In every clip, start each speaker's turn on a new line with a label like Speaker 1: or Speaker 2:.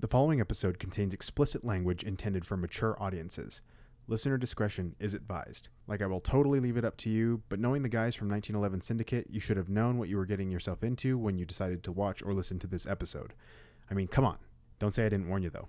Speaker 1: The following episode contains explicit language intended for mature audiences. Listener discretion is advised. Like, I will totally leave it up to you, but knowing the guys from 1911 Syndicate, you should have known what you were getting yourself into when you decided to watch or listen to this episode. I mean, come on. Don't say I didn't warn you, though.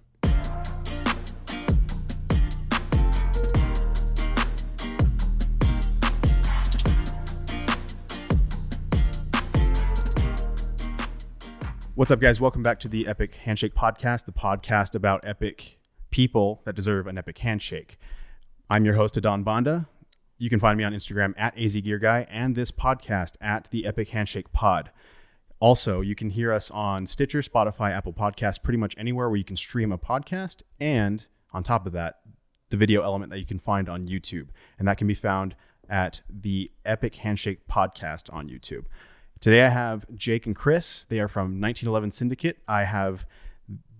Speaker 1: What's up, guys? Welcome back to the Epic Handshake Podcast, the podcast about epic people that deserve an epic handshake. I'm your host, Adon Bonda. You can find me on Instagram at AZGearGuy and this podcast at the Epic Handshake Pod. Also, you can hear us on Stitcher, Spotify, Apple Podcasts, pretty much anywhere where you can stream a podcast. And on top of that, the video element that you can find on YouTube. And that can be found at the Epic Handshake Podcast on YouTube. Today I have Jake and Chris. They are from 1911 Syndicate. I have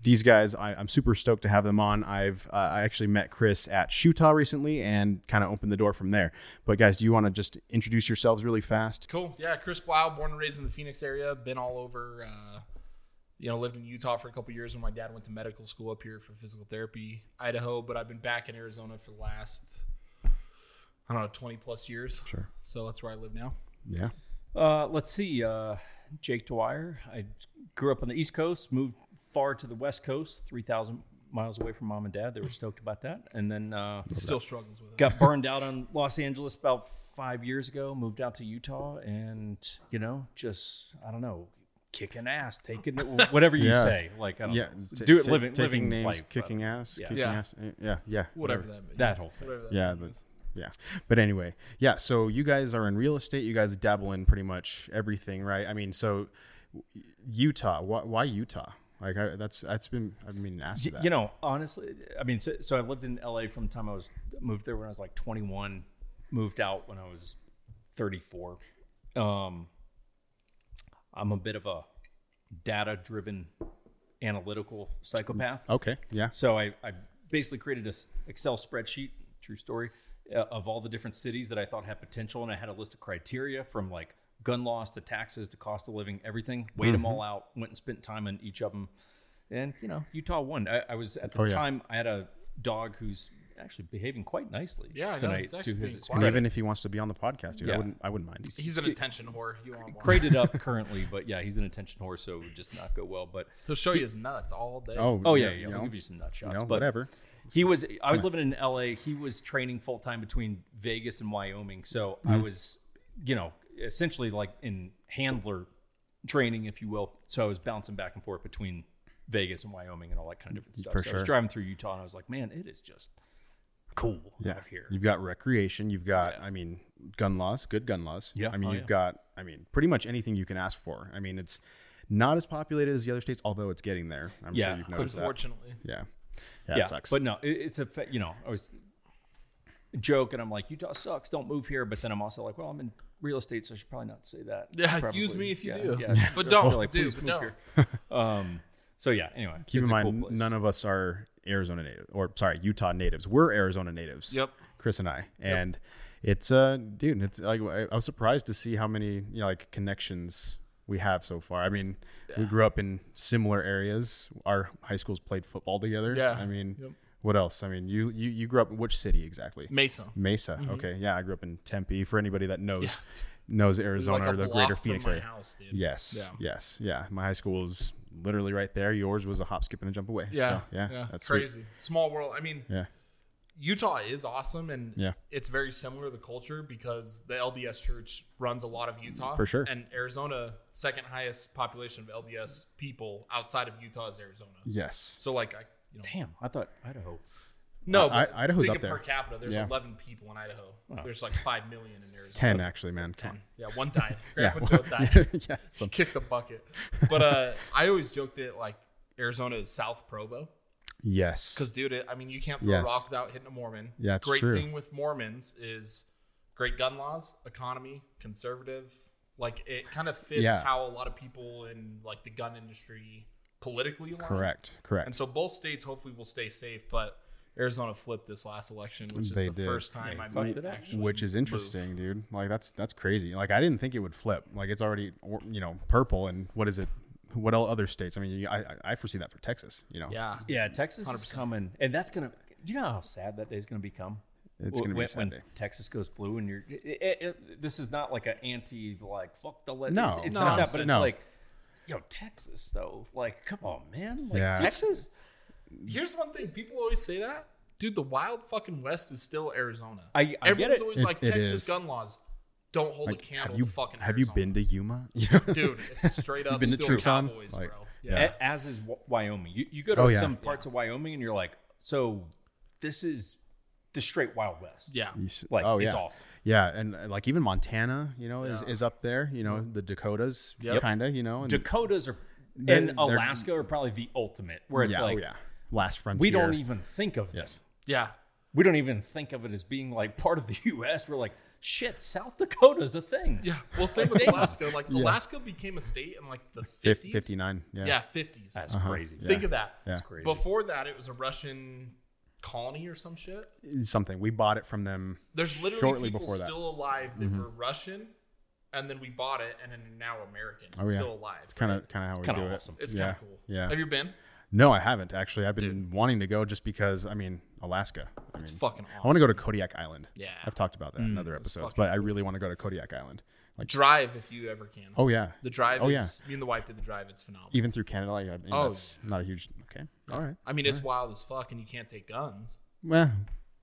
Speaker 1: these guys. I, I'm super stoked to have them on. I've uh, I actually met Chris at Shuta recently and kind of opened the door from there. But guys, do you want to just introduce yourselves really fast?
Speaker 2: Cool. Yeah, Chris Blau, born and raised in the Phoenix area, been all over. Uh, you know, lived in Utah for a couple years when my dad went to medical school up here for physical therapy, Idaho. But I've been back in Arizona for the last, I don't know, twenty plus years.
Speaker 1: Sure.
Speaker 2: So that's where I live now.
Speaker 1: Yeah.
Speaker 3: Uh, let's see. Uh, Jake Dwyer. I grew up on the East Coast, moved far to the West Coast, 3,000 miles away from mom and dad. They were stoked about that. And then uh,
Speaker 2: Still struggles with it.
Speaker 3: got burned out on Los Angeles about five years ago, moved out to Utah, and, you know, just, I don't know, kicking ass, taking it, whatever you
Speaker 1: Yeah.
Speaker 3: say. Like, I don't
Speaker 1: Yeah.
Speaker 3: know.
Speaker 1: t-
Speaker 3: do it
Speaker 1: t-
Speaker 3: living,
Speaker 1: taking
Speaker 3: living
Speaker 1: names,
Speaker 3: life. uh,
Speaker 1: kicking ass,
Speaker 3: yeah.
Speaker 1: kicking
Speaker 2: Yeah.
Speaker 1: ass. eh, Yeah. Yeah.
Speaker 2: Whatever that means.
Speaker 3: That whole thing.
Speaker 2: Whatever that
Speaker 1: Yeah.
Speaker 2: means.
Speaker 1: the- yeah. But anyway, yeah. So you guys are in real estate. You guys dabble in pretty much everything, right? I mean, so Utah. Why, why Utah? Like I, that's that's been I mean asked you
Speaker 3: Y-
Speaker 1: that.
Speaker 3: You know, honestly, I mean, so, so I lived in LA from the time I was moved there when I was like 21, moved out when I was 34. Um, I'm a bit of a data driven analytical psychopath.
Speaker 1: okay. Yeah.
Speaker 3: So I, I basically created this Excel spreadsheet, true story, uh, of all the different cities that I thought had potential, and I had a list of criteria from like gun laws to taxes to cost of living, everything. Weighed
Speaker 1: Mm-hmm.
Speaker 3: them all out, went and spent time on each of them, and you know Utah won. I, I was at the
Speaker 1: Oh, yeah.
Speaker 3: time I had a dog who's actually behaving quite nicely
Speaker 2: Yeah, I know,
Speaker 3: tonight
Speaker 2: he's
Speaker 3: to
Speaker 2: actually
Speaker 3: his
Speaker 2: being
Speaker 1: And
Speaker 2: Right.
Speaker 1: even if he wants to be on the podcast, dude, I
Speaker 3: Yeah.
Speaker 1: wouldn't I wouldn't mind.
Speaker 2: He's an attention whore. You want one.
Speaker 3: crated up currently, but yeah, he's an attention horse, so it would just not go well. But
Speaker 2: He'll show you his nuts all day.
Speaker 3: oh yeah, yeah,
Speaker 1: You
Speaker 3: I'll
Speaker 1: know,
Speaker 3: give you some nut
Speaker 1: you
Speaker 3: shots,
Speaker 1: know,
Speaker 3: but
Speaker 1: whatever.
Speaker 3: he was i was living in la he was training full-time between vegas and wyoming so i
Speaker 1: Mm-hmm.
Speaker 3: was you know essentially like in handler training if you will so i was bouncing back and forth between vegas and wyoming and all that kind of different stuff
Speaker 1: Mm-hmm. For
Speaker 3: so i was
Speaker 1: sure.
Speaker 3: driving through utah and i was like man it is just cool
Speaker 1: Yeah.
Speaker 3: out here
Speaker 1: You've got recreation. You've got I mean gun laws, good gun laws.
Speaker 3: Yeah.
Speaker 1: I mean
Speaker 3: Oh,
Speaker 1: you've
Speaker 3: yeah.
Speaker 1: got I mean pretty much anything you can ask for. I mean it's not as populated as the other states, although it's getting there. I'm
Speaker 3: Yeah.
Speaker 1: sure you've noticed that.
Speaker 2: Unfortunately.
Speaker 1: Yeah. Yeah, it sucks.
Speaker 3: But no, it, it's a fa- you know I was joke and I'm like Utah sucks, don't move here. But then I'm also like, well, I'm in real estate, so I should probably not say that.
Speaker 2: Yeah,
Speaker 3: Probably.
Speaker 2: use me if you
Speaker 3: Yeah,
Speaker 2: do.
Speaker 3: yeah.
Speaker 2: But
Speaker 3: Just
Speaker 2: don't,
Speaker 3: be
Speaker 2: dude,
Speaker 3: "Please
Speaker 2: but
Speaker 3: move
Speaker 2: don't."
Speaker 3: here. Um, so yeah. Anyway,
Speaker 1: Keep
Speaker 3: it's
Speaker 1: in
Speaker 3: a cool
Speaker 1: mind,
Speaker 3: place.
Speaker 1: none of us are Arizona native, or sorry, Utah natives. We're Arizona natives.
Speaker 2: Yep.
Speaker 1: Chris and I, and it's uh, dude, it's like I I was surprised to see how many you know like connections we have so far. I mean, we grew up in similar areas. Our high schools played football together.
Speaker 2: Yeah.
Speaker 1: I mean,
Speaker 2: Yep.
Speaker 1: what else? I mean, you you you grew up in which city exactly?
Speaker 2: Mason.
Speaker 1: Mesa.
Speaker 2: Mm-hmm.
Speaker 1: Okay. Yeah, I grew up in Tempe. For anybody that knows
Speaker 2: it's
Speaker 1: knows Arizona
Speaker 2: like a
Speaker 1: or the
Speaker 2: block
Speaker 1: greater
Speaker 2: from
Speaker 1: Phoenix
Speaker 2: my
Speaker 1: area.
Speaker 2: House, dude.
Speaker 1: Yes.
Speaker 2: Yeah.
Speaker 1: Yes. Yeah. My high school was literally right there. Yours was a hop, skip, and a jump away.
Speaker 2: Yeah,
Speaker 1: So, yeah.
Speaker 2: That's
Speaker 1: That's
Speaker 2: crazy.
Speaker 1: sweet.
Speaker 2: Small world. I mean,
Speaker 1: Yeah.
Speaker 2: Utah is awesome, and
Speaker 1: Yeah.
Speaker 2: it's very similar the culture because the LDS Church runs a lot of Utah
Speaker 1: For sure.
Speaker 2: and Arizona second highest population of LDS people outside of Utah is Arizona.
Speaker 1: Yes.
Speaker 2: So like I, you know,
Speaker 3: Damn, I thought Idaho.
Speaker 2: no,
Speaker 1: I-
Speaker 2: but
Speaker 1: Idaho's
Speaker 2: think
Speaker 1: up
Speaker 2: of
Speaker 1: there.
Speaker 2: per capita. There's
Speaker 1: Yeah.
Speaker 2: 11 people in Idaho. There's like five million in Arizona.
Speaker 1: Ten actually, man. Come on.
Speaker 2: Yeah, one died.
Speaker 1: Yeah.
Speaker 2: Grandpa Joe died.
Speaker 1: yeah. so-
Speaker 2: Kick the bucket. But uh, I always joked that like Arizona is South Provo.
Speaker 1: yes.
Speaker 2: Because, dude, it, I mean, you can't throw
Speaker 1: Yes.
Speaker 2: a rock without hitting a Mormon.
Speaker 1: Yeah, it's
Speaker 2: Great
Speaker 1: true.
Speaker 2: thing with Mormons is great gun laws, economy, conservative. Like it kind of fits
Speaker 1: Yeah.
Speaker 2: how a lot of people in like the gun industry politically align.
Speaker 1: Correct. Correct.
Speaker 2: And so both states hopefully will stay safe, but Arizona flipped this last election, which is
Speaker 1: They
Speaker 2: the
Speaker 1: did.
Speaker 2: first time I
Speaker 3: fucked
Speaker 2: might
Speaker 3: it up.
Speaker 2: actually
Speaker 1: Which is interesting, dude. Like that's that's crazy. Like I didn't think it would flip. Like it's already or, you know purple, and what is it? what all other states? I mean, you, I I- I foresee that for Texas. You know,
Speaker 2: Yeah.
Speaker 3: Yeah, Texas is
Speaker 2: 100%.
Speaker 3: coming, and that's gonna. You know how sad that day's gonna become.
Speaker 1: It's gonna be a
Speaker 3: when,
Speaker 1: sad
Speaker 3: when
Speaker 1: day.
Speaker 3: Texas goes blue, and you're. It, it, it- this is not like an anti like fuck the legend.
Speaker 1: No,
Speaker 3: it's, it's
Speaker 1: no,
Speaker 3: not that, but it's
Speaker 1: no.
Speaker 3: like, yo, Texas though. Like, come on, man. Like
Speaker 1: Yeah.
Speaker 3: Texas.
Speaker 2: Here's one thing people always say that. Dude, the wild fucking west is still Arizona.
Speaker 3: I- I get
Speaker 2: Everyone's
Speaker 3: it.
Speaker 2: always
Speaker 1: It-
Speaker 2: like
Speaker 1: it
Speaker 2: Texas
Speaker 1: is.
Speaker 2: gun laws don't hold a
Speaker 1: like,
Speaker 2: candle
Speaker 1: have you
Speaker 2: to fucking
Speaker 1: have you been
Speaker 2: Arizona.
Speaker 1: to Yuma? You know?
Speaker 2: Dude, it's straight up
Speaker 1: been to
Speaker 2: still
Speaker 1: Tucson?
Speaker 2: Cowboys,
Speaker 1: Like,
Speaker 2: bro. Eh,
Speaker 1: yeah.
Speaker 3: A- as is Wa- Wyoming. You, you go to
Speaker 1: Oh, yeah.
Speaker 3: some parts of Wyoming, and you're like, so this is the straight Wild West.
Speaker 2: Yeah.
Speaker 1: You s-
Speaker 3: Like,
Speaker 1: oh yeah,
Speaker 3: it's awesome.
Speaker 1: yeah, and uh, like even Montana, you know, is,
Speaker 2: Yeah.
Speaker 1: is up there. You know,
Speaker 3: Mm-hmm.
Speaker 1: the Dakotas,
Speaker 2: Yep.
Speaker 1: kind of. You know, and
Speaker 3: Dakotas are
Speaker 1: They're-
Speaker 3: and
Speaker 1: they're-
Speaker 3: Alaska are probably the ultimate, where it's
Speaker 1: yeah,
Speaker 3: like
Speaker 1: oh, yeah, last frontier.
Speaker 3: we don't even think of this.
Speaker 1: Yes.
Speaker 2: Yeah.
Speaker 3: we don't even think of it as being like part of the U.S. We're like, shit, South Dakota's a thing.
Speaker 2: Yeah. Well, same with Alaska. Like Alaska became a state in like the
Speaker 1: Fif-
Speaker 2: 50s.
Speaker 1: 59 yeah,
Speaker 2: Yeah, 50s.
Speaker 3: that's crazy.
Speaker 2: Think of that.
Speaker 1: Uh-huh. Yeah.
Speaker 3: crazy.
Speaker 2: Before that, it was a Russian colony or some shit.
Speaker 1: something we bought it from them
Speaker 2: There's literally
Speaker 1: Shortly
Speaker 2: people
Speaker 1: before that. Mm-hmm.
Speaker 2: still alive that were Russian, and then we bought it, and then now American.
Speaker 1: Oh, yeah.
Speaker 2: Still alive. It's
Speaker 1: kind of kind of how we
Speaker 3: kinda
Speaker 1: do
Speaker 3: awesome.
Speaker 1: it
Speaker 2: It's
Speaker 1: yeah.
Speaker 2: kind of cool.
Speaker 1: yeah
Speaker 2: Have you been?
Speaker 1: no i haven't actually i've been wanting to go just because i mean alaska i mean
Speaker 2: It's fucking awesome.
Speaker 1: i want to go to kodiak island
Speaker 2: Yeah.
Speaker 1: i've talked about that
Speaker 3: Mm,
Speaker 1: in other episodes
Speaker 2: fucking
Speaker 1: but i really want to go to kodiak island like
Speaker 2: drive if you ever can.
Speaker 1: oh yeah
Speaker 2: The drive.
Speaker 1: Oh,
Speaker 2: is, Me and the wife did the drive. It's phenomenal.
Speaker 1: even through canada like I mean,
Speaker 2: Oh.
Speaker 1: that's not a huge okay all right
Speaker 2: I mean, it's wild as fuck, and you can't take guns,
Speaker 1: well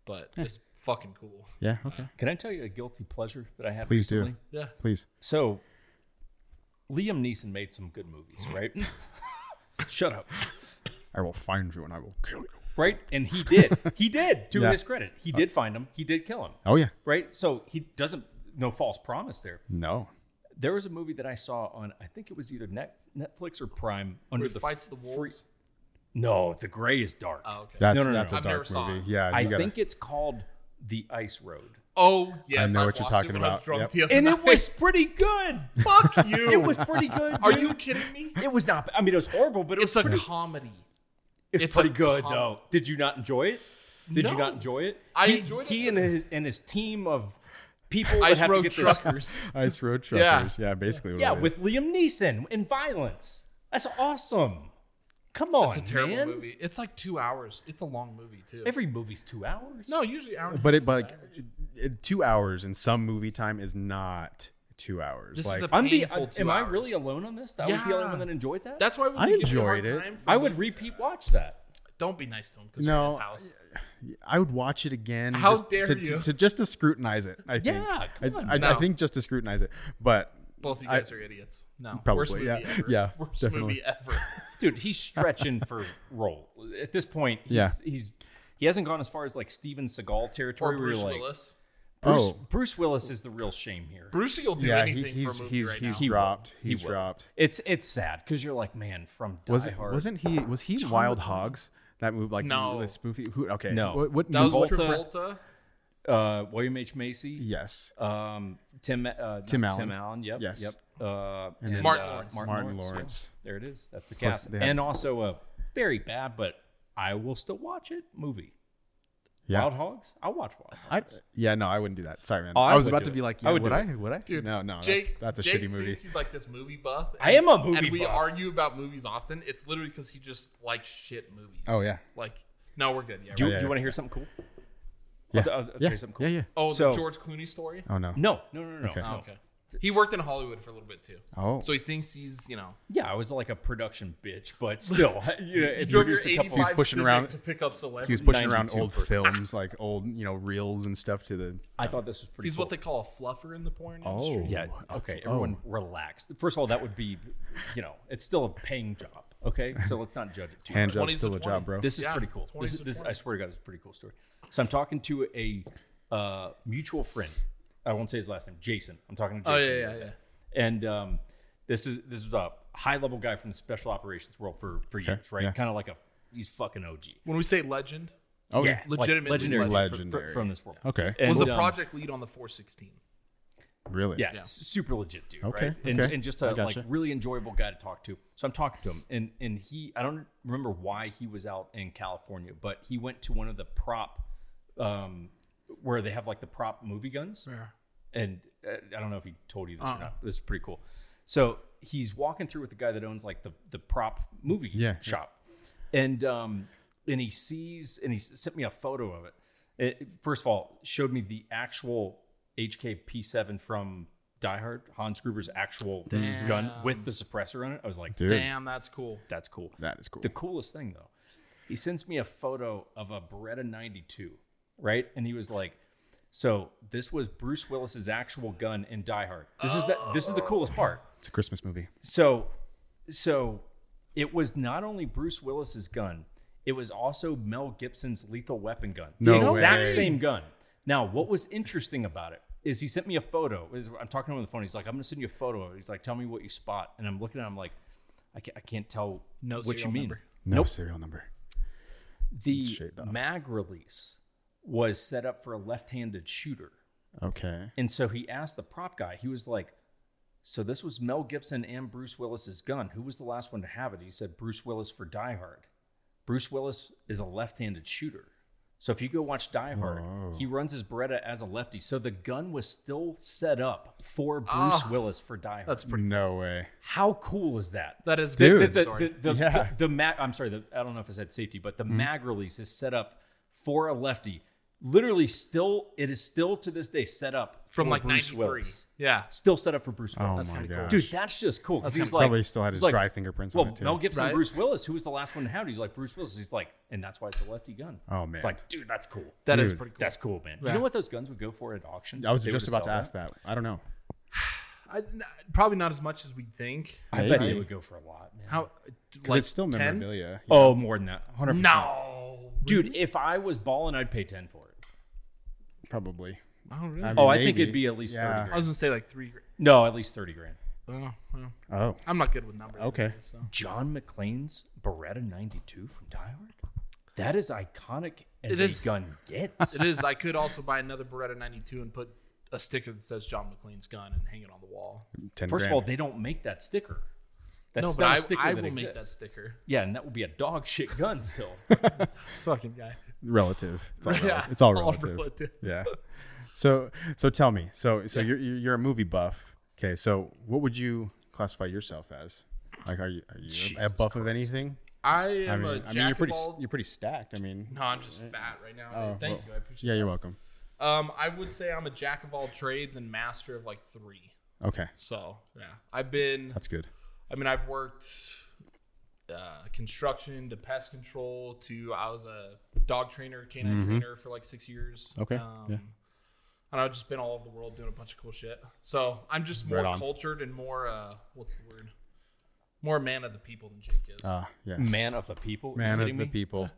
Speaker 2: but it's fucking cool.
Speaker 1: yeah okay
Speaker 3: Can I tell you a guilty pleasure that I had?
Speaker 1: Please do.
Speaker 3: recently?
Speaker 2: Yeah.
Speaker 1: please
Speaker 3: So, Liam Neeson made some good movies, right? Shut up.
Speaker 1: i will find you and i will kill you
Speaker 3: Right, and he did. He did. To
Speaker 1: Yeah.
Speaker 3: his credit, he did find him. He did kill him.
Speaker 1: oh yeah
Speaker 3: Right. So he doesn't. No false promise there.
Speaker 1: no
Speaker 3: There was a movie that I saw on. I think it was either Net, Netflix or Prime. Under
Speaker 2: Where
Speaker 3: the
Speaker 2: he fights the
Speaker 3: free-
Speaker 2: wolves.
Speaker 3: No, the gray is dark.
Speaker 2: Oh, okay.
Speaker 1: that's
Speaker 3: no, no,
Speaker 1: that's
Speaker 3: no.
Speaker 1: a
Speaker 2: I've never
Speaker 1: dark
Speaker 2: saw
Speaker 1: movie
Speaker 2: it.
Speaker 1: yeah you
Speaker 3: I
Speaker 1: gotta-
Speaker 3: think it's called The Ice Road.
Speaker 2: Oh yes,
Speaker 1: know
Speaker 2: I
Speaker 1: what you're
Speaker 2: watched
Speaker 1: talking
Speaker 2: it when I
Speaker 1: about.
Speaker 2: was drunk
Speaker 1: Yep.
Speaker 2: the other
Speaker 3: and it
Speaker 2: night.
Speaker 3: was pretty good.
Speaker 2: fuck you.
Speaker 3: It was pretty good.
Speaker 2: Are
Speaker 3: dude.
Speaker 2: you kidding me?
Speaker 3: It was not. I mean, it was horrible, but it
Speaker 2: It's
Speaker 3: was
Speaker 2: a
Speaker 3: pretty,
Speaker 2: comedy.
Speaker 3: it's
Speaker 2: it's
Speaker 3: pretty
Speaker 2: a
Speaker 3: good
Speaker 2: com-
Speaker 3: though. Did you not enjoy it? Did you
Speaker 2: No.
Speaker 3: not enjoy it?
Speaker 2: I
Speaker 3: he,
Speaker 2: enjoyed it
Speaker 3: He
Speaker 2: for
Speaker 3: and
Speaker 2: the-
Speaker 3: his and his team of people that
Speaker 2: Ice
Speaker 3: have to
Speaker 2: road
Speaker 3: get this-
Speaker 2: truckers.
Speaker 1: ice road
Speaker 2: Yeah.
Speaker 1: truckers yeah, basically what
Speaker 3: Yeah,
Speaker 1: it is.
Speaker 3: with Liam Neeson and violence. That's awesome. Come on,
Speaker 2: It's a terrible
Speaker 3: man.
Speaker 2: movie. It's like two hours. It's a long movie too.
Speaker 3: Every movie's two hours.
Speaker 2: no, usually hour. and
Speaker 1: But
Speaker 2: a
Speaker 1: it,
Speaker 2: half
Speaker 1: but
Speaker 2: is
Speaker 1: like,
Speaker 2: average.
Speaker 1: it- it- two hours in some movie time is not two hours.
Speaker 2: This
Speaker 1: like,
Speaker 2: is a
Speaker 3: I'm the.
Speaker 2: painful two
Speaker 3: am I
Speaker 2: hours.
Speaker 3: really alone on this? That I was the only
Speaker 2: Yeah.
Speaker 3: one that enjoyed that.
Speaker 2: That's why when
Speaker 1: I
Speaker 2: you give me a hard
Speaker 1: enjoyed it.
Speaker 2: time for
Speaker 3: I
Speaker 2: me,
Speaker 3: would repeat watch that.
Speaker 2: Don't be nice to him because
Speaker 1: No,
Speaker 2: in his house.
Speaker 1: I would watch it again.
Speaker 2: How
Speaker 1: just
Speaker 2: dare
Speaker 1: to,
Speaker 2: you.
Speaker 1: To, to- just to scrutinize it. I think.
Speaker 3: Yeah, come
Speaker 1: I-
Speaker 3: on,
Speaker 1: I, I,
Speaker 2: no.
Speaker 1: think just to scrutinize it, but
Speaker 2: Both of you
Speaker 1: I-
Speaker 2: guys are idiots. No,
Speaker 1: Probably,
Speaker 2: worst movie
Speaker 1: yeah.
Speaker 2: ever.
Speaker 1: Yeah,
Speaker 2: worst
Speaker 1: definitely.
Speaker 2: movie ever.
Speaker 3: Dude, he's stretching for role. At this point, he's,
Speaker 1: Yeah.
Speaker 3: he's he hasn't gone as far as like Steven Seagal territory
Speaker 2: Or
Speaker 3: where
Speaker 2: Bruce
Speaker 3: you're like
Speaker 2: Willis.
Speaker 3: Bruce
Speaker 1: Oh.
Speaker 3: Bruce Willis is the real shame here.
Speaker 2: Brucey will do
Speaker 1: yeah, he,
Speaker 2: anything
Speaker 1: he's
Speaker 2: for a movie
Speaker 1: he's
Speaker 2: right
Speaker 1: he's
Speaker 2: now.
Speaker 1: dropped.
Speaker 3: He
Speaker 1: He's
Speaker 3: will.
Speaker 1: dropped.
Speaker 3: It's it's sad because you're like, man, from Die
Speaker 1: Was it,
Speaker 3: Hard.
Speaker 1: wasn't he? Was he Wild Hogs? That movie, like
Speaker 2: No.
Speaker 1: the spoofy. Who? Okay,
Speaker 3: No.
Speaker 1: What, what
Speaker 2: That was
Speaker 1: movie-
Speaker 2: Travolta.
Speaker 3: Travolta. uh, William H Macy?
Speaker 1: Yes,
Speaker 3: Um, Tim uh, not
Speaker 1: Tim Allen.
Speaker 3: Tim Allen. Yep.
Speaker 1: Yes.
Speaker 3: Yep. Uh, and,
Speaker 1: then-
Speaker 2: Martin
Speaker 3: uh,
Speaker 2: Lawrence.
Speaker 1: Martin
Speaker 3: yeah.
Speaker 1: Lawrence.
Speaker 3: There it is. That's the
Speaker 1: course,
Speaker 3: cast.
Speaker 1: they had-
Speaker 3: And also a very bad, but I will still watch it movie.
Speaker 1: yeah.
Speaker 3: Wild Hogs. I'll watch Wild Hogs.
Speaker 1: I, Uh, yeah, no, I wouldn't do that. Sorry, man.
Speaker 3: Oh, I
Speaker 1: I was
Speaker 3: would
Speaker 1: about
Speaker 3: do
Speaker 1: to
Speaker 3: it.
Speaker 1: be like,
Speaker 3: I
Speaker 1: yeah,
Speaker 3: would
Speaker 1: would
Speaker 3: do
Speaker 1: I?
Speaker 3: it.
Speaker 1: Would I?
Speaker 2: Dude,
Speaker 1: no, no. that's-
Speaker 2: Jake,
Speaker 1: that's, a
Speaker 2: Jake
Speaker 1: shitty movie.
Speaker 2: thinks He's like this movie buff.
Speaker 3: I am a movie
Speaker 2: And we
Speaker 3: buff.
Speaker 2: argue about movies often. It's literally because he just likes shit movies.
Speaker 1: Oh, yeah.
Speaker 2: Like, no, we're good. Yeah.
Speaker 3: Do you,
Speaker 2: right.
Speaker 1: Oh, yeah,
Speaker 3: do you
Speaker 1: yeah.
Speaker 3: want to hear something cool?
Speaker 1: Yeah.
Speaker 3: I'll- I'll tell
Speaker 1: yeah.
Speaker 3: you something cool.
Speaker 1: yeah, yeah.
Speaker 2: Oh,
Speaker 3: So-
Speaker 2: the George Clooney story.
Speaker 1: Oh no.
Speaker 3: No, no, no, no.
Speaker 1: Okay.
Speaker 3: no.
Speaker 2: Oh, okay. He worked in Hollywood for a little bit too.
Speaker 1: Oh.
Speaker 2: So he thinks he's, you know,
Speaker 3: Yeah, I was like a production bitch, but still, you know,
Speaker 2: he
Speaker 3: it
Speaker 2: drove your
Speaker 3: produced a couple.
Speaker 2: 85
Speaker 1: pushing
Speaker 2: Civic
Speaker 1: around-
Speaker 2: to pick up celebrities.
Speaker 1: He was pushing around
Speaker 3: 92
Speaker 1: old
Speaker 3: for-
Speaker 1: films, like old, you know, reels and stuff to the.
Speaker 3: I thought this was pretty.
Speaker 2: He's
Speaker 3: cool.
Speaker 2: what they call a fluffer in the porn
Speaker 1: Oh.
Speaker 2: industry.
Speaker 3: Yeah.
Speaker 1: Oh,
Speaker 3: Okay.
Speaker 1: oh.
Speaker 3: Everyone, relax. First of all, that would be, you know, it's still a paying job. Okay, so let's not judge it too
Speaker 1: Hand
Speaker 2: Twenties
Speaker 1: job's still
Speaker 2: to
Speaker 1: a job,
Speaker 2: twenty.
Speaker 1: bro.
Speaker 3: This is
Speaker 2: Yeah,
Speaker 3: pretty cool.
Speaker 2: 20s
Speaker 3: This,
Speaker 2: to
Speaker 3: this I
Speaker 2: 20s.
Speaker 3: swear to God, this is a pretty cool story. So I'm talking to a uh, mutual friend. I won't say his last name. Jason. I'm talking to
Speaker 2: Oh,
Speaker 3: Jason.
Speaker 2: yeah, yeah, yeah.
Speaker 3: And um, this is this is a high level guy from the special operations world for for years, right?
Speaker 1: yeah.
Speaker 3: Kind of like a he's fucking OG.
Speaker 2: When we say legend,
Speaker 1: oh yeah.
Speaker 3: like
Speaker 2: Legitimately
Speaker 3: legendary,
Speaker 2: legend.
Speaker 3: from- from-
Speaker 1: Legendary.
Speaker 3: from this world.
Speaker 1: Okay.
Speaker 3: And,
Speaker 2: was the
Speaker 3: um,
Speaker 2: project lead on the 416.
Speaker 1: Really?
Speaker 3: Yeah, s- super legit dude.
Speaker 1: Okay,
Speaker 3: Right? And,
Speaker 1: okay.
Speaker 3: and just
Speaker 1: I
Speaker 3: a
Speaker 1: gotcha.
Speaker 3: like really enjoyable guy to talk to. So I'm talking to him, and and he I don't remember why he was out in California, but he went to one of the prop, um, where they have like the
Speaker 1: Uh-huh.
Speaker 3: prop movie guns. And uh, I don't know if he told you this or not. This is pretty cool. So he's walking through with the guy that owns like the the prop movie
Speaker 1: Yeah, yeah.
Speaker 3: shop, and um and he sees and he s- sent me a photo of it. it. First of all, showed me the actual HK P7 from Die Hard, Hans Gruber's actual gun with the suppressor on it. I was like,
Speaker 1: Dude.
Speaker 2: Damn, that's cool.
Speaker 3: that's cool.
Speaker 1: That is cool.
Speaker 3: The coolest thing though, he sends me a photo of a Beretta 92, right? And he was like, "So this was Bruce Willis's actual gun in Die Hard. This is the, this is the coolest part.
Speaker 1: It's a Christmas movie.
Speaker 3: So, so it was not only Bruce Willis's gun, it was also Mel Gibson's Lethal Weapon gun.
Speaker 1: No
Speaker 3: the exact
Speaker 1: way.
Speaker 3: same gun. Now, what was interesting about it is he sent me a photo. Is- I'm talking to him on the phone. He's like, "I'm going to send you a photo." of it." He's like, "Tell me what you spot." And I'm looking at him like, "I can't, I can't tell
Speaker 2: No
Speaker 3: what you
Speaker 2: serial
Speaker 3: mean."
Speaker 2: number.
Speaker 1: No
Speaker 3: Nope.
Speaker 1: serial number.
Speaker 3: The
Speaker 1: shaped up.
Speaker 3: mag release was set up for a left-handed shooter.
Speaker 1: Okay.
Speaker 3: And so he asked the prop guy, he was like, So this was Mel Gibson and Bruce Willis's gun. Who was the last one to have it? He said, Bruce Willis for Die Hard. Bruce Willis is a left handed shooter. So if you go watch Die Hard,
Speaker 1: Whoa.
Speaker 3: he runs his Beretta as a lefty. So the gun was still set up for Bruce
Speaker 2: Ah,
Speaker 3: Willis for Die Hard.
Speaker 2: That's pretty.
Speaker 1: No way.
Speaker 3: How cool is that?
Speaker 2: That is a
Speaker 1: Dude. Good
Speaker 2: good
Speaker 3: The, the,
Speaker 2: story.
Speaker 3: the, the,
Speaker 1: Yeah. Mm-hmm.
Speaker 3: the- the mag, I'm sorry, the, I don't know if I said safety, but the mag release is set up for a lefty. Literally, still, it is still to this day set up
Speaker 2: from
Speaker 3: for
Speaker 2: like
Speaker 3: Bruce
Speaker 2: '93.
Speaker 3: Willis
Speaker 2: Yeah.
Speaker 3: still set up for Bruce
Speaker 1: Oh
Speaker 3: Willis.
Speaker 1: my
Speaker 2: kinda
Speaker 1: gosh.
Speaker 2: cool.
Speaker 3: Dude, that's just cool. 'cause he was like,
Speaker 1: Probably still had
Speaker 3: he's
Speaker 1: his
Speaker 3: like,
Speaker 1: dry fingerprints
Speaker 3: Well,
Speaker 1: on it too.
Speaker 3: Mel Gibson,
Speaker 2: Right?
Speaker 3: Bruce Willis, who was the last one to have it? He's like Bruce Willis. He's like, and that's why it's a lefty gun.
Speaker 1: Oh, man.
Speaker 3: it's like, dude, that's cool.
Speaker 2: that is
Speaker 1: Dude,
Speaker 2: pretty cool.
Speaker 3: That's cool, man. You
Speaker 2: Yeah.
Speaker 3: know what those guns would go for at auction?
Speaker 1: I was
Speaker 3: They were
Speaker 1: just about to
Speaker 3: sell
Speaker 1: ask that. I don't know.
Speaker 2: I, n- probably not as much as we'd think.
Speaker 3: that? I bet
Speaker 1: Maybe.
Speaker 3: it would go for a lot, man.
Speaker 2: How?
Speaker 1: Because it's still memorabilia.
Speaker 3: Oh, more than that, hundred percent.
Speaker 2: No,
Speaker 3: Dude, if I was balling, I'd pay ten for it.
Speaker 1: Probably.
Speaker 2: Oh, really?
Speaker 1: I mean,
Speaker 3: Oh, I think it'd
Speaker 1: maybe.
Speaker 3: be at least
Speaker 1: Yeah.
Speaker 3: thirty.
Speaker 2: I
Speaker 3: Grand.
Speaker 2: was gonna say like three. gra-
Speaker 3: No, at least thirty grand.
Speaker 2: Oh, well,
Speaker 1: Oh.
Speaker 2: I'm not good with numbers.
Speaker 1: Okay.
Speaker 2: So.
Speaker 3: John McClane's Beretta '92 from Die Hard. That is iconic as
Speaker 2: It
Speaker 3: a
Speaker 2: is.
Speaker 3: gun gets.
Speaker 2: It is. I could also buy another Beretta 92 and put a sticker that says John McLean's gun and hang it on the wall.
Speaker 1: 10
Speaker 3: First
Speaker 1: grand.
Speaker 3: of all, they don't make that sticker. That's
Speaker 2: no,
Speaker 3: not
Speaker 2: but
Speaker 3: a
Speaker 2: I,
Speaker 3: sticker
Speaker 2: I
Speaker 3: that
Speaker 2: will make that
Speaker 3: exists.
Speaker 2: sticker.
Speaker 3: Yeah, and that would be a dog shit gun still.
Speaker 2: This fucking guy.
Speaker 1: relative. It's all, rel-
Speaker 2: Yeah,
Speaker 1: it's all
Speaker 2: all
Speaker 1: relative.
Speaker 2: relative.
Speaker 1: Yeah. So so tell me. So so you're you're you're a movie buff. Okay. So what would you classify yourself as? Like, are you are you a- a
Speaker 3: Jesus
Speaker 1: buff of anything?
Speaker 2: I am
Speaker 1: I mean,
Speaker 2: a
Speaker 1: I
Speaker 2: jack
Speaker 1: mean, you're
Speaker 2: of
Speaker 1: pretty
Speaker 2: all-
Speaker 1: you're pretty stacked. I mean,
Speaker 2: No, I'm just fat right now.
Speaker 1: Oh,
Speaker 2: Thank
Speaker 1: well,
Speaker 2: you. I appreciate
Speaker 1: yeah, you're welcome.
Speaker 2: it. Um, I would say I'm a jack of all trades and master of like three.
Speaker 1: Okay,
Speaker 2: So, yeah. I've been,
Speaker 1: that's good.
Speaker 2: I mean, I've worked uh, construction to pest control to, I was a dog trainer, canine
Speaker 3: Mm-hmm.
Speaker 2: trainer for like six years.
Speaker 1: Okay,
Speaker 2: Um,
Speaker 1: yeah.
Speaker 2: And I've just been all over the world doing a bunch of cool shit. So I'm just more
Speaker 1: Right on.
Speaker 2: cultured and more, uh, what's the word? More man of the people than Jake is.
Speaker 1: Ah, yes.
Speaker 3: man of the people. Are you
Speaker 1: Man of
Speaker 3: kidding
Speaker 1: the
Speaker 3: me?
Speaker 1: people.
Speaker 3: Uh,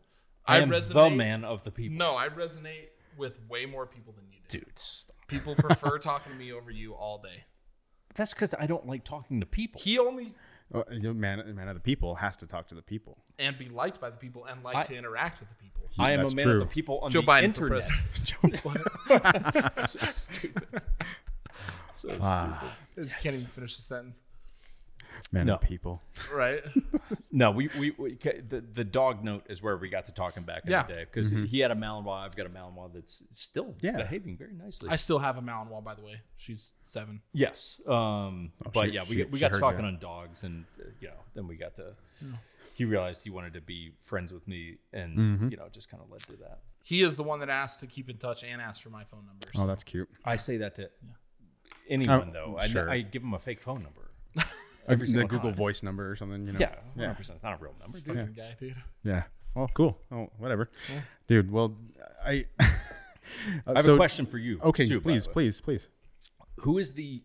Speaker 3: I,
Speaker 2: I
Speaker 3: am the
Speaker 2: resonate-
Speaker 3: man of the people.
Speaker 2: No, I resonate with way more people than you do.
Speaker 3: Dude, stop.
Speaker 2: People prefer talking to me over you all day.
Speaker 3: that's because I don't like talking to people.
Speaker 2: He only
Speaker 1: Oh, you know, man, man of the people has to talk to the people.
Speaker 2: and be liked by the people and like
Speaker 3: I-
Speaker 2: to interact with the people.
Speaker 1: He-
Speaker 3: I am
Speaker 1: that's
Speaker 3: a man
Speaker 1: true.
Speaker 3: of the people on
Speaker 2: Joe
Speaker 3: the
Speaker 2: Biden for
Speaker 3: internet.
Speaker 2: president.
Speaker 3: so stupid. So
Speaker 1: Ah,
Speaker 2: I just can't even finish the sentence.
Speaker 1: man
Speaker 3: No.
Speaker 1: of the people.
Speaker 2: Right?
Speaker 3: stupid. No, we, we, we ca- the, the dog note is where we got to talking back in
Speaker 2: Yeah.
Speaker 3: the day because he had a Malinois. I've got a Malinois that's still
Speaker 1: Mm-hmm. Yeah.
Speaker 3: behaving very nicely.
Speaker 2: I still have a Malinois, by the way. She's seven.
Speaker 3: Yes. Um,
Speaker 1: Oh,
Speaker 3: but
Speaker 1: she-
Speaker 3: yeah, we,
Speaker 1: she-
Speaker 3: we
Speaker 1: she
Speaker 3: got
Speaker 1: heard
Speaker 3: talking
Speaker 1: ya.
Speaker 3: on dogs, and uh, you know, then we got to. He realized he wanted to be friends with me, and
Speaker 1: Mm-hmm.
Speaker 3: you know, just kind of led to that.
Speaker 2: He is the one that asked to keep in touch and asked for my phone number.
Speaker 1: Oh, that's cute.
Speaker 3: I say that to anyone
Speaker 1: Oh,
Speaker 3: though. I,
Speaker 1: sure.
Speaker 3: I give him a fake phone number.
Speaker 1: Every the
Speaker 3: single
Speaker 1: Google
Speaker 3: time.
Speaker 1: Voice number or something. You know.
Speaker 3: Yeah,
Speaker 1: Yeah.
Speaker 3: 100%. It's not a real number, dude.
Speaker 2: fucking guy, dude.
Speaker 1: Yeah. Well, cool. Oh, whatever, dude. Well, I. I
Speaker 3: I have a question for you.
Speaker 1: Okay,
Speaker 3: too, by the
Speaker 1: please,
Speaker 3: way.
Speaker 1: please, please.
Speaker 3: Who is the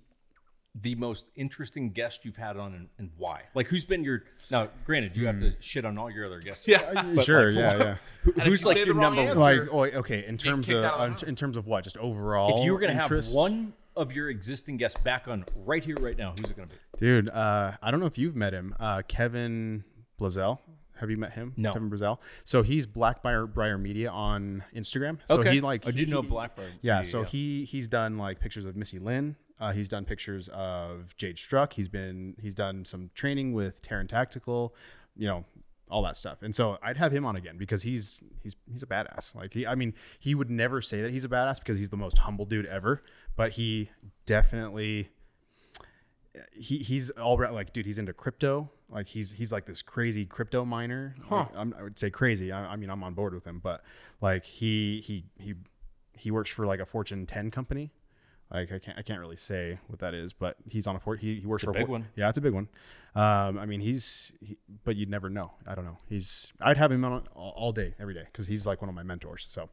Speaker 3: the most interesting guest you've had on, and, and why? Like, who's been your? Now, granted, you have to shit on all your other guests.
Speaker 2: Hmm. Yeah.
Speaker 1: Uh, sure. yeah. Yeah.
Speaker 3: Who-
Speaker 2: if
Speaker 3: who's
Speaker 2: you
Speaker 3: like
Speaker 2: say the
Speaker 3: your
Speaker 2: wrong
Speaker 3: number
Speaker 2: answer-
Speaker 3: one?
Speaker 1: Like, oh, okay. In terms
Speaker 2: kicked
Speaker 1: of
Speaker 2: out of the
Speaker 1: on-
Speaker 2: house.
Speaker 1: in terms of what? Just overall.
Speaker 3: If you were gonna
Speaker 1: interest?
Speaker 3: have one of your existing guests back on right here, right now, who's it gonna be?
Speaker 1: dude. Uh, I don't know if you've met him, uh, Kevin Blazel. Have you met him?
Speaker 3: No.
Speaker 1: Kevin Blazel. So he's Black Briar, Briar Media on Instagram. So he like
Speaker 3: I did
Speaker 1: he-
Speaker 3: know Blackbird.
Speaker 1: Yeah, so he he's done like pictures of Missy Lynn. Uh, he's done pictures of Jade Struck. He's been he's done some training with Terran Tactical, you know, all that stuff. And so I'd have him on again because he's he's he's a badass. Like he, I mean, he would never say that he's a badass because he's the most humble dude ever. But he definitely he he's all around, like dude he's into crypto like he's he's like this crazy crypto miner Like, I'm, i would say crazy I, I mean i'm on board with him but like he he he he works for like a fortune 10 company like i can't i can't really say what that is but he's on a for he, he works for a
Speaker 3: big
Speaker 1: for-
Speaker 3: one.
Speaker 1: yeah it's a big one um i mean he's he, but you'd never know i don't know he's i'd have him on all, all day every day because he's like one of my mentors so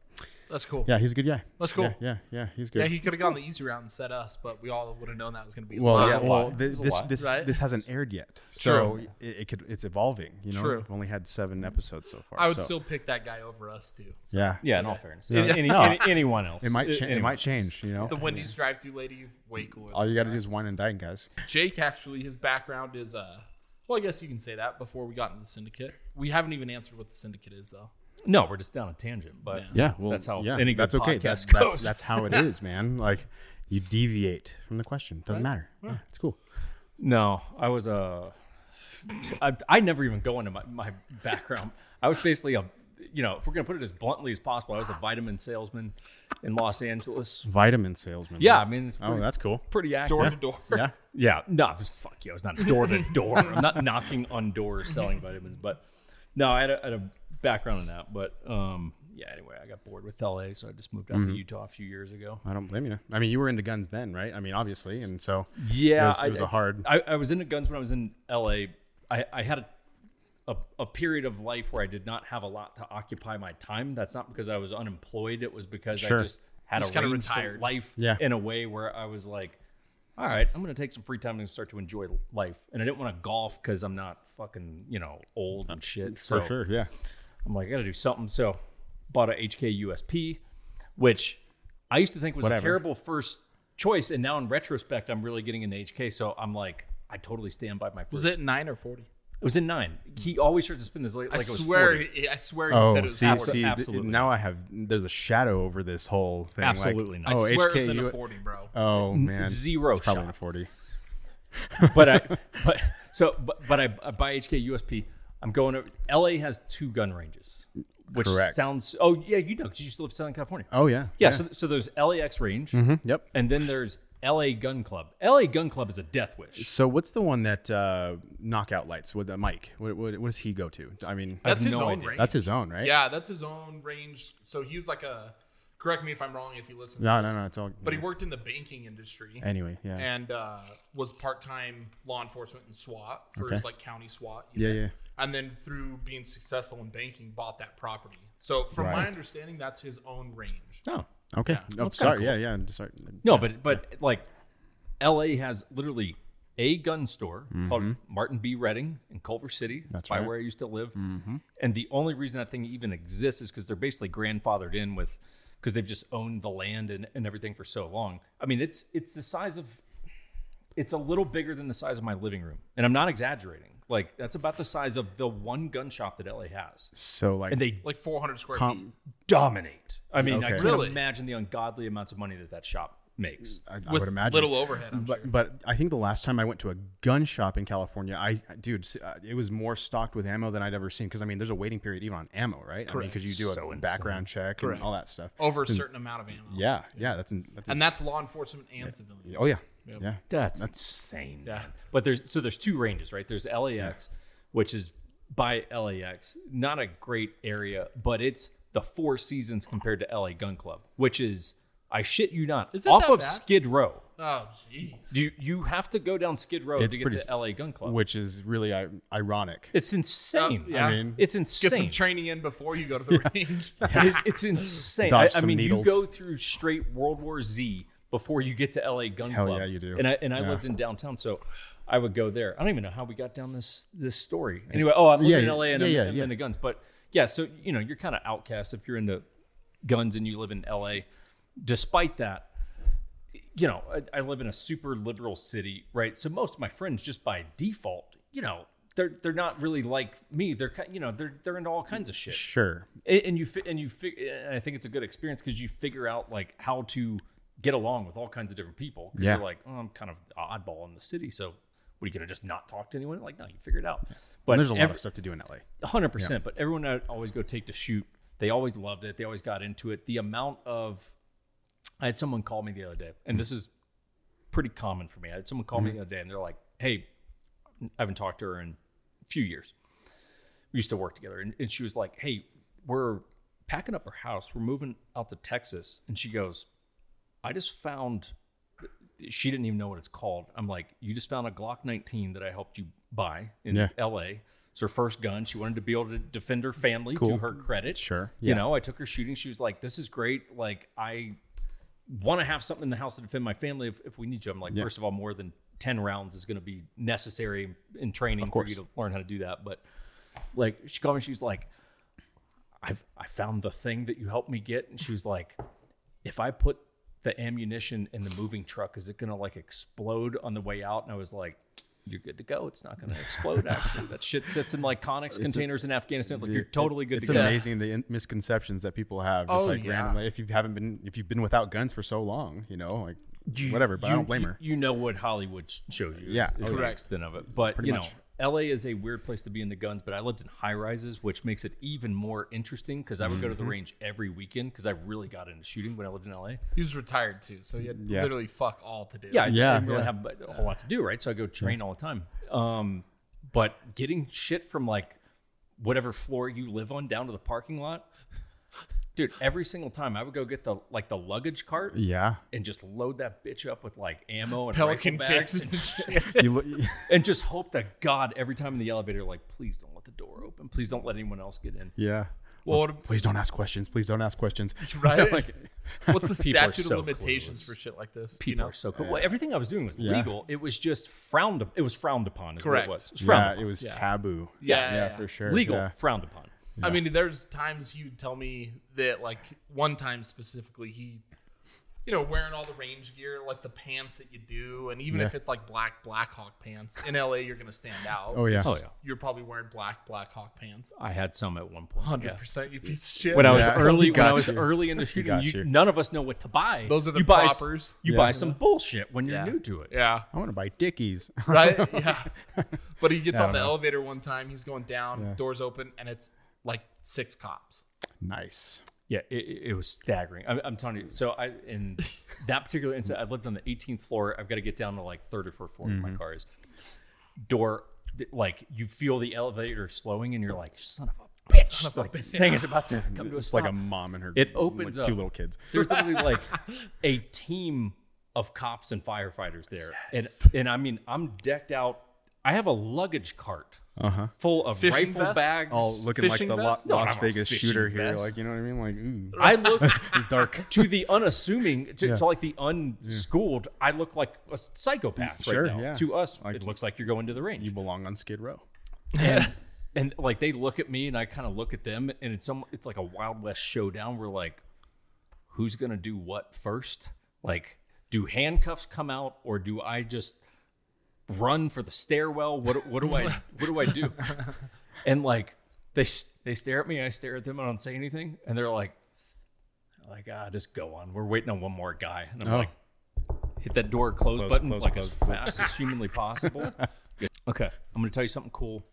Speaker 2: That's cool.
Speaker 1: yeah he's a good guy
Speaker 2: That's cool.
Speaker 1: yeah yeah, yeah he's good
Speaker 2: Yeah, he could have gone the easy route and said us, but we all would have known that was going to be. a
Speaker 1: Well,
Speaker 2: lie.
Speaker 1: yeah.
Speaker 3: was a
Speaker 1: Well,
Speaker 3: lie.
Speaker 1: thi-
Speaker 3: It was a
Speaker 1: this
Speaker 3: lie.
Speaker 1: this
Speaker 2: Right?
Speaker 1: this hasn't aired yet, so
Speaker 2: True.
Speaker 1: it, it could it's evolving. You know,
Speaker 2: True.
Speaker 1: we've only had seven episodes so far.
Speaker 2: I would
Speaker 1: so-
Speaker 2: still pick that guy over us too. So
Speaker 1: yeah,
Speaker 3: Yeah, in all fairness,
Speaker 1: Yeah.
Speaker 3: Any- any-
Speaker 1: No.
Speaker 3: any- anyone else?
Speaker 1: It might
Speaker 3: A-
Speaker 1: cha- it
Speaker 3: anyone
Speaker 1: might
Speaker 3: else.
Speaker 1: change. You know,
Speaker 2: The Wendy's drive-through lady, way cooler.
Speaker 1: all
Speaker 2: than
Speaker 1: you got to
Speaker 2: that.
Speaker 1: do is wine and dine, guys.
Speaker 2: Jake actually, his background is uh. Well, I guess you can say that before we got into the syndicate. We haven't even answered what the syndicate is though.
Speaker 3: No, we're just down a tangent, but
Speaker 2: Yeah.
Speaker 1: Yeah, well,
Speaker 3: That's how
Speaker 1: yeah,
Speaker 3: any good
Speaker 1: that's okay.
Speaker 3: podcast
Speaker 1: That's,
Speaker 3: goes.
Speaker 1: that's that's how it is, man. Like you deviate from the question. Doesn't matter. Yeah, it's cool.
Speaker 3: No, I was a. I, I never even go into my, my background. I was basically a, you know, if we're gonna put it as bluntly as possible, I was a vitamin salesman in Los Angeles.
Speaker 1: Vitamin salesman.
Speaker 3: Yeah, I mean, it's
Speaker 1: Oh,
Speaker 3: pretty-
Speaker 1: that's cool.
Speaker 3: pretty active.
Speaker 2: Door to door.
Speaker 1: Yeah.
Speaker 3: Yeah, no, just fuck you. It's not door to door. I'm not knocking on doors selling vitamins, but no, I had a, I had a background in that. But um, yeah, anyway, I got bored with LA, so I just moved out to
Speaker 1: Mm-hmm.
Speaker 3: Utah a few years ago.
Speaker 1: I don't blame you. I mean, you were into guns then, right? I mean, obviously, and so
Speaker 3: Yeah,
Speaker 1: it was, it was
Speaker 3: a
Speaker 1: a hard.
Speaker 3: I, I was into guns when I was in LA. I, I had a, a a period of life where I did not have a lot to occupy my time. That's not because I was unemployed. It was because
Speaker 1: Sure.
Speaker 3: I just had
Speaker 2: Just
Speaker 3: a
Speaker 2: kinda
Speaker 3: range to
Speaker 2: retired.
Speaker 3: life
Speaker 1: Yeah.
Speaker 3: in a way where I was like, all right, I'm going to take some free time and start to enjoy life. And I didn't want to golf because I'm not fucking, you know, old and
Speaker 1: Uh,
Speaker 3: shit.
Speaker 1: for
Speaker 3: so
Speaker 1: sure, yeah.
Speaker 3: I'm like, I got to do something. So bought a HK USP, which I used to think was a
Speaker 1: Whatever.
Speaker 3: terrible first choice. And now in retrospect, I'm really getting into HK. So I'm like, I totally stand by my first.
Speaker 2: Was it nine or forty?
Speaker 3: It was in nine. He always tries to spin this like, like
Speaker 2: I
Speaker 3: it was
Speaker 2: swear,
Speaker 3: 40.
Speaker 2: I swear, you said it
Speaker 1: Oh,
Speaker 2: was
Speaker 1: see,
Speaker 2: forty.
Speaker 1: see, th-
Speaker 3: Absolutely.
Speaker 1: now I have there's a shadow over this whole thing. like,
Speaker 3: Absolutely not.
Speaker 2: I
Speaker 1: oh,
Speaker 2: swear it
Speaker 1: HK,
Speaker 2: was in
Speaker 1: you-
Speaker 2: a forty, bro.
Speaker 1: oh man,
Speaker 3: zero
Speaker 1: It's probably
Speaker 3: shot.
Speaker 1: in a forty.
Speaker 3: but I, but so, but, but I, I buy HK USP. I'm going over. LA has two gun ranges, which
Speaker 1: Correct.
Speaker 3: sounds. Oh yeah, you know, because you still live in Southern California.
Speaker 1: Oh yeah,
Speaker 3: yeah, So, so there's LAX range,
Speaker 1: yep.
Speaker 3: and then there's LA Gun Club. LA Gun Club is a death wish.
Speaker 1: So what's the one that uh, knockout lights? What uh, Mike? What, what, what does he go to? I mean,
Speaker 2: That's his
Speaker 3: no
Speaker 2: own
Speaker 3: idea.
Speaker 2: range.
Speaker 1: that's his own, right?
Speaker 2: Yeah, that's his own range. So he was like a. Correct me if I'm wrong. If you listen,
Speaker 1: No,
Speaker 2: to
Speaker 1: no,
Speaker 2: this.
Speaker 1: no. It's all.
Speaker 2: But he worked in the banking industry
Speaker 1: anyway. Yeah.
Speaker 2: and uh, was part time law enforcement in SWAT for
Speaker 1: Okay.
Speaker 2: his like county SWAT.
Speaker 1: yeah,
Speaker 2: unit.
Speaker 1: yeah.
Speaker 2: And then through being successful in banking, bought that property. So from
Speaker 1: Right.
Speaker 2: my understanding, that's his own range.
Speaker 3: No,
Speaker 1: Okay.
Speaker 2: that's
Speaker 1: oh,
Speaker 3: kinda
Speaker 1: sorry.
Speaker 3: cool.
Speaker 1: Yeah, yeah. I'm Sorry.
Speaker 3: No, but but like, L.A. has literally a gun store called Martin B. Redding in Culver City. That's
Speaker 1: Mm-hmm.
Speaker 3: by
Speaker 1: right. Mm-hmm.
Speaker 3: where I used to live. And the only reason that thing even exists is because they're basically grandfathered in with because they've just owned the land and, and everything for so long. I mean, it's it's the size of it's a little bigger than the size of my living room, and I'm not exaggerating. Like that's about the size of the one gun shop that LA has,
Speaker 1: So like, um,
Speaker 3: and they
Speaker 2: Like 400 square feet.
Speaker 1: com-
Speaker 3: dominate. I mean, I
Speaker 1: Okay.
Speaker 3: can't
Speaker 2: Really?
Speaker 3: imagine the ungodly amounts of money that that shop makes.
Speaker 1: I, I
Speaker 2: With
Speaker 1: would imagine.
Speaker 2: little overhead, I'm sure.
Speaker 1: but, but I think the last time I went to a gun shop in California, I dude, s- uh, it was more stocked with ammo than I'd ever seen. Because I mean, there's a waiting period even on ammo, right? I mean, because you do a
Speaker 3: So insane. Oh.
Speaker 1: background check and all that stuff.
Speaker 2: Over a certain amount of ammo.
Speaker 1: Yeah, yeah. That's, in, that's
Speaker 2: And that's law enforcement and civilian.
Speaker 1: Oh yeah, yeah.
Speaker 3: That's, insane. man. But there's so there's two ranges, right? There's LAX, which is by LAX, not a great area, but it's the Four Seasons compared to LA Gun Club, which is I shit you not,
Speaker 2: Is it
Speaker 3: off
Speaker 2: that
Speaker 3: of
Speaker 2: bad?
Speaker 3: Skid Row.
Speaker 2: Oh, jeez.
Speaker 3: You you have to go down Skid Row
Speaker 1: It's
Speaker 3: to get
Speaker 1: pretty
Speaker 3: to LA Gun Club.
Speaker 1: Which is really I- ironic.
Speaker 3: it's insane.
Speaker 2: Oh, Yeah. I
Speaker 1: mean-
Speaker 3: it's
Speaker 2: Get
Speaker 3: insane.
Speaker 2: some training in before you go to the range.
Speaker 3: It- it's insane.
Speaker 1: Dodge
Speaker 3: I, I
Speaker 1: some
Speaker 3: mean,
Speaker 1: needles.
Speaker 3: you go through straight World War Z before you get to LA Gun
Speaker 1: Hell
Speaker 3: Club.
Speaker 1: yeah, you do.
Speaker 3: And I and I
Speaker 1: Yeah.
Speaker 3: lived in downtown, so I would go there. I don't even know how we got down this this story. Anyway, oh, I'm living
Speaker 1: Yeah,
Speaker 3: in
Speaker 1: yeah,
Speaker 3: LA and
Speaker 1: yeah,
Speaker 3: I'm,
Speaker 1: yeah,
Speaker 3: I'm
Speaker 1: yeah.
Speaker 3: into guns, but yeah, so you know, you're kind of outcast if you're into guns and you live in LA. Despite that, you know, I, I live in a super liberal city, right? So most of my friends, just by default, you know. They're, they're not really like me. They're ki- you know they're they're into all kinds of shit
Speaker 1: Sure.
Speaker 3: and, and you fi- and you fig- and I think it's a good experience because you figure out like how to get along with all kinds of different people. 'Cause
Speaker 1: Yeah.
Speaker 3: you're like, oh, I'm kind of an oddball in the city, so what are you gonna just not talk to anyone? Like, no, you figure it out. But
Speaker 1: And there's a lot
Speaker 3: every-
Speaker 1: of stuff to do in LA.
Speaker 3: hundred percent. But everyone I'd always go take to shoot. They always loved it. They always got into it. The amount of I had someone call me the other day, and this is pretty common for me. I had someone call me
Speaker 1: Mm-hmm.
Speaker 3: the other day and they're like, hey, I haven't talked to her in a few years. We used to work together. And, and she was like, hey, we're packing up her house. We're moving out to Texas. And she goes, I just found, she didn't even know what it's called. I'm like, you just found a Glock 19 that I helped you buy in
Speaker 1: Yeah.
Speaker 3: LA. It's her first gun. She wanted to be able to defend her family to
Speaker 1: Cool.
Speaker 3: her credit.
Speaker 1: Sure.
Speaker 3: You
Speaker 1: Yeah.
Speaker 3: know, I took her shooting. She was like, this is great. Like, I want to have something in the house to defend my family if, if we need to. I'm like, first of all, more than 10 rounds is going to be necessary in training for you to learn how to do that. But like, she called me, she was like, I've, I found the thing that you helped me get. And she was like, if I put the ammunition in the moving truck, is it going to like explode on the way out? And I was like, you're good to go. It's not going to explode. Actually, that shit sits in like Connex containers in Afghanistan. Like you're totally good
Speaker 1: It's
Speaker 3: to go.
Speaker 1: amazing the in- misconceptions that people have, just
Speaker 2: Oh,
Speaker 1: like
Speaker 2: yeah.
Speaker 1: randomly. If you haven't been, if you've been without guns for so long, you know, like whatever. But I don't blame her.
Speaker 3: You know what Hollywood sh- shows you.
Speaker 1: Yeah.
Speaker 3: is, is the
Speaker 2: Correct.
Speaker 3: extent of it. But you
Speaker 1: much.
Speaker 3: know, LA is a weird place to be in the guns. But I lived in high rises, which makes it even more interesting because I would go to the
Speaker 1: Mm-hmm.
Speaker 3: range every weekend because I really got into shooting when I lived in LA.
Speaker 2: He was retired too, so he had
Speaker 1: Yeah.
Speaker 2: literally fuck all to do.
Speaker 3: yeah, I-
Speaker 1: Yeah,
Speaker 3: I didn't really
Speaker 1: yeah.
Speaker 3: have a whole lot to do, right? So I go train all the time. Um, but getting shit from like whatever floor you live on down to the parking lot, dude. Every single time I would go get the like the luggage cart
Speaker 1: Yeah.
Speaker 3: and just load that bitch up with like ammo and
Speaker 2: Pelican
Speaker 3: rifle bags
Speaker 2: kisses
Speaker 3: and,
Speaker 2: and shit.
Speaker 1: You,
Speaker 3: and just hope that God every time in the elevator, like, please don't let the door open, please don't let anyone else get in.
Speaker 1: yeah.
Speaker 2: Well, what-
Speaker 1: Please don't ask questions. Please don't ask questions.
Speaker 2: Right?
Speaker 1: like,
Speaker 2: What's the
Speaker 3: People are
Speaker 2: statute
Speaker 3: so
Speaker 2: of limitations
Speaker 3: clueless.
Speaker 2: for shit like this?
Speaker 3: People are so cool. Well, everything I was doing was
Speaker 1: Yeah.
Speaker 3: legal. It was just frowned. It was frowned upon. Is
Speaker 2: Correct.
Speaker 3: What it was. It was frowned
Speaker 1: yeah,
Speaker 3: upon.
Speaker 1: it was
Speaker 2: Yeah.
Speaker 1: taboo.
Speaker 2: Yeah,
Speaker 1: yeah,
Speaker 2: yeah, yeah.
Speaker 1: for sure.
Speaker 3: legal.
Speaker 1: Yeah.
Speaker 3: Frowned upon.
Speaker 2: I mean, there's times he would tell me that, like one time specifically, he, you know, wearing all the range gear, like the pants that you do, and even
Speaker 1: Yeah.
Speaker 2: if it's like black Blackhawk pants in LA, you're gonna stand out.
Speaker 1: Oh yeah.
Speaker 3: Oh yeah.
Speaker 2: you're probably wearing black Blackhawk pants.
Speaker 3: I had some at one point.
Speaker 2: Hundred
Speaker 3: yeah.
Speaker 2: percent, you piece of shit.
Speaker 3: When I was
Speaker 1: Yeah.
Speaker 3: early, when I
Speaker 1: Got
Speaker 3: was
Speaker 1: you.
Speaker 3: early in the shooting,
Speaker 1: got
Speaker 3: you,
Speaker 1: you.
Speaker 3: none of us know what to buy.
Speaker 2: Those are the
Speaker 3: you buy, s-
Speaker 2: proppers.
Speaker 3: You
Speaker 1: Yeah.
Speaker 3: buy some bullshit when
Speaker 2: Yeah.
Speaker 3: you're new to it.
Speaker 2: yeah,
Speaker 1: I want to buy Dickies.
Speaker 2: right, yeah. But he gets
Speaker 1: Yeah, I
Speaker 2: on the
Speaker 1: don't know.
Speaker 2: elevator one time. He's going down,
Speaker 1: Yeah.
Speaker 2: doors open, and it's like six cops.
Speaker 1: nice.
Speaker 3: Yeah, it- it, it was staggering. I'm, I'm telling you. So I in that particular instance, I lived on the 18th floor. I've got to get down to like third or fourth floor. where My car is door. th- Like you feel the elevator slowing, and you're like, "Son of a bitch!" like, This thing is about to come to a
Speaker 1: It's
Speaker 3: stop.
Speaker 1: like a mom and her.
Speaker 3: It opens
Speaker 1: like, two
Speaker 3: up.
Speaker 1: little kids.
Speaker 3: There's literally like a team of cops and firefighters there, and and I mean, I'm decked out. I have a luggage cart full of
Speaker 2: Fishing
Speaker 3: rifle
Speaker 2: vest?
Speaker 3: bags.
Speaker 1: Uh-huh. All Oh, looking like
Speaker 2: Fishing
Speaker 1: the Lo-
Speaker 2: vest? No,
Speaker 1: Las
Speaker 3: I'm a
Speaker 1: Vegas
Speaker 3: fishing
Speaker 1: shooter here.
Speaker 3: vest.
Speaker 1: Like you know what I mean? Like ooh.
Speaker 3: I look
Speaker 1: It's dark.
Speaker 3: to the unassuming, to,
Speaker 1: Yeah.
Speaker 3: to like the unschooled, I look like a psychopath
Speaker 1: Sure,
Speaker 3: right now.
Speaker 1: yeah.
Speaker 3: To us,
Speaker 1: Like-
Speaker 3: it looks like you're going to the range.
Speaker 1: You belong on Skid Row.
Speaker 3: and, and, like they look at me, and I kind of look at them, and it's some, it's like a Wild West showdown. We're like, who's gonna do what first? Like, do handcuffs come out, or do I just run for the stairwell? What what do I what do I do? And like they s- they stare at me, I stare at them, I don't say anything, and they're like, like ah, just go on. We're waiting on one more guy, and I'm
Speaker 1: Oh.
Speaker 3: like, hit that door close,
Speaker 1: Close,
Speaker 3: button
Speaker 1: close,
Speaker 3: like
Speaker 1: close,
Speaker 3: as
Speaker 1: close.
Speaker 3: fast as humanly possible. okay, I'm gonna tell you something cool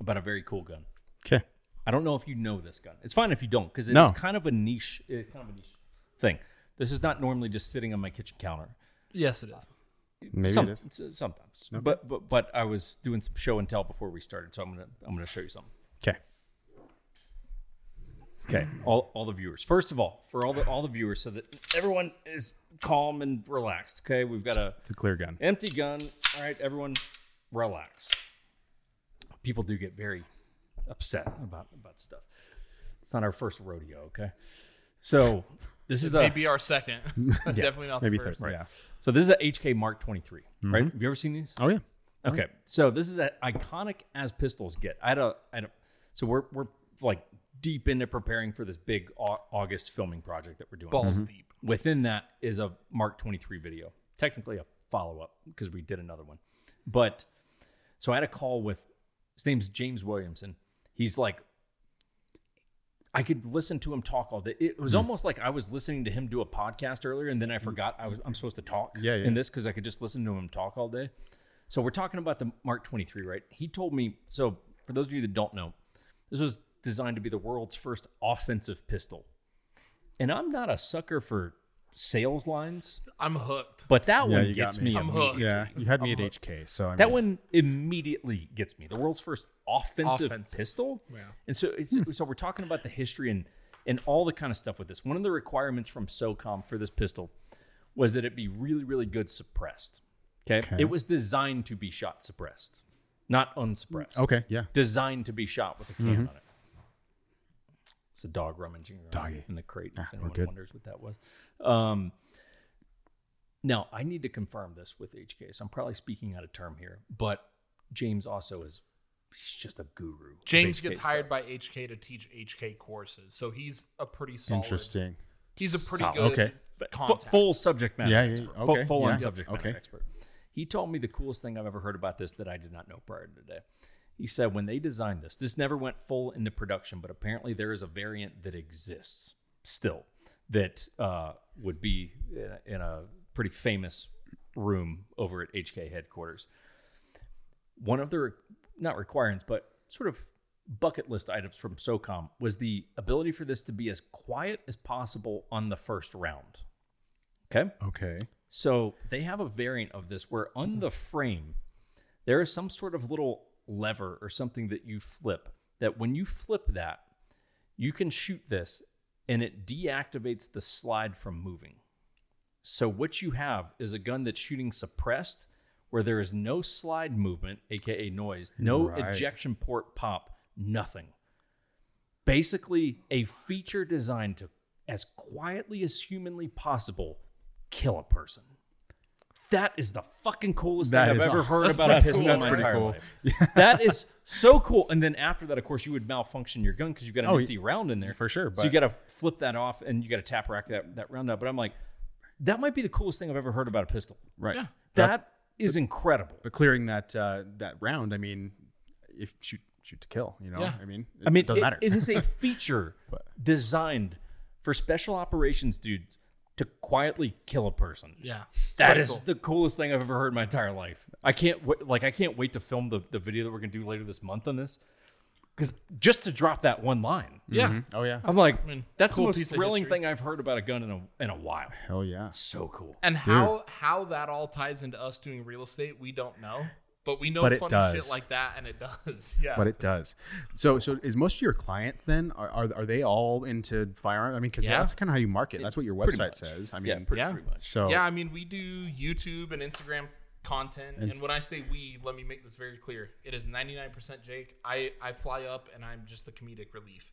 Speaker 3: about a very cool gun.
Speaker 1: Okay.
Speaker 3: I don't know if you know this gun. It's fine if you don't, because it's
Speaker 1: No.
Speaker 3: kind of a niche. It's kind of a niche thing. This is not normally just sitting on my kitchen counter.
Speaker 2: Yes, it is.
Speaker 1: Maybe
Speaker 3: Some-
Speaker 1: it is.
Speaker 3: s- sometimes, but but but I was doing some show and tell before we started, so I'm gonna I'm gonna show you something.
Speaker 1: Okay.
Speaker 3: Okay, all, all the viewers. First of all, for all the all the viewers, so that everyone is calm and relaxed. Okay, we've got a
Speaker 1: It's a clear gun.
Speaker 3: empty gun. All right, everyone, relax. People do get very upset about about stuff. It's not our first rodeo. Okay, so this is a
Speaker 2: Maybe our second. Definitely not the
Speaker 1: Maybe
Speaker 2: first.
Speaker 1: third. Yeah.
Speaker 3: so this is a HK Mark 23. Right? Have you ever seen these?
Speaker 1: Oh yeah.
Speaker 3: Okay, so this is as iconic as pistols get. I had a, I had a so we're we're like deep into preparing for this big Au- August filming project that we're doing.
Speaker 1: Mm-hmm.
Speaker 2: Balls deep.
Speaker 3: Within that is a Mark 23 video, technically a follow up because we did another one. But so I had a call with his name's James Williamson. He's like, I could listen to him talk all day. It
Speaker 1: Hmm.
Speaker 3: was almost like I was listening to him do a podcast earlier, and then I forgot I was, I'm supposed to talk
Speaker 1: Yeah, yeah.
Speaker 3: in this because I could just listen to him talk all day. So we're talking about the Mark 23, right? He told me, so for those of you that don't know, this was designed to be the world's first offensive pistol. And I'm not a sucker for sales lines,
Speaker 2: I'm hooked.
Speaker 3: but that
Speaker 1: Yeah,
Speaker 3: one
Speaker 1: you got
Speaker 3: gets
Speaker 1: me.
Speaker 3: me.
Speaker 1: I'm
Speaker 3: immediately.
Speaker 2: hooked.
Speaker 1: Yeah, you had me at
Speaker 2: I'm
Speaker 1: HK, so I mean,
Speaker 3: That one immediately gets me. The world's first offensive,
Speaker 2: Offensive.
Speaker 3: pistol.
Speaker 2: Yeah.
Speaker 3: And so it's,
Speaker 1: Hmm.
Speaker 3: so we're talking about the history and and all the kind of stuff with this. One of the requirements from SOCOM for this pistol was that it be really really good suppressed. Okay?
Speaker 1: Okay.
Speaker 3: It was designed to be shot suppressed, not unsuppressed.
Speaker 1: Okay, yeah.
Speaker 3: Designed to be shot with a can
Speaker 1: Mm-hmm.
Speaker 3: on it. It's a dog rummaging around
Speaker 1: Doggy.
Speaker 3: in the crate.
Speaker 1: Ah,
Speaker 3: if
Speaker 1: we're
Speaker 3: anyone
Speaker 1: good.
Speaker 3: wonders what that was. Um, now, I need to confirm this with HK, so I'm probably speaking out of term here, but James also is he's just a guru. of
Speaker 2: James
Speaker 3: HK
Speaker 2: gets
Speaker 3: stuff.
Speaker 2: hired by HK to teach HK courses, so he's a pretty solid.
Speaker 1: Interesting.
Speaker 2: He's a pretty
Speaker 3: Solid.
Speaker 2: good
Speaker 1: Okay.
Speaker 3: But fu-
Speaker 2: contact.
Speaker 3: full subject matter
Speaker 1: Yeah, yeah,
Speaker 3: expert.
Speaker 1: yeah.
Speaker 3: Fu-
Speaker 1: Okay,
Speaker 3: full
Speaker 1: yeah.
Speaker 3: on subject matter
Speaker 1: Okay.
Speaker 3: expert. He told me the coolest thing I've ever heard about this that I did not know prior to today. He said when they designed this, this never went full into production, but apparently there is a variant that exists still that uh, would be in a, in a pretty famous room over at HK headquarters. one of their not requirements, but sort of bucket list items from SOCOM was the ability for this to be as quiet as possible on the first round. Okay.
Speaker 1: Okay.
Speaker 3: So they have a variant of this where on the frame, there is some sort of little lever or something that you flip that when you flip that, you can shoot this and it deactivates the slide from moving. So what you have is a gun that's shooting suppressed where there is no slide movement, aka noise, no
Speaker 1: Right.
Speaker 3: ejection port pop, nothing. Basically a feature designed to as quietly as humanly possible kill a person. That is the fucking coolest
Speaker 1: That
Speaker 3: thing
Speaker 1: is
Speaker 3: I've ever
Speaker 1: aw-
Speaker 3: heard
Speaker 1: that's
Speaker 3: about a
Speaker 1: pretty
Speaker 3: pistol
Speaker 1: cool.
Speaker 3: in
Speaker 1: That's
Speaker 3: my
Speaker 1: pretty
Speaker 3: entire
Speaker 1: cool.
Speaker 3: life. that is so cool. And then after that, of course, you would malfunction your gun because you've got an
Speaker 1: Oh,
Speaker 3: empty round in there
Speaker 1: for sure,
Speaker 3: So you
Speaker 1: but-
Speaker 3: got to flip that off and you got to tap rack that that round up. But I'm like, that might be the coolest thing I've ever heard about a pistol.
Speaker 1: Right.
Speaker 3: that is incredible.
Speaker 1: But clearing that uh, that round, I mean, if shoot shoot to kill, you know,
Speaker 2: Yeah.
Speaker 1: I mean, it
Speaker 3: I mean,
Speaker 1: doesn't
Speaker 3: it-
Speaker 1: matter.
Speaker 3: it is a feature designed for special operations dudes to quietly kill a person.
Speaker 2: Yeah.
Speaker 3: That
Speaker 2: Pretty
Speaker 3: is
Speaker 2: cool.
Speaker 3: the coolest thing I've ever heard in my entire life. I can't wait, like I can't wait to film the, the video that we're gonna do later this month on this, because just to drop that one line,
Speaker 2: Yeah.
Speaker 1: oh yeah,
Speaker 3: I'm like,
Speaker 2: mean,
Speaker 3: that's
Speaker 2: cool
Speaker 3: the
Speaker 2: piece
Speaker 3: most
Speaker 2: of
Speaker 3: thrilling
Speaker 2: history.
Speaker 3: thing I've heard about a gun in a in a while.
Speaker 1: hell yeah.
Speaker 3: So cool.
Speaker 2: And how how that all ties into us doing real estate, we don't know. But we know
Speaker 1: But it
Speaker 2: funny shit
Speaker 1: does.
Speaker 2: like that and it does. Yeah.
Speaker 1: But it does. So so is most of your clients then are are, are they all into firearms? I mean, because
Speaker 2: Yeah.
Speaker 1: that's kind of how you market. That's what your
Speaker 3: Pretty
Speaker 1: website
Speaker 3: much.
Speaker 1: says. I mean,
Speaker 3: Yeah, pretty,
Speaker 2: yeah.
Speaker 3: pretty much.
Speaker 1: so
Speaker 2: Yeah, I mean, we do YouTube and Instagram content. And,
Speaker 1: s-
Speaker 2: when I say we, let me make this very clear. It is 99% Jake. I, I fly up and I'm just the comedic relief.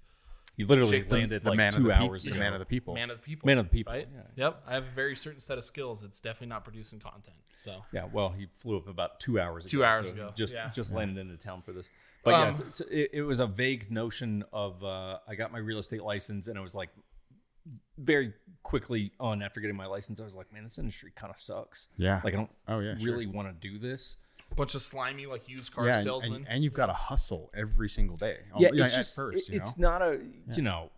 Speaker 3: You literally
Speaker 2: Jake does
Speaker 3: landed
Speaker 1: the
Speaker 3: like
Speaker 1: man
Speaker 3: two
Speaker 1: of the
Speaker 3: hours
Speaker 1: people,
Speaker 3: ago.
Speaker 1: the man of the people.
Speaker 2: Man of the people.
Speaker 3: Man of the people,
Speaker 2: Right? Yep. I have a very certain set of skills. It's definitely not producing content. So
Speaker 3: Yeah, well, he flew up about two hours ago.
Speaker 2: Two hours
Speaker 3: so
Speaker 2: ago,
Speaker 3: Just
Speaker 2: yeah.
Speaker 3: just landed into town for this. But yeah,
Speaker 2: Um,
Speaker 3: so, so it, it was a vague notion of uh, I got my real estate license and I was like very quickly on after getting my license, I was like, man, this industry kind of sucks.
Speaker 1: Yeah.
Speaker 3: Like I don't
Speaker 1: Oh, yeah, sure.
Speaker 3: really want to do this.
Speaker 2: bunch of slimy, like used car
Speaker 1: yeah, and-
Speaker 2: salesmen.
Speaker 1: and, and you've got to hustle every single day. Oh,
Speaker 3: yeah, it's
Speaker 1: at
Speaker 3: just
Speaker 1: first,
Speaker 3: it-
Speaker 1: you know?
Speaker 3: it's not a you know,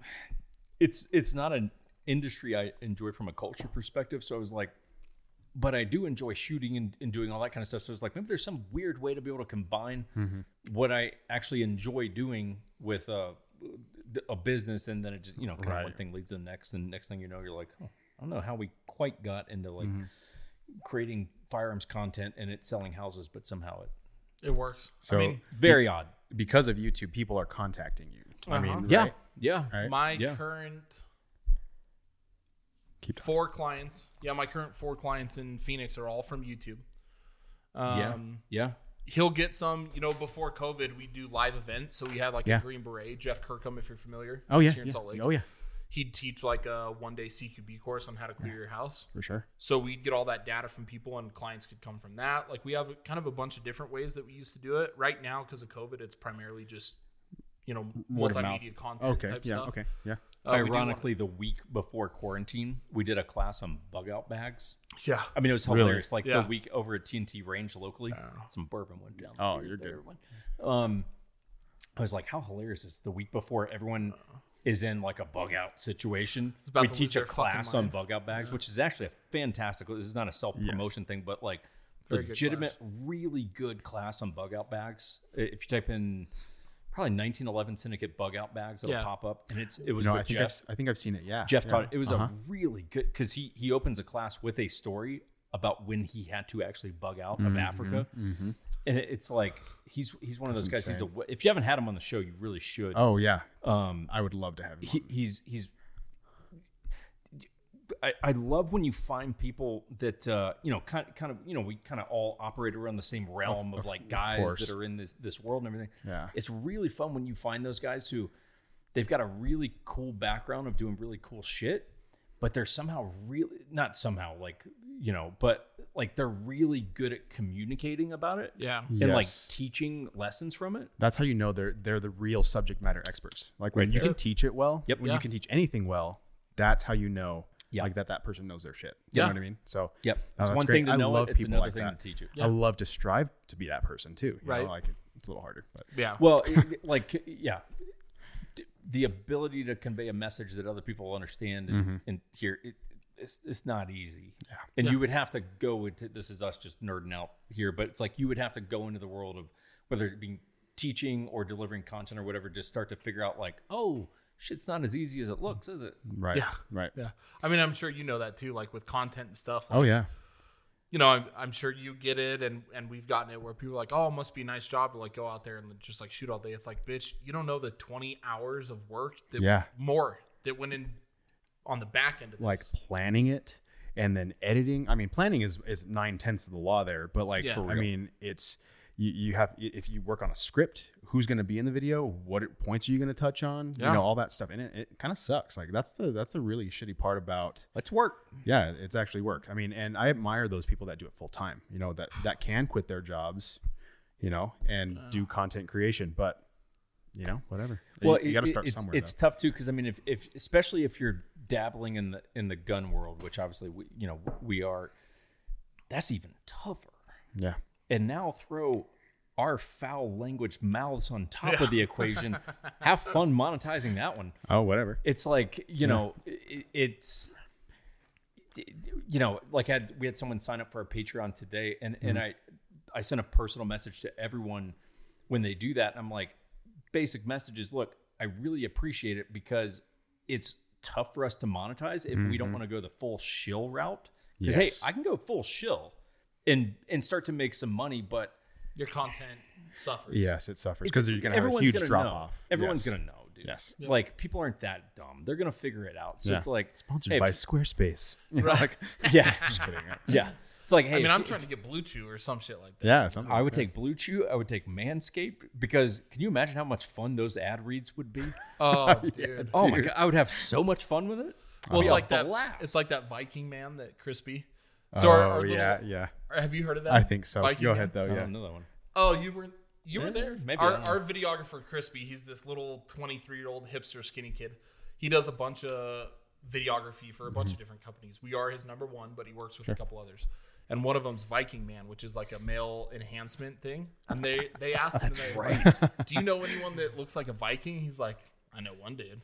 Speaker 3: it's it's not an industry I enjoy from a culture perspective. So I was like, but I do enjoy shooting and, and doing all that kind of stuff. So it's like maybe there's some weird way to be able to combine
Speaker 1: Mm-hmm.
Speaker 3: what I actually enjoy doing with a a business, and then it just you know kind of one
Speaker 1: Right.
Speaker 3: thing leads to the next, and next thing you know, you're like, oh, I don't know how we quite got into like.
Speaker 1: Mm-hmm.
Speaker 3: Creating firearms content and it's selling houses, but somehow it
Speaker 2: it works.
Speaker 1: So-
Speaker 2: I mean,
Speaker 3: very odd.
Speaker 1: because of YouTube, people are contacting you. I mean,
Speaker 2: Uh-huh.
Speaker 1: right?
Speaker 3: Yeah, yeah.
Speaker 1: Right?
Speaker 2: my
Speaker 3: Yeah.
Speaker 2: current
Speaker 1: Keep talking.
Speaker 2: four clients, yeah, my current four clients in Phoenix are all from YouTube. Um,
Speaker 3: yeah, yeah.
Speaker 2: he'll get some, you know, before COVID, we do live events. So we had like
Speaker 1: Yeah.
Speaker 2: a Green Beret, Jeff Kirkham, if you're familiar.
Speaker 1: Oh
Speaker 2: he's
Speaker 1: yeah,
Speaker 2: Here in
Speaker 1: yeah.
Speaker 2: Salt Lake.
Speaker 1: oh yeah,
Speaker 2: He'd teach like a one day CQB course on how to clear your house.
Speaker 1: for sure.
Speaker 2: So we'd get all that data from people and clients could come from that. Like we have kind of a bunch of different ways that we used to do it. Right now, because of COVID, it's primarily just, you know,
Speaker 1: Word of
Speaker 2: multimedia content
Speaker 1: Okay,
Speaker 2: type
Speaker 1: yeah,
Speaker 2: stuff.
Speaker 1: okay, yeah.
Speaker 2: Uh, we do wanna-
Speaker 3: Ironically, the week before quarantine, we did a class on bug out bags.
Speaker 2: Yeah.
Speaker 3: I mean, it was
Speaker 1: Really?
Speaker 3: hilarious. Like
Speaker 2: Yeah.
Speaker 3: the week over at TNT Range locally, some bourbon went down.
Speaker 1: Oh,
Speaker 3: There,
Speaker 1: you're good.
Speaker 3: everyone. Um, I was like, how hilarious is the week before everyone is in like a bug out situation?
Speaker 2: about
Speaker 3: We
Speaker 2: to lose
Speaker 3: teach a
Speaker 2: their fucking
Speaker 3: class on
Speaker 2: minds.
Speaker 3: bug out bags, which is actually a fantastic. This is not a self promotion thing, but like
Speaker 2: good
Speaker 3: legitimate, really good class on bug out bags. I- If you type in probably 1911 Syndicate bug out bags that'll
Speaker 2: Yeah.
Speaker 3: pop up, and it's it
Speaker 1: You
Speaker 3: was
Speaker 1: know,
Speaker 3: with
Speaker 1: I think
Speaker 3: Jeff.
Speaker 1: I've, s- I think I've seen it. Yeah,
Speaker 3: Jeff
Speaker 1: yeah.
Speaker 3: taught it. It was
Speaker 1: Uh-huh.
Speaker 3: a really good because he he opens a class with a story about when he had to actually bug out
Speaker 1: Mm-hmm,
Speaker 3: of Africa, and it, it's like he's he's one of
Speaker 1: That's
Speaker 3: those guys. He's a
Speaker 1: insane.
Speaker 3: w- if you haven't had him on the show, you really should.
Speaker 1: Oh yeah,
Speaker 3: Um,
Speaker 1: I would love to have him.
Speaker 3: he, he's he's. I, I love when you find people that uh, you know kind kind of you know we kind of all operate around the same realm of, like guys
Speaker 1: course.
Speaker 3: that are in this this world and everything.
Speaker 1: Yeah.
Speaker 3: it's really fun when you find those guys who they've got a really cool background of doing really cool shit, but they're somehow really not somehow like you know, but like they're really good at communicating about it
Speaker 2: Yeah.
Speaker 3: and like
Speaker 1: Yes.
Speaker 3: teaching lessons from it.
Speaker 1: That's how you know they're they're the real subject matter experts. Like when
Speaker 3: Right
Speaker 1: you
Speaker 3: there.
Speaker 1: can teach it well,
Speaker 3: Yep.
Speaker 1: when
Speaker 2: Yeah.
Speaker 1: you can teach anything well, that's how you know
Speaker 3: Yeah.
Speaker 1: like that that person knows their shit. You
Speaker 2: Yeah.
Speaker 1: know what I mean? So
Speaker 3: Yep,
Speaker 1: Oh,
Speaker 3: it's
Speaker 1: that's
Speaker 3: one
Speaker 1: great.
Speaker 3: thing to
Speaker 1: I
Speaker 3: know
Speaker 1: love
Speaker 3: it; it's
Speaker 1: people
Speaker 3: another
Speaker 1: like
Speaker 3: thing
Speaker 1: that.
Speaker 3: to teach it.
Speaker 2: Yeah.
Speaker 1: I love to strive to be that person too. You
Speaker 2: Right.
Speaker 1: Know, like it- it's a little harder, but
Speaker 2: Yeah.
Speaker 3: Well, it- like yeah, D- the ability to convey a message that other people understand
Speaker 1: Mm-hmm.
Speaker 3: and, and hear it, it's it's not easy. Yeah. And you would have to go into this is us just nerding out here, but it's like you would have to go into the world of whether it be teaching or delivering content or whatever, just start to figure out like, oh, shit's not as easy as it looks, is it?
Speaker 1: right.
Speaker 2: Yeah.
Speaker 1: Right.
Speaker 2: yeah. I mean, I'm sure you know that too, like with content and stuff.
Speaker 1: Oh yeah.
Speaker 2: you know, I'm, I'm sure you get it, and and we've gotten it where people are like, oh, it must be a nice job to like go out there and just like shoot all day. It's like, bitch, you don't know the 20 hours of work that
Speaker 1: Yeah.
Speaker 2: more that went in on the back end of this.
Speaker 1: Like planning it and then editing. I mean, planning is is nine tenths of the law there, but like
Speaker 2: Yeah. For
Speaker 1: I
Speaker 3: real.
Speaker 1: mean, it's you, you have if you work on a script, who's going to be in the video? What points are you going to touch on?
Speaker 2: Yeah.
Speaker 1: You know all that stuff, and it, it kind of sucks. Like that's the that's the really shitty part about
Speaker 3: Let's work.
Speaker 1: yeah it's actually work i mean and i admire those people that do it full time you know that that can quit their jobs you know and do content creation but you know whatever
Speaker 3: well,
Speaker 1: you, got to
Speaker 3: it-
Speaker 1: start
Speaker 3: it's,
Speaker 1: somewhere
Speaker 3: It's
Speaker 1: though.
Speaker 3: tough too because I mean, if, if especially if you're dabbling in the in the gun world, which obviously we, you know we are, that's even tougher.
Speaker 1: yeah
Speaker 3: And now throw our foul language mouths on top of the equation. Have fun monetizing that one.
Speaker 1: oh whatever
Speaker 3: It's like you know, it, it's you know, like I had we had someone sign up for our Patreon today, and and I I sent a personal message to everyone when they do that, and I'm like, basic message is look, I really appreciate it because it's tough for us to monetize if we don't want to go the full shill route. Because
Speaker 1: Yes.
Speaker 3: hey, I can go full shill and and start to make some money, but
Speaker 2: your content suffers.
Speaker 1: yes it suffers
Speaker 3: it's-
Speaker 1: because you're gonna have a
Speaker 3: everyone's
Speaker 1: huge
Speaker 3: gonna
Speaker 1: drop
Speaker 3: know.
Speaker 1: off
Speaker 3: Everyone's
Speaker 1: Yes.
Speaker 3: gonna know, dude.
Speaker 1: Yes.
Speaker 3: Like people aren't that dumb. They're gonna figure it out. So
Speaker 1: Yeah.
Speaker 3: it's like
Speaker 1: sponsored
Speaker 3: hey, if
Speaker 1: by
Speaker 3: you-
Speaker 1: squarespace
Speaker 2: Right.
Speaker 3: yeah,
Speaker 1: just kidding
Speaker 3: yeah. It's like hey,
Speaker 2: I mean,
Speaker 3: if
Speaker 2: I'm
Speaker 3: you-
Speaker 2: trying to get Blue Chew or some shit like that.
Speaker 1: yeah something
Speaker 3: I
Speaker 1: like
Speaker 3: would
Speaker 1: that.
Speaker 3: take Blue Chew. I would take Manscaped because can you imagine how much fun those ad reads would be?
Speaker 2: Oh, dude.
Speaker 3: Oh my god, I would have so much fun with it.
Speaker 2: Well, it's
Speaker 3: Yeah,
Speaker 2: like that.
Speaker 3: blast.
Speaker 2: It's like that Viking man that crispy.
Speaker 1: oh
Speaker 2: So our- our little-
Speaker 1: yeah yeah
Speaker 2: Have you heard of that?
Speaker 1: i think so
Speaker 2: Viking
Speaker 1: go
Speaker 2: man?
Speaker 1: ahead though
Speaker 3: I
Speaker 1: yeah
Speaker 3: don't know that one.
Speaker 2: Oh, you were you were
Speaker 3: Maybe-
Speaker 2: there.
Speaker 3: maybe, I
Speaker 2: our,
Speaker 3: don't know.
Speaker 2: our videographer Crispy, he's this little 23 year old hipster skinny kid. He does a bunch of videography for a bunch of different companies. We are his number one, but he works with a couple others. And one of them's Viking Man, which is like a male enhancement thing. And they they asked him, they, like, "Do you know anyone that looks like a Viking?" He's like, "I know one dude."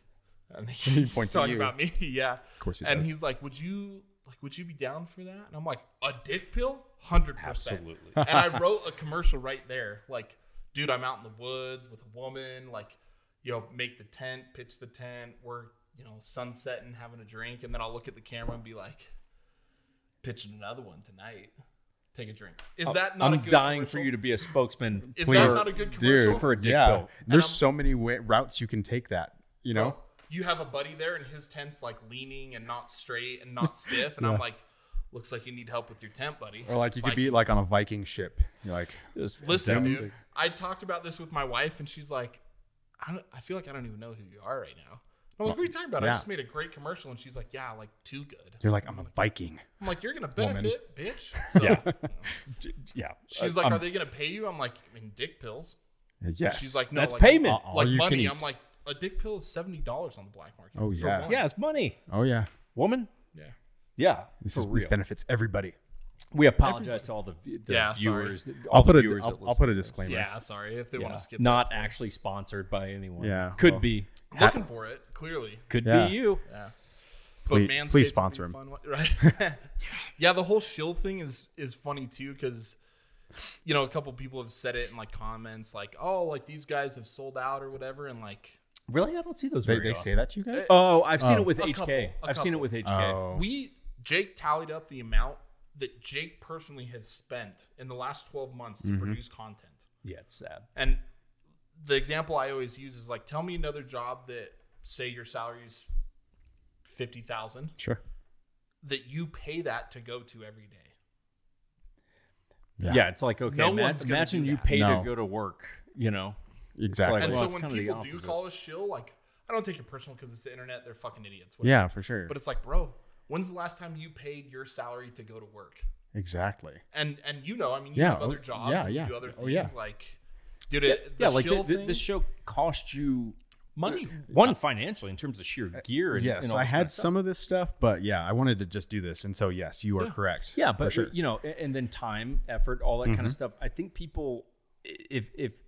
Speaker 2: And he's
Speaker 1: points at
Speaker 2: talking
Speaker 1: you.
Speaker 2: about me. yeah, of
Speaker 1: course he
Speaker 2: And
Speaker 1: does.
Speaker 2: he's like, "Would you like? Would you be down for that?" And I'm like, "A dick pill, hundred percent."
Speaker 3: Absolutely.
Speaker 2: and I wrote a commercial right there. Like, dude, I'm out in the woods with a woman. Like, you know, make the tent, pitch the tent. We're, you know, sunsetting, having a drink. And then I'll look at the camera and be like, pitching another one tonight. Take a drink. Is that not
Speaker 3: I'm
Speaker 2: a good
Speaker 3: dying
Speaker 2: commercial?
Speaker 3: for you to be a spokesman.
Speaker 2: Is
Speaker 1: Please.
Speaker 2: that not a good
Speaker 1: Dude,
Speaker 2: commercial?
Speaker 3: for a dick
Speaker 1: yeah
Speaker 3: pill.
Speaker 1: there's
Speaker 2: I'm-
Speaker 1: so many way, routes you can take that you know
Speaker 2: You have a buddy there and his tent's like leaning and not straight and not stiff. And I'm like, looks like you need help with your tent, buddy.
Speaker 1: or like you could
Speaker 2: Viking.
Speaker 1: be like on a viking ship you're like
Speaker 3: Just-
Speaker 2: Listen,
Speaker 1: Fantastic.
Speaker 2: dude, I talked about this with my wife, and she's like, I, don't, I feel like I don't even know who you are right now. I'm like, what are you talking about?
Speaker 1: yeah.
Speaker 2: I just made a great commercial, and she's like, yeah, like too good.
Speaker 1: you're like i'm a viking
Speaker 2: I'm like, you're gonna
Speaker 1: Woman.
Speaker 2: benefit, bitch. So
Speaker 3: yeah, yeah.
Speaker 2: she's
Speaker 3: Uh,
Speaker 2: like,
Speaker 3: I'm-
Speaker 2: are they gonna pay you? I'm like, in dick pills.
Speaker 1: yes
Speaker 2: She's like, no,
Speaker 3: that's
Speaker 2: like,
Speaker 3: payment.
Speaker 1: Uh-uh. all
Speaker 2: like
Speaker 1: you can
Speaker 2: money.
Speaker 1: eat.
Speaker 2: I'm like, a dick pill is seventy dollars on the black market.
Speaker 1: Oh,
Speaker 2: for
Speaker 1: yeah.
Speaker 2: one.
Speaker 3: Uh, yeah, it's money,
Speaker 1: oh yeah
Speaker 3: woman.
Speaker 2: yeah.
Speaker 3: Yeah,
Speaker 1: This,
Speaker 3: for
Speaker 1: is,
Speaker 3: real.
Speaker 1: this benefits everybody.
Speaker 3: we apologize to all the, vi- the
Speaker 2: Yeah, sorry.
Speaker 3: viewers. All
Speaker 1: I'll
Speaker 3: the
Speaker 1: put a
Speaker 3: viewers that
Speaker 1: will
Speaker 3: listen.
Speaker 1: put a disclaimer.
Speaker 2: Yeah, sorry if they want
Speaker 3: Yeah.
Speaker 2: to skip.
Speaker 3: Not
Speaker 2: this thing.
Speaker 3: actually sponsored by anyone.
Speaker 1: Yeah,
Speaker 3: could
Speaker 1: well.
Speaker 3: be,
Speaker 2: looking for it. Clearly,
Speaker 3: could
Speaker 1: Yeah.
Speaker 3: be you.
Speaker 2: Yeah.
Speaker 1: Please-
Speaker 2: Manscaped
Speaker 1: please
Speaker 2: would
Speaker 1: sponsor
Speaker 2: be a
Speaker 1: him.
Speaker 2: fun one- right? yeah, the whole shield thing is is funny too because you know, a couple people have said it in like comments, like, "Oh, like these guys have sold out or whatever," and like
Speaker 3: Really, I don't see those.
Speaker 1: They,
Speaker 3: very
Speaker 1: they
Speaker 3: often.
Speaker 1: say that to you guys?
Speaker 3: Oh, I've seen it with
Speaker 2: A
Speaker 3: HK.
Speaker 2: couple, a
Speaker 3: I've seen it
Speaker 2: couple.
Speaker 3: with HK.
Speaker 1: Oh.
Speaker 2: we Jake tallied up the amount that Jake personally has spent in the last twelve months
Speaker 1: Mm-hmm.
Speaker 2: to produce content,
Speaker 3: Yeah, it's sad.
Speaker 2: and the example I always use is like, "Tell me another job that say your salary's fifty thousand
Speaker 1: Sure.
Speaker 2: that you pay that to go to every day."
Speaker 1: Yeah.
Speaker 3: Yeah, it's like okay.
Speaker 2: No
Speaker 3: ima-
Speaker 2: one's gonna
Speaker 3: imagine
Speaker 2: do
Speaker 3: you
Speaker 2: that.
Speaker 3: pay
Speaker 1: No.
Speaker 3: to go to work. You know,
Speaker 1: Exactly.
Speaker 3: like-
Speaker 2: And
Speaker 3: Well,
Speaker 2: so
Speaker 3: it's
Speaker 2: when
Speaker 3: kinda the
Speaker 2: people do
Speaker 3: opposite.
Speaker 2: call us shill, like I don't take it personal because it's the internet; they're fucking idiots. whatever.
Speaker 1: yeah, for sure.
Speaker 2: But it's like, bro, when's the last time you paid your salary to go to work?
Speaker 1: exactly.
Speaker 2: And and you know, I mean, you
Speaker 1: Yeah,
Speaker 2: have other
Speaker 1: oh,
Speaker 2: jobs,
Speaker 1: yeah,
Speaker 2: yeah, and
Speaker 1: yeah.
Speaker 2: you do other things
Speaker 1: Oh, yeah.
Speaker 2: like, dude, it, the
Speaker 3: yeah, like
Speaker 2: shill
Speaker 3: th- th-
Speaker 2: thing,
Speaker 3: this show cost you
Speaker 2: money.
Speaker 3: one financially in terms of sheer gear.
Speaker 1: Uh,
Speaker 3: And,
Speaker 1: Yes,
Speaker 3: and all
Speaker 1: I
Speaker 3: this kind
Speaker 1: had
Speaker 3: of stuff.
Speaker 1: some of this stuff, but yeah, I wanted to just do this. And so, yes, you are correct.
Speaker 3: Yeah,
Speaker 1: for
Speaker 3: but
Speaker 1: sure. Mm-hmm.
Speaker 3: you know, a- and then time, effort, all that kind of stuff. I think people, i- if if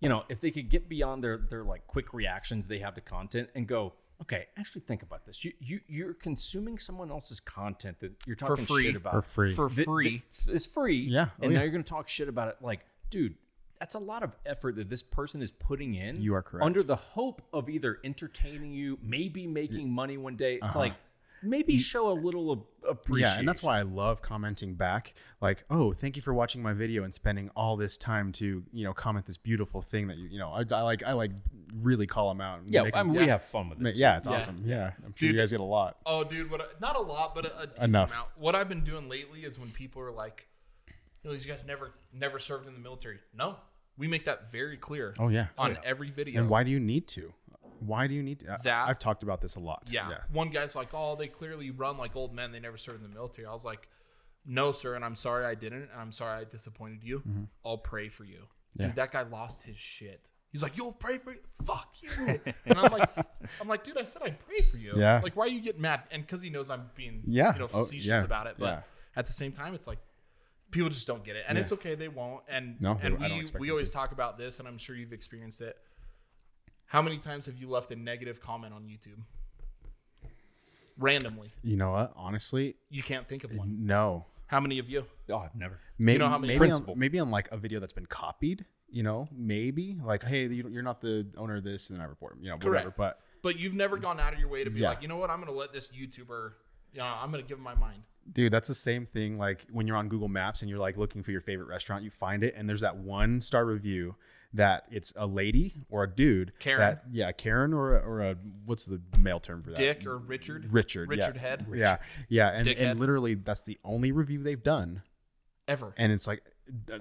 Speaker 3: you know, if they could get beyond their their like quick reactions they have to content and go, okay, actually think about this. You you you're consuming someone else's content that you're talking
Speaker 2: free.
Speaker 3: shit about
Speaker 1: for free.
Speaker 2: for
Speaker 3: Th-
Speaker 2: free.
Speaker 3: th- it's free.
Speaker 1: Yeah. Oh,
Speaker 3: and now
Speaker 1: yeah.
Speaker 3: you're going to talk shit about it. Like, dude, that's a lot of effort that this person is putting in.
Speaker 1: You are correct.
Speaker 3: Under the hope of either entertaining you, maybe making money one day. It's like maybe show a little ap- appreciation.
Speaker 1: Uh-huh. Yeah, and that's why I love commenting back. Like, oh, thank you for watching my video and spending all this time to you know comment this beautiful thing that you you know I, I like I like really call them out. and
Speaker 3: Yeah,
Speaker 1: make
Speaker 3: I
Speaker 1: 'em-
Speaker 3: mean, we have fun with it.
Speaker 1: ma-
Speaker 3: too.
Speaker 1: yeah, it's awesome. Yeah, I'm sure
Speaker 2: Dude.
Speaker 1: you guys get a lot.
Speaker 2: Oh, dude, what? A, not a lot, but a, a decent
Speaker 1: Enough.
Speaker 2: amount. What I've been doing lately is when people are like, "You know, these guys never never served in the military." No, we make that very clear.
Speaker 1: Oh, yeah. Oh,
Speaker 2: on
Speaker 1: yeah.
Speaker 2: every video.
Speaker 1: And why do you need to? Why do you need to? I-
Speaker 2: That-
Speaker 1: I've talked about this a lot.
Speaker 2: Yeah. One guy's like, oh, they clearly run like old men. They never served in the military. I was like, no, sir. And I'm sorry I didn't. And I'm sorry I disappointed you. I'll pray for you.
Speaker 1: Mm-hmm. Yeah.
Speaker 2: Dude, that guy lost his shit. He's like, you'll pray for you. Fuck you. and I'm like, I'm like, dude, I said I'd pray for you.
Speaker 1: Yeah.
Speaker 2: Like, why are you getting mad? And because he knows I'm being,
Speaker 1: Yeah.
Speaker 2: you know,
Speaker 1: Oh,
Speaker 2: facetious
Speaker 1: yeah.
Speaker 2: about it. But
Speaker 1: Yeah.
Speaker 2: at the same time, it's like, people just don't get it. And it's okay. They won't. And,
Speaker 1: No,
Speaker 2: and
Speaker 1: I don't
Speaker 2: we,
Speaker 1: expect
Speaker 2: we
Speaker 1: them
Speaker 2: always
Speaker 1: to.
Speaker 2: talk about this, and I'm sure you've experienced it. How many times have you left a negative comment on YouTube? Randomly.
Speaker 1: You know what? Honestly,
Speaker 2: You can't think of one.
Speaker 1: no.
Speaker 2: How many of you?
Speaker 3: Oh, I've never.
Speaker 1: Maybe
Speaker 2: know how many-
Speaker 1: maybe on,
Speaker 3: Principle.
Speaker 1: maybe on like a video that's been copied. You know, maybe like, hey, you- you're not the owner of this, and then I report him. You know, whatever.
Speaker 2: Correct.
Speaker 1: But
Speaker 2: But you've never gone out of your way to be
Speaker 1: Mm. Yeah.
Speaker 2: like, you know what? I'm going to let this YouTuber, you know, I'm going to give him my mind.
Speaker 1: Dude, that's the same thing. Like when you're on Google Maps and you're like looking for your favorite restaurant, you find it, and there's that one star review that it's a lady or a dude.
Speaker 2: Karen.
Speaker 1: That, yeah, Karen or a- or a what's the male term for that?
Speaker 2: Dick or Richard?
Speaker 1: Richard. yeah.
Speaker 2: Richard Head?
Speaker 1: Yeah, yeah, and
Speaker 2: Dickhead.
Speaker 1: and literally that's the only review they've done,
Speaker 2: Ever.
Speaker 1: and it's like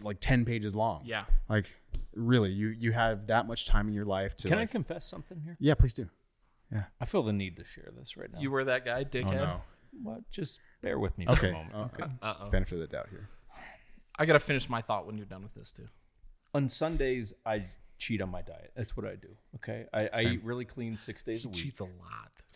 Speaker 1: like ten pages long.
Speaker 2: Yeah.
Speaker 1: Like really, you you have that much time in your life to.
Speaker 3: Can I
Speaker 1: like,
Speaker 3: confess something here?
Speaker 1: Yeah, please do.
Speaker 3: I feel the need to share this right now.
Speaker 2: You were that guy,
Speaker 1: Oh
Speaker 2: dickhead?
Speaker 1: no.
Speaker 3: What? Just bear with me for a
Speaker 1: Okay.
Speaker 3: moment.
Speaker 1: Okay.
Speaker 2: Uh oh.
Speaker 1: Benefit of the doubt here.
Speaker 2: I got to finish my thought when you're done with this, too.
Speaker 3: On Sundays, I cheat on my diet. That's what I do. Okay, I, I eat really clean six days a week,
Speaker 2: Cheats a lot.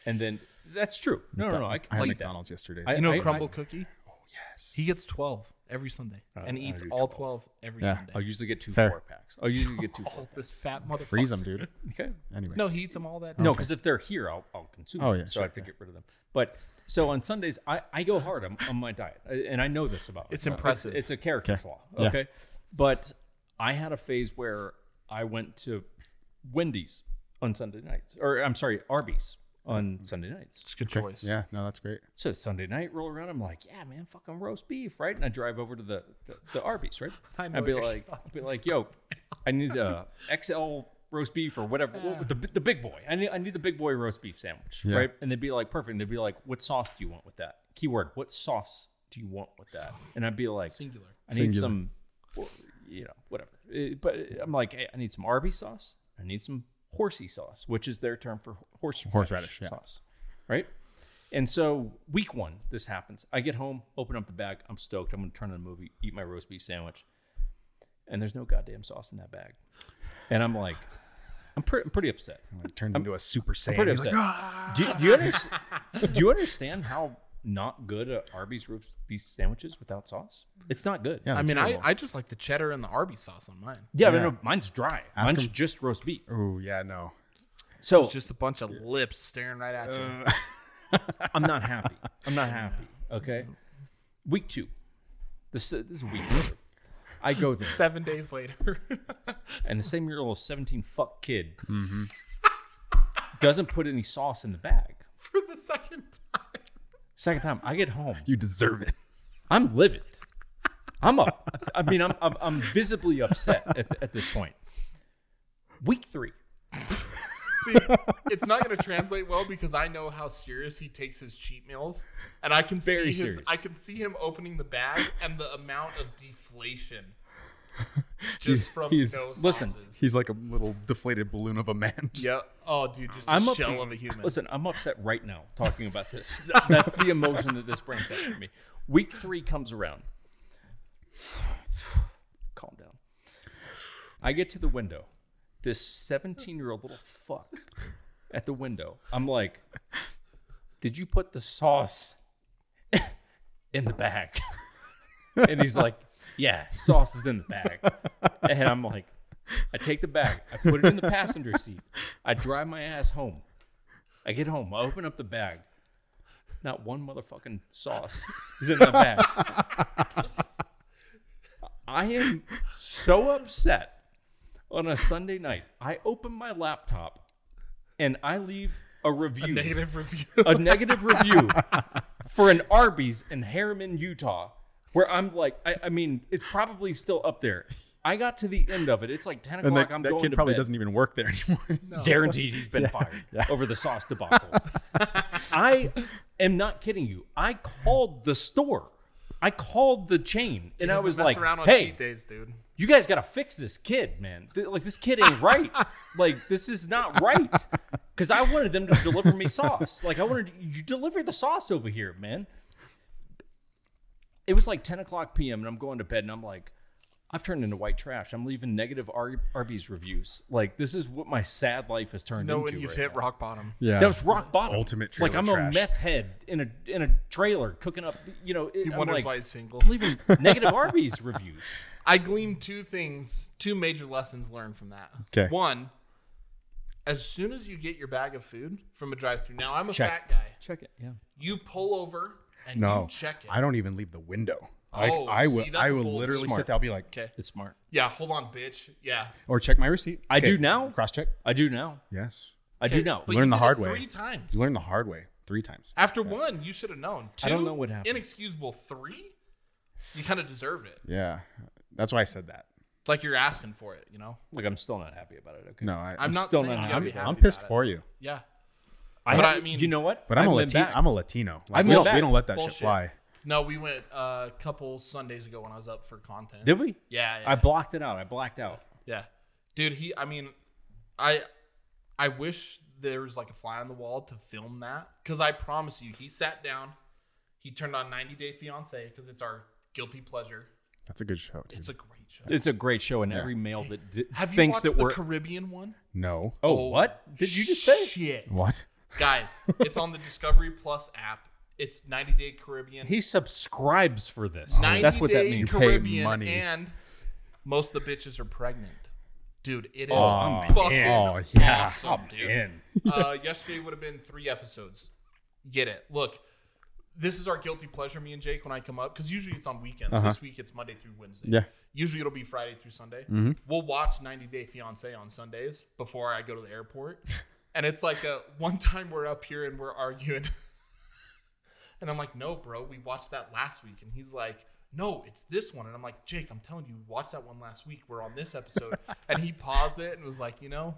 Speaker 3: and then that's true. No, no, no. I can
Speaker 1: had
Speaker 3: see that.
Speaker 1: McDonald's yesterday.
Speaker 3: I-
Speaker 2: You know
Speaker 3: I-
Speaker 2: Crumble Cookie?
Speaker 1: yes.
Speaker 2: He gets 12 every Sunday and eats
Speaker 3: do
Speaker 2: all 12 every
Speaker 1: Yeah.
Speaker 2: Sunday.
Speaker 3: I'll usually get two
Speaker 1: Fair.
Speaker 3: four packs. I'll usually get two
Speaker 2: Oh,
Speaker 3: four.
Speaker 2: this fat motherfucker.
Speaker 1: Freeze them, dude.
Speaker 3: Okay.
Speaker 1: Anyway.
Speaker 2: No, he eats them all that.
Speaker 3: No, because if they're here, I'll, I'll consume
Speaker 1: Oh,
Speaker 3: them.
Speaker 1: yeah,
Speaker 3: so
Speaker 1: sure,
Speaker 3: I have to get rid of them. But so on Sundays, I, I go hard on, on my diet, I- and I know this about
Speaker 2: It's
Speaker 3: myself.
Speaker 2: impressive.
Speaker 3: It's, a character flaw.
Speaker 1: Yeah.
Speaker 3: Okay, but I had a phase where I went to Wendy's on Sunday nights, or I'm sorry, Arby's on
Speaker 1: Mm.
Speaker 3: Sunday nights.
Speaker 2: It's a good choice.
Speaker 1: Yeah, no, that's great.
Speaker 3: So Sunday night roll around, I'm like, yeah, man, fucking roast beef, right? And I drive over to the the, the Arby's, right?
Speaker 2: I know
Speaker 3: I'd be
Speaker 2: what you're
Speaker 3: like, I'd be like, yo, I need a XL roast beef or whatever,
Speaker 2: Uh.
Speaker 3: what- the, the big boy. I need I need the big boy roast beef sandwich,
Speaker 1: Yeah.
Speaker 3: right? And they'd be like, perfect. And they'd be like, what sauce do you want with that? Keyword, what sauce do you want with that? And I'd be like,
Speaker 2: Singular.
Speaker 3: I need
Speaker 1: Singular.
Speaker 3: some, well, you know, whatever. Uh, But I'm like, hey, I need some Arby's sauce. I need some horsey sauce, which is their term for horse
Speaker 1: Horseradish, yeah.
Speaker 3: sauce, right? And so week one, this happens. I get home, open up the bag. I'm stoked. I'm going to turn on a movie, eat my roast beef sandwich, and there's no goddamn sauce in that bag. And I'm like, I'm, pre- I'm pretty upset.
Speaker 1: It turns into a super saiyan.
Speaker 3: Pretty
Speaker 1: He's
Speaker 3: upset.
Speaker 1: like, "Ah!"
Speaker 3: do, you- do you understand, do you understand how not good a Arby's roast beef sandwich is without sauce? It's not good.
Speaker 1: yeah,
Speaker 2: I mean, I,
Speaker 1: terrible.
Speaker 2: I just like the cheddar and the Arby's sauce on mine.
Speaker 3: Yeah,
Speaker 1: Yeah.
Speaker 3: no, no, mine's dry.
Speaker 1: Ask
Speaker 3: mine's
Speaker 1: him-
Speaker 3: just roast beef.
Speaker 1: "Ah!" Ooh, yeah, no.
Speaker 3: So
Speaker 2: Just a bunch of lips staring right at you.
Speaker 3: I'm not happy. I'm not happy. Okay. Week two. This, this is week two. I go there.
Speaker 2: Seven days later.
Speaker 3: and the same year old 17 fuck kid
Speaker 1: Mm-hmm.
Speaker 3: doesn't put any sauce in the bag.
Speaker 2: for the second time.
Speaker 3: Second time, I get home.
Speaker 1: You deserve it.
Speaker 3: I'm livid. I'm up. I mean, I'm, I'm, I'm visibly upset at, at this point. Week three.
Speaker 2: See, it's not going to translate well because I know how serious he takes his cheat meals, and I can
Speaker 3: Very
Speaker 2: see his,
Speaker 3: serious.
Speaker 2: I can see him opening the bag and the amount of deflation just from
Speaker 1: he's-
Speaker 2: no sauces.
Speaker 3: listen,
Speaker 1: He's like a little deflated balloon of a man. Just-
Speaker 2: yeah. Oh, dude, just a
Speaker 3: I'm up-
Speaker 2: shell of a human.
Speaker 3: Listen, I'm upset right now talking about this. That's the emotion that this brings up for me. Week three comes around. Calm down. I get to the window. This 17 year old little fuck at the window. I'm like, Did you put the sauce in the bag? And he's like, Yeah, sauce is in the bag. And I'm like, I take the bag, I put it in the passenger seat, I drive my ass home. I get home, I open up the bag. Not one motherfucking sauce is in that bag. I am so upset on a Sunday night. I open my laptop and I leave a review, a negative,
Speaker 2: Negative review.
Speaker 3: review for an Arby's in Harriman, Utah, where I'm like, I, I mean, it's probably still up there. I got to the end of it. It's like 10 o'clock.
Speaker 1: And that,
Speaker 3: I'm
Speaker 1: that
Speaker 3: going
Speaker 1: kid
Speaker 3: to
Speaker 1: probably
Speaker 3: bed.
Speaker 1: doesn't even work there anymore.
Speaker 3: Guaranteed he's been fired over the sauce debacle. I am not kidding you. I called the store. I called the chain and I
Speaker 2: Doesn't
Speaker 3: was
Speaker 2: mess
Speaker 3: like,
Speaker 2: around on
Speaker 3: hey,
Speaker 2: cheat days, dude.
Speaker 3: you guys got to fix this kid, man. Th- like, this kid ain't right. like, this is not right. Because I wanted them to deliver me sauce. Like, I wanted you deliver the sauce over here, man. It was like 10 o'clock p.m. and I'm going to bed and I'm like, I've turned into white trash. I'm leaving negative Ar- Arby's reviews. Like, this is what my sad life has turned
Speaker 2: Know
Speaker 3: into.
Speaker 2: when you've
Speaker 3: right
Speaker 2: hit
Speaker 3: now.
Speaker 2: rock bottom.
Speaker 1: yeah.
Speaker 3: That was rock bottom.
Speaker 1: Ultimate
Speaker 3: Like
Speaker 1: trailer
Speaker 3: I'm
Speaker 1: trash.
Speaker 3: a meth head in a in a trailer cooking up. You know, it,
Speaker 2: He
Speaker 3: I'm
Speaker 2: wonders
Speaker 3: like,
Speaker 2: why he's single.
Speaker 3: I'm leaving negative Arby's reviews.
Speaker 2: I gleaned two things, two major lessons learned from that.
Speaker 1: 'Kay.
Speaker 2: One, as soon as you get your bag of food from a drive-through, now I'm a
Speaker 3: Check.
Speaker 2: fat guy.
Speaker 3: Check it. Yeah.
Speaker 2: You pull over and
Speaker 1: no.
Speaker 2: you check it.
Speaker 1: I don't even leave the window.
Speaker 2: Oh,
Speaker 1: I, I
Speaker 2: see,
Speaker 1: will.
Speaker 2: that's
Speaker 1: I will
Speaker 2: bold.
Speaker 1: literally
Speaker 3: Smart.
Speaker 1: sit there. I'll be like,
Speaker 2: Okay.
Speaker 3: It's smart.
Speaker 2: Yeah, hold on, bitch. Yeah.
Speaker 1: or check my receipt.
Speaker 3: I do now.
Speaker 1: Cross check.
Speaker 3: I do now.
Speaker 1: Yes.
Speaker 3: I do now.
Speaker 2: But
Speaker 1: Learn
Speaker 2: you
Speaker 1: the
Speaker 2: did
Speaker 1: hard
Speaker 2: it
Speaker 1: way.
Speaker 2: Three times.
Speaker 1: You learn the hard way three times.
Speaker 2: After one, you should have known. Two,
Speaker 3: I don't know what happened.
Speaker 2: Inexcusable. Three, you kind of deserved it.
Speaker 1: Yeah. That's why I said that.
Speaker 2: It's like you're asking for it, you know?
Speaker 3: Like I'm still not happy about it. Okay.
Speaker 1: No, I,
Speaker 2: I'm not
Speaker 3: still
Speaker 2: saying
Speaker 3: not
Speaker 2: you gotta
Speaker 1: I'm,
Speaker 2: be happy
Speaker 1: I'm pissed
Speaker 2: about it.
Speaker 1: for you.
Speaker 2: Yeah.
Speaker 3: I,
Speaker 2: But
Speaker 3: have-
Speaker 2: I mean-
Speaker 3: you know what?
Speaker 1: But I'm
Speaker 3: I've
Speaker 1: a
Speaker 3: been
Speaker 1: Latino.
Speaker 3: back.
Speaker 1: I'm a Latino. Like,
Speaker 3: I've
Speaker 1: we,
Speaker 3: been
Speaker 1: don't, we
Speaker 3: back.
Speaker 1: don't let that
Speaker 2: Bullshit.
Speaker 1: shit fly.
Speaker 2: No, we went uh, a couple Sundays ago when I was up for content.
Speaker 3: Did we?
Speaker 2: yeah, yeah.
Speaker 3: I blocked it out. I blacked out.
Speaker 2: Yeah, dude. He. I mean, I. I wish there was like a fly on the wall to film that because I promise you, he sat down, he turned on 90 Day Fiance because it's our guilty pleasure.
Speaker 1: That's a good show. Dude.
Speaker 2: It's a great show.
Speaker 3: It's a great show, and every male that d-
Speaker 2: Have you
Speaker 3: thinks
Speaker 2: watched
Speaker 3: that
Speaker 2: the
Speaker 3: we're.
Speaker 2: Caribbean one?
Speaker 1: No.
Speaker 3: oh, what did you just say?
Speaker 2: Shit,
Speaker 1: What?
Speaker 2: guys, it's on the Discovery Plus app. It's 90 Day Caribbean.
Speaker 3: He subscribes for this.
Speaker 2: 90
Speaker 3: That's what
Speaker 2: Day
Speaker 3: that means.
Speaker 1: pay
Speaker 2: Caribbean
Speaker 1: money.
Speaker 2: and most of the bitches are pregnant. Dude, it is
Speaker 3: Oh, I'm
Speaker 2: fucking
Speaker 3: in.
Speaker 1: Oh, yeah.
Speaker 2: awesome, dude.
Speaker 3: In.
Speaker 2: Uh, yesterday would have been three episodes. Get it? Look, this is our guilty pleasure. Me and Jake when I come up because usually it's on weekends.
Speaker 1: Uh-huh.
Speaker 2: This week it's Monday through Wednesday.
Speaker 1: Yeah.
Speaker 2: Usually it'll be Friday through Sunday.
Speaker 1: Mm-hmm.
Speaker 2: We'll watch 90 Day Fiance on Sundays before I go to the airport, and it's like a one time we're up here and we're arguing, and I'm like, "No, bro, we watched that last week," and he's like. No, it's this one. And I'm like, Jake, I'm telling you, we watched that one last week. We're on this episode. and he paused it and was like, you know,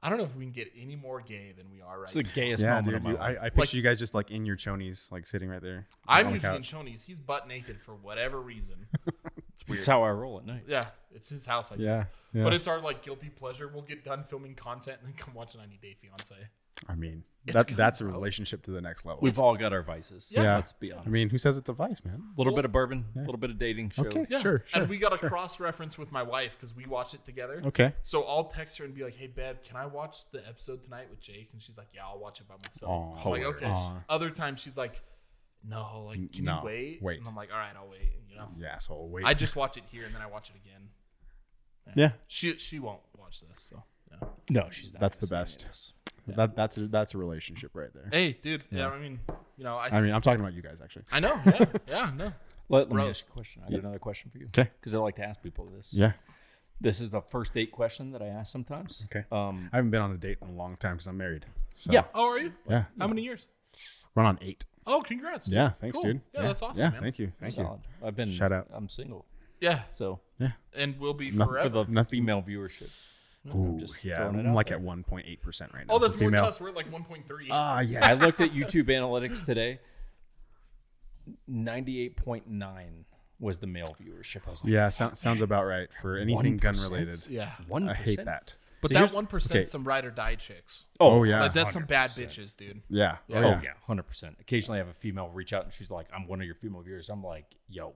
Speaker 2: I don't know if we can get any more gay than we are right
Speaker 3: It's the gayest
Speaker 1: Yeah,
Speaker 3: moment
Speaker 1: dude.
Speaker 3: of my
Speaker 1: you-
Speaker 3: life.
Speaker 1: I, I picture you guys just like in your chonies, like sitting right there.
Speaker 2: I'm
Speaker 1: on the
Speaker 2: usually in
Speaker 1: couch.
Speaker 2: chonies. He's butt naked for whatever reason.
Speaker 3: It's how I roll at night.
Speaker 2: yeah, it's his house, I guess.
Speaker 1: Yeah, yeah.
Speaker 2: But it's our like guilty pleasure. We'll get done filming content and then come watch 90 Day Fiance.
Speaker 1: I mean,
Speaker 2: It's
Speaker 1: that,
Speaker 2: good,
Speaker 1: that's a
Speaker 2: bro.
Speaker 1: relationship to the next level.
Speaker 3: We've all got our vices.
Speaker 2: Yeah.
Speaker 1: Yeah.
Speaker 3: Let's be honest.
Speaker 1: I mean, who says it's a vice, man?
Speaker 3: a little bit of bourbon, a little bit of dating shows.
Speaker 1: Okay, sure, sure.
Speaker 2: and we got a cross reference with my wife because we watch it together.
Speaker 1: okay.
Speaker 2: So I'll text her and be like, "Hey, babe, can I watch the episode tonight with Jake?" And she's like, "Yeah, I'll watch it by myself."
Speaker 1: Aw.
Speaker 2: I'm like, okay.
Speaker 1: Aw.
Speaker 2: Other times she's like, "No, like, can
Speaker 1: No,
Speaker 2: you wait?"
Speaker 1: wait.
Speaker 2: And I'm like, "All right, I'll wait." You know,
Speaker 1: You asshole. Wait.
Speaker 2: I just watch it here and then I watch it again.
Speaker 1: yeah.
Speaker 2: She she won't watch this. So yeah.
Speaker 3: No, she's not.
Speaker 1: That's
Speaker 3: gonna
Speaker 1: the
Speaker 3: say any
Speaker 1: best.
Speaker 3: of this.
Speaker 1: That, that's a, that's a relationship right there.
Speaker 2: Hey, dude. Yeah, I mean, You know, I,
Speaker 1: I mean, I'm talking about you guys actually.
Speaker 2: I know. Yeah, yeah, no.
Speaker 3: Let, let me
Speaker 2: Bro.
Speaker 3: ask you a question. I got another question for you.
Speaker 1: 'Kay.
Speaker 3: Because I like to ask people this.
Speaker 1: Yeah.
Speaker 3: This is the first date question that I ask sometimes.
Speaker 1: Okay.
Speaker 3: Um,
Speaker 1: I haven't been on a date in a long time because I'm married. So,
Speaker 3: Yeah.
Speaker 2: Oh, are you?
Speaker 1: Yeah.
Speaker 2: How many years?
Speaker 1: Run on eight.
Speaker 2: Oh, congrats. dude.
Speaker 1: Yeah. Thanks,
Speaker 2: Cool.
Speaker 1: dude.
Speaker 2: Yeah, that's awesome,
Speaker 1: Yeah.
Speaker 2: man.
Speaker 1: Thank you. Thank you.
Speaker 3: solid. I've been.
Speaker 1: Shout out.
Speaker 3: I'm single.
Speaker 2: Yeah,
Speaker 3: So
Speaker 2: and will be
Speaker 1: Nothing for
Speaker 2: forever.
Speaker 3: for the
Speaker 1: Nothing-
Speaker 3: female viewership.
Speaker 1: Ooh,
Speaker 3: just
Speaker 1: yeah.
Speaker 3: throwing it
Speaker 1: I'm
Speaker 3: out
Speaker 1: like
Speaker 3: there.
Speaker 1: at 1.8% right now.
Speaker 2: oh, that's
Speaker 1: for
Speaker 2: more than
Speaker 1: female.
Speaker 2: us. We're at like 1.3.
Speaker 1: Ah, yes.
Speaker 3: I looked at YouTube analytics today. Ninety-eight point nine was the male viewership. I was like,
Speaker 1: yeah. sou- sounds about right for anything gun
Speaker 3: 1%?
Speaker 1: related.
Speaker 2: yeah,
Speaker 3: one.
Speaker 1: I hate that.
Speaker 2: but
Speaker 1: So
Speaker 2: that
Speaker 1: here's-
Speaker 2: one
Speaker 1: okay.
Speaker 2: percent some ride or die chicks.
Speaker 1: Oh, yeah.
Speaker 2: Like, that's some bad bitches, dude.
Speaker 1: Yeah. Oh,
Speaker 3: Oh
Speaker 1: yeah.
Speaker 3: yeah, hundred percent. Occasionally, I have a female reach out and she's like, "I'm one of your female viewers." I'm like, "Yo,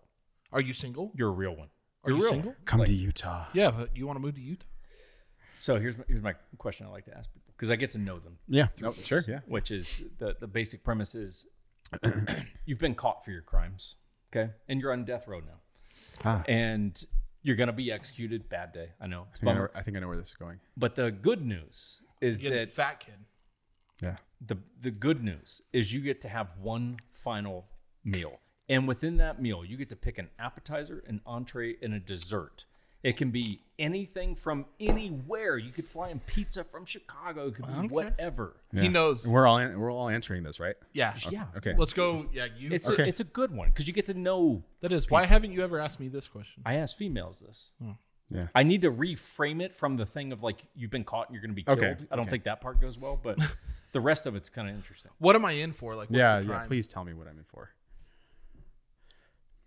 Speaker 2: Are you single?
Speaker 3: you're a real one.
Speaker 2: Are
Speaker 3: you're
Speaker 2: you
Speaker 3: real."
Speaker 2: single?
Speaker 1: Come to Utah.
Speaker 2: Yeah, but you want to move to Utah?
Speaker 3: So here's my, here's my question I like to ask people because I get to know them.
Speaker 1: Yeah. No, sure. Yeah.
Speaker 3: Which is the the basic premise is you've been caught for your crimes, okay, and you're on death row now,
Speaker 1: Ah.
Speaker 3: and you're gonna be executed. Bad day, I know.
Speaker 1: I,
Speaker 3: It's
Speaker 1: think I
Speaker 3: bummer.
Speaker 1: know- I think I know where this is going.
Speaker 3: But the good news is
Speaker 2: Yeah,
Speaker 3: that
Speaker 2: fat kid.
Speaker 1: Yeah.
Speaker 3: the the good news is you get to have one final meal, and within that meal, you get to pick an appetizer, an entree, and a dessert. It can be anything from anywhere. You could fly in pizza from Chicago. It could be whatever.
Speaker 1: Yeah.
Speaker 2: He knows.
Speaker 1: We're all an- we're all answering this, right?
Speaker 2: Yeah.
Speaker 3: Yeah.
Speaker 1: Okay.
Speaker 2: Let's go. Yeah, you.
Speaker 3: It's a,
Speaker 1: Okay.
Speaker 3: it's a good one because you get to know.
Speaker 2: that is. Why haven't you ever asked me this question?
Speaker 3: I ask females this.
Speaker 2: Hmm.
Speaker 1: Yeah.
Speaker 3: I need to reframe it from the thing of like you've been caught and you're going to be killed.
Speaker 1: Okay,
Speaker 3: I don't think that part goes well, but the rest of it's kind of interesting.
Speaker 2: What am I in for? Like, what's
Speaker 1: yeah.
Speaker 2: the
Speaker 1: Yeah.
Speaker 2: crime?
Speaker 1: Please tell me what I'm in for.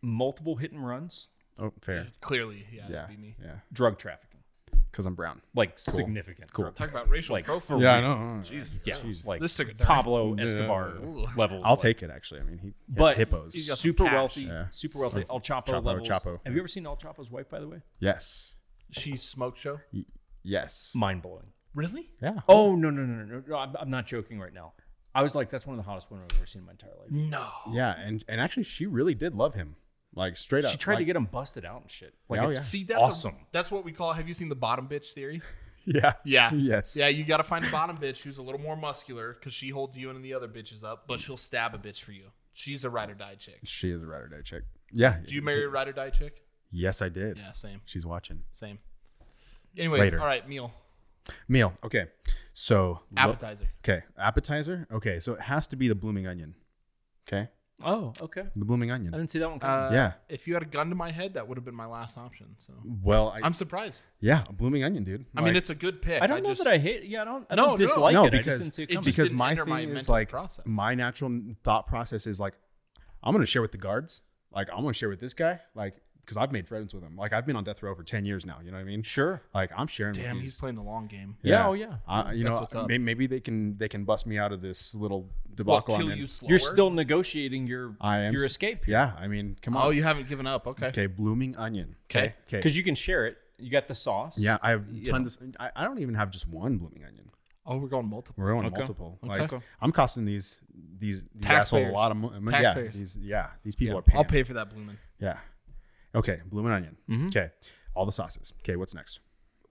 Speaker 3: Multiple hit and runs,
Speaker 1: Oh, fair.
Speaker 2: Clearly, yeah,
Speaker 1: Yeah.
Speaker 2: that'd be me.
Speaker 1: Yeah.
Speaker 3: drug trafficking,
Speaker 1: Because I'm brown.
Speaker 3: like significant. Cool.
Speaker 2: Talk about racial
Speaker 3: Like,
Speaker 2: profile.
Speaker 3: for- Yeah, I
Speaker 1: know.
Speaker 3: Yeah, like
Speaker 2: This took a turn.
Speaker 3: Pablo Escobar
Speaker 2: Ooh.
Speaker 3: levels.
Speaker 1: I'll
Speaker 3: like-
Speaker 1: take it actually. I mean, he he had
Speaker 3: but
Speaker 1: hippos.
Speaker 2: he's got some
Speaker 3: super
Speaker 2: cash.
Speaker 3: wealthy,
Speaker 1: Yeah.
Speaker 3: super wealthy El Chapo,
Speaker 1: Chapo,
Speaker 3: levels.
Speaker 1: Chapo.
Speaker 3: Have you ever seen El Chapo's wife? By the way,
Speaker 1: yes.
Speaker 2: She's smoke show.
Speaker 1: Y- yes.
Speaker 3: mind blowing.
Speaker 2: Really?
Speaker 1: Yeah.
Speaker 3: Oh no no no no no! no I'm, I'm not joking right now. I was like, that's one of the hottest women I've ever seen in my entire life.
Speaker 2: No.
Speaker 1: Yeah, and and actually, she really did love him, like straight up.
Speaker 3: She tried to
Speaker 1: like-
Speaker 3: get him busted out and shit. Like,
Speaker 1: Oh,
Speaker 3: it's
Speaker 1: yeah.
Speaker 2: See, that's a-
Speaker 3: Awesome.
Speaker 2: that's what we call. Have you seen the bottom bitch theory?
Speaker 1: Yeah.
Speaker 2: Yeah.
Speaker 1: Yes.
Speaker 2: Yeah, you got to find a bottom bitch who's a little more muscular because she holds you and the other bitches up, but she'll stab a bitch for you. She's a ride or die chick.
Speaker 1: She is a ride or die chick. Yeah.
Speaker 2: Did you marry a ride or die chick?
Speaker 1: Yes, I did.
Speaker 2: Yeah, same,
Speaker 1: She's watching.
Speaker 2: same. Anyways,
Speaker 1: Later.
Speaker 2: all right, meal,
Speaker 1: Meal. Okay. So. lo-
Speaker 2: appetizer.
Speaker 1: okay. Appetizer. Okay. So it has to be the blooming onion. Okay.
Speaker 3: Oh, okay.
Speaker 1: The blooming
Speaker 3: I
Speaker 1: onion.
Speaker 3: didn't see that one
Speaker 2: Uh,
Speaker 3: coming.
Speaker 1: Yeah.
Speaker 2: If you had a gun to my head, that would have been my last option. So
Speaker 1: Well, I,
Speaker 2: I'm surprised.
Speaker 1: yeah, a blooming onion, dude.
Speaker 2: I mean,
Speaker 1: Like,
Speaker 2: it's a good pick.
Speaker 3: I don't know
Speaker 2: just,
Speaker 3: that I hate. Yeah, I don't. I
Speaker 2: No,
Speaker 3: don't
Speaker 2: no,
Speaker 3: dislike
Speaker 1: no
Speaker 3: it. I
Speaker 1: because
Speaker 3: just didn't see it
Speaker 2: it
Speaker 3: coming.
Speaker 2: just
Speaker 1: because
Speaker 2: didn't
Speaker 1: my
Speaker 2: enter
Speaker 1: thing
Speaker 2: my
Speaker 1: is
Speaker 2: mental
Speaker 1: like
Speaker 2: process.
Speaker 1: my natural thought process is like I'm gonna share with the guards. Like I'm gonna share with this guy. Like because I've made friends with him. Like I've been on death row for ten years now. You know what I mean?
Speaker 3: sure.
Speaker 1: Like I'm sharing. with
Speaker 2: Damn,
Speaker 1: these-
Speaker 2: he's playing the long game.
Speaker 3: Yeah, oh, yeah.
Speaker 1: I, you
Speaker 2: That's
Speaker 1: know,
Speaker 2: what's up.
Speaker 1: may- maybe they can they can bust me out of this little
Speaker 2: Well,
Speaker 1: debacle. I'm
Speaker 2: kill
Speaker 1: in.
Speaker 2: you slower.
Speaker 3: You're still negotiating your
Speaker 1: I am
Speaker 3: your
Speaker 1: s-
Speaker 3: escape.
Speaker 1: Yeah, I mean, come on.
Speaker 2: Oh, you haven't given up. Okay.
Speaker 1: okay, blooming onion.
Speaker 2: Okay.
Speaker 1: okay.
Speaker 3: because you can share it. You got the sauce.
Speaker 1: yeah, I have tons. Of, I, I don't even have just one blooming onion.
Speaker 2: Oh, we're going multiple.
Speaker 1: We're on
Speaker 3: Okay.
Speaker 1: multiple.
Speaker 2: Okay.
Speaker 1: Like I'm costing these these, these assholes a
Speaker 2: Taxpayers.
Speaker 1: lot of money. Yeah,
Speaker 2: Taxpayers.
Speaker 1: these yeah these people
Speaker 3: Yeah.
Speaker 1: are paying.
Speaker 2: I'll pay Mm-hmm. for that blooming.
Speaker 1: Yeah. Okay, blooming onion. Okay, all the sauces. Okay, what's next?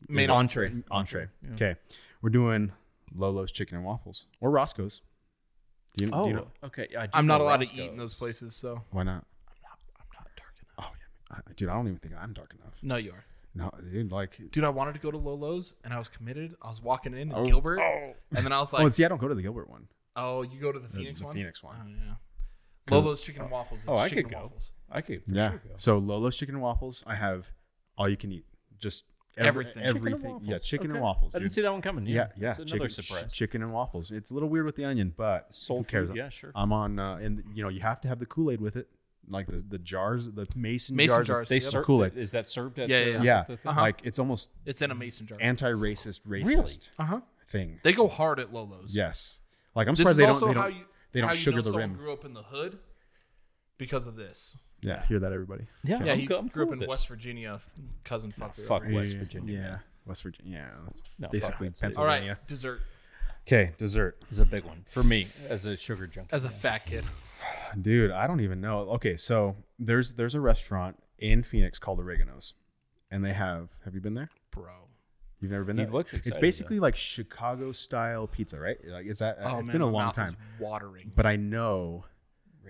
Speaker 2: Main
Speaker 3: entree.
Speaker 2: Mm-hmm.
Speaker 1: Entree. Okay, we're doing Lolo's chicken and waffles or Roscoe's. Do you, do
Speaker 3: Oh,
Speaker 1: you know
Speaker 3: okay. I do
Speaker 2: I'm not
Speaker 3: know
Speaker 2: allowed to
Speaker 3: Roscoe.
Speaker 2: eat in those places, so
Speaker 1: why not?
Speaker 2: I'm not dark
Speaker 1: Oh
Speaker 2: enough.
Speaker 1: yeah, I, dude, I don't even think I'm dark enough.
Speaker 2: No, you are.
Speaker 1: No, dude, like
Speaker 2: Dude, I wanted to go to Lolo's and I was committed. I was walking in, in Gilbert, and then I was
Speaker 1: oh, and
Speaker 2: like,
Speaker 1: see, I don't go to the Gilbert one.
Speaker 2: "Oh, you go to the
Speaker 1: The-
Speaker 2: Phoenix
Speaker 1: the
Speaker 2: one."
Speaker 1: Phoenix
Speaker 2: Oh
Speaker 1: one.
Speaker 2: yeah. Lolo's chicken and waffles. It's
Speaker 3: Oh, I
Speaker 2: chicken
Speaker 3: could
Speaker 2: and
Speaker 3: go.
Speaker 2: waffles.
Speaker 3: I could. For
Speaker 1: yeah.
Speaker 3: Sure go.
Speaker 1: So Lolo's chicken and waffles. I have all you can eat, just ev-
Speaker 2: Everything.
Speaker 3: Chicken and
Speaker 1: everything. yeah,
Speaker 3: waffles.
Speaker 1: chicken
Speaker 3: Okay.
Speaker 1: and waffles.
Speaker 3: I didn't
Speaker 1: dude.
Speaker 3: see that one coming.
Speaker 1: yeah,
Speaker 3: Yeah,
Speaker 1: yeah.
Speaker 3: It's another
Speaker 1: chicken,
Speaker 3: surprise.
Speaker 1: ch- chicken and waffles. It's a little weird with the onion, but
Speaker 3: Soul
Speaker 1: who cares?
Speaker 3: food, yeah, sure.
Speaker 1: I'm on, uh, and you know, you have to have the Kool Aid with it, like the the jars, the mason,
Speaker 2: Mason
Speaker 1: jars. of-
Speaker 2: jars.
Speaker 3: they
Speaker 2: Yep.
Speaker 3: serve
Speaker 1: Kool-Aid.
Speaker 3: Is that served at?
Speaker 2: Yeah,
Speaker 3: the-
Speaker 2: yeah,
Speaker 1: Yeah,
Speaker 3: the thing?
Speaker 2: Uh-huh.
Speaker 1: like it's almost
Speaker 2: It's in a mason jar.
Speaker 1: anti-racist, racist
Speaker 2: uh
Speaker 3: Uh-huh.
Speaker 2: huh.
Speaker 1: thing.
Speaker 2: They go hard at Lolo's.
Speaker 1: Yes. Like I'm
Speaker 2: This
Speaker 1: surprised
Speaker 2: is
Speaker 1: they don't.
Speaker 2: also
Speaker 1: They don't.
Speaker 2: how you
Speaker 1: they don't
Speaker 2: how
Speaker 1: sugar
Speaker 2: you know
Speaker 1: the
Speaker 2: someone
Speaker 1: rim.
Speaker 2: Grew up in the hood because of this.
Speaker 1: yeah, hear that, everybody.
Speaker 3: Yeah,
Speaker 2: Yeah,
Speaker 3: I'm
Speaker 2: he
Speaker 3: go- I'm
Speaker 2: grew up
Speaker 3: cool
Speaker 2: in
Speaker 3: with it.
Speaker 2: West Virginia. f- Cousin fucker.
Speaker 3: fuck
Speaker 2: over here.
Speaker 3: West
Speaker 1: Yeah,
Speaker 3: Virginia,
Speaker 1: Yeah,
Speaker 3: man.
Speaker 1: West Virginia. Yeah, that's
Speaker 3: No, fuck
Speaker 1: basically
Speaker 3: that state.
Speaker 2: All
Speaker 1: Pennsylvania.
Speaker 2: right, dessert
Speaker 1: Okay, dessert,
Speaker 3: It's a big one for me as a sugar junkie.
Speaker 2: as a fat kid.
Speaker 1: dude. I don't even know. Okay, so there's there's a restaurant in Phoenix called Oregano's, and they have. Have you been there?
Speaker 2: Bro,
Speaker 1: You've never been
Speaker 3: He
Speaker 1: there.
Speaker 3: looks
Speaker 1: It's
Speaker 3: excited,
Speaker 1: basically like Chicago style pizza, right? Like is that? uh,
Speaker 2: Oh
Speaker 1: it's
Speaker 2: man,
Speaker 1: been a
Speaker 2: my
Speaker 1: long
Speaker 2: mouth
Speaker 1: time,
Speaker 2: Is watering.
Speaker 1: but I know,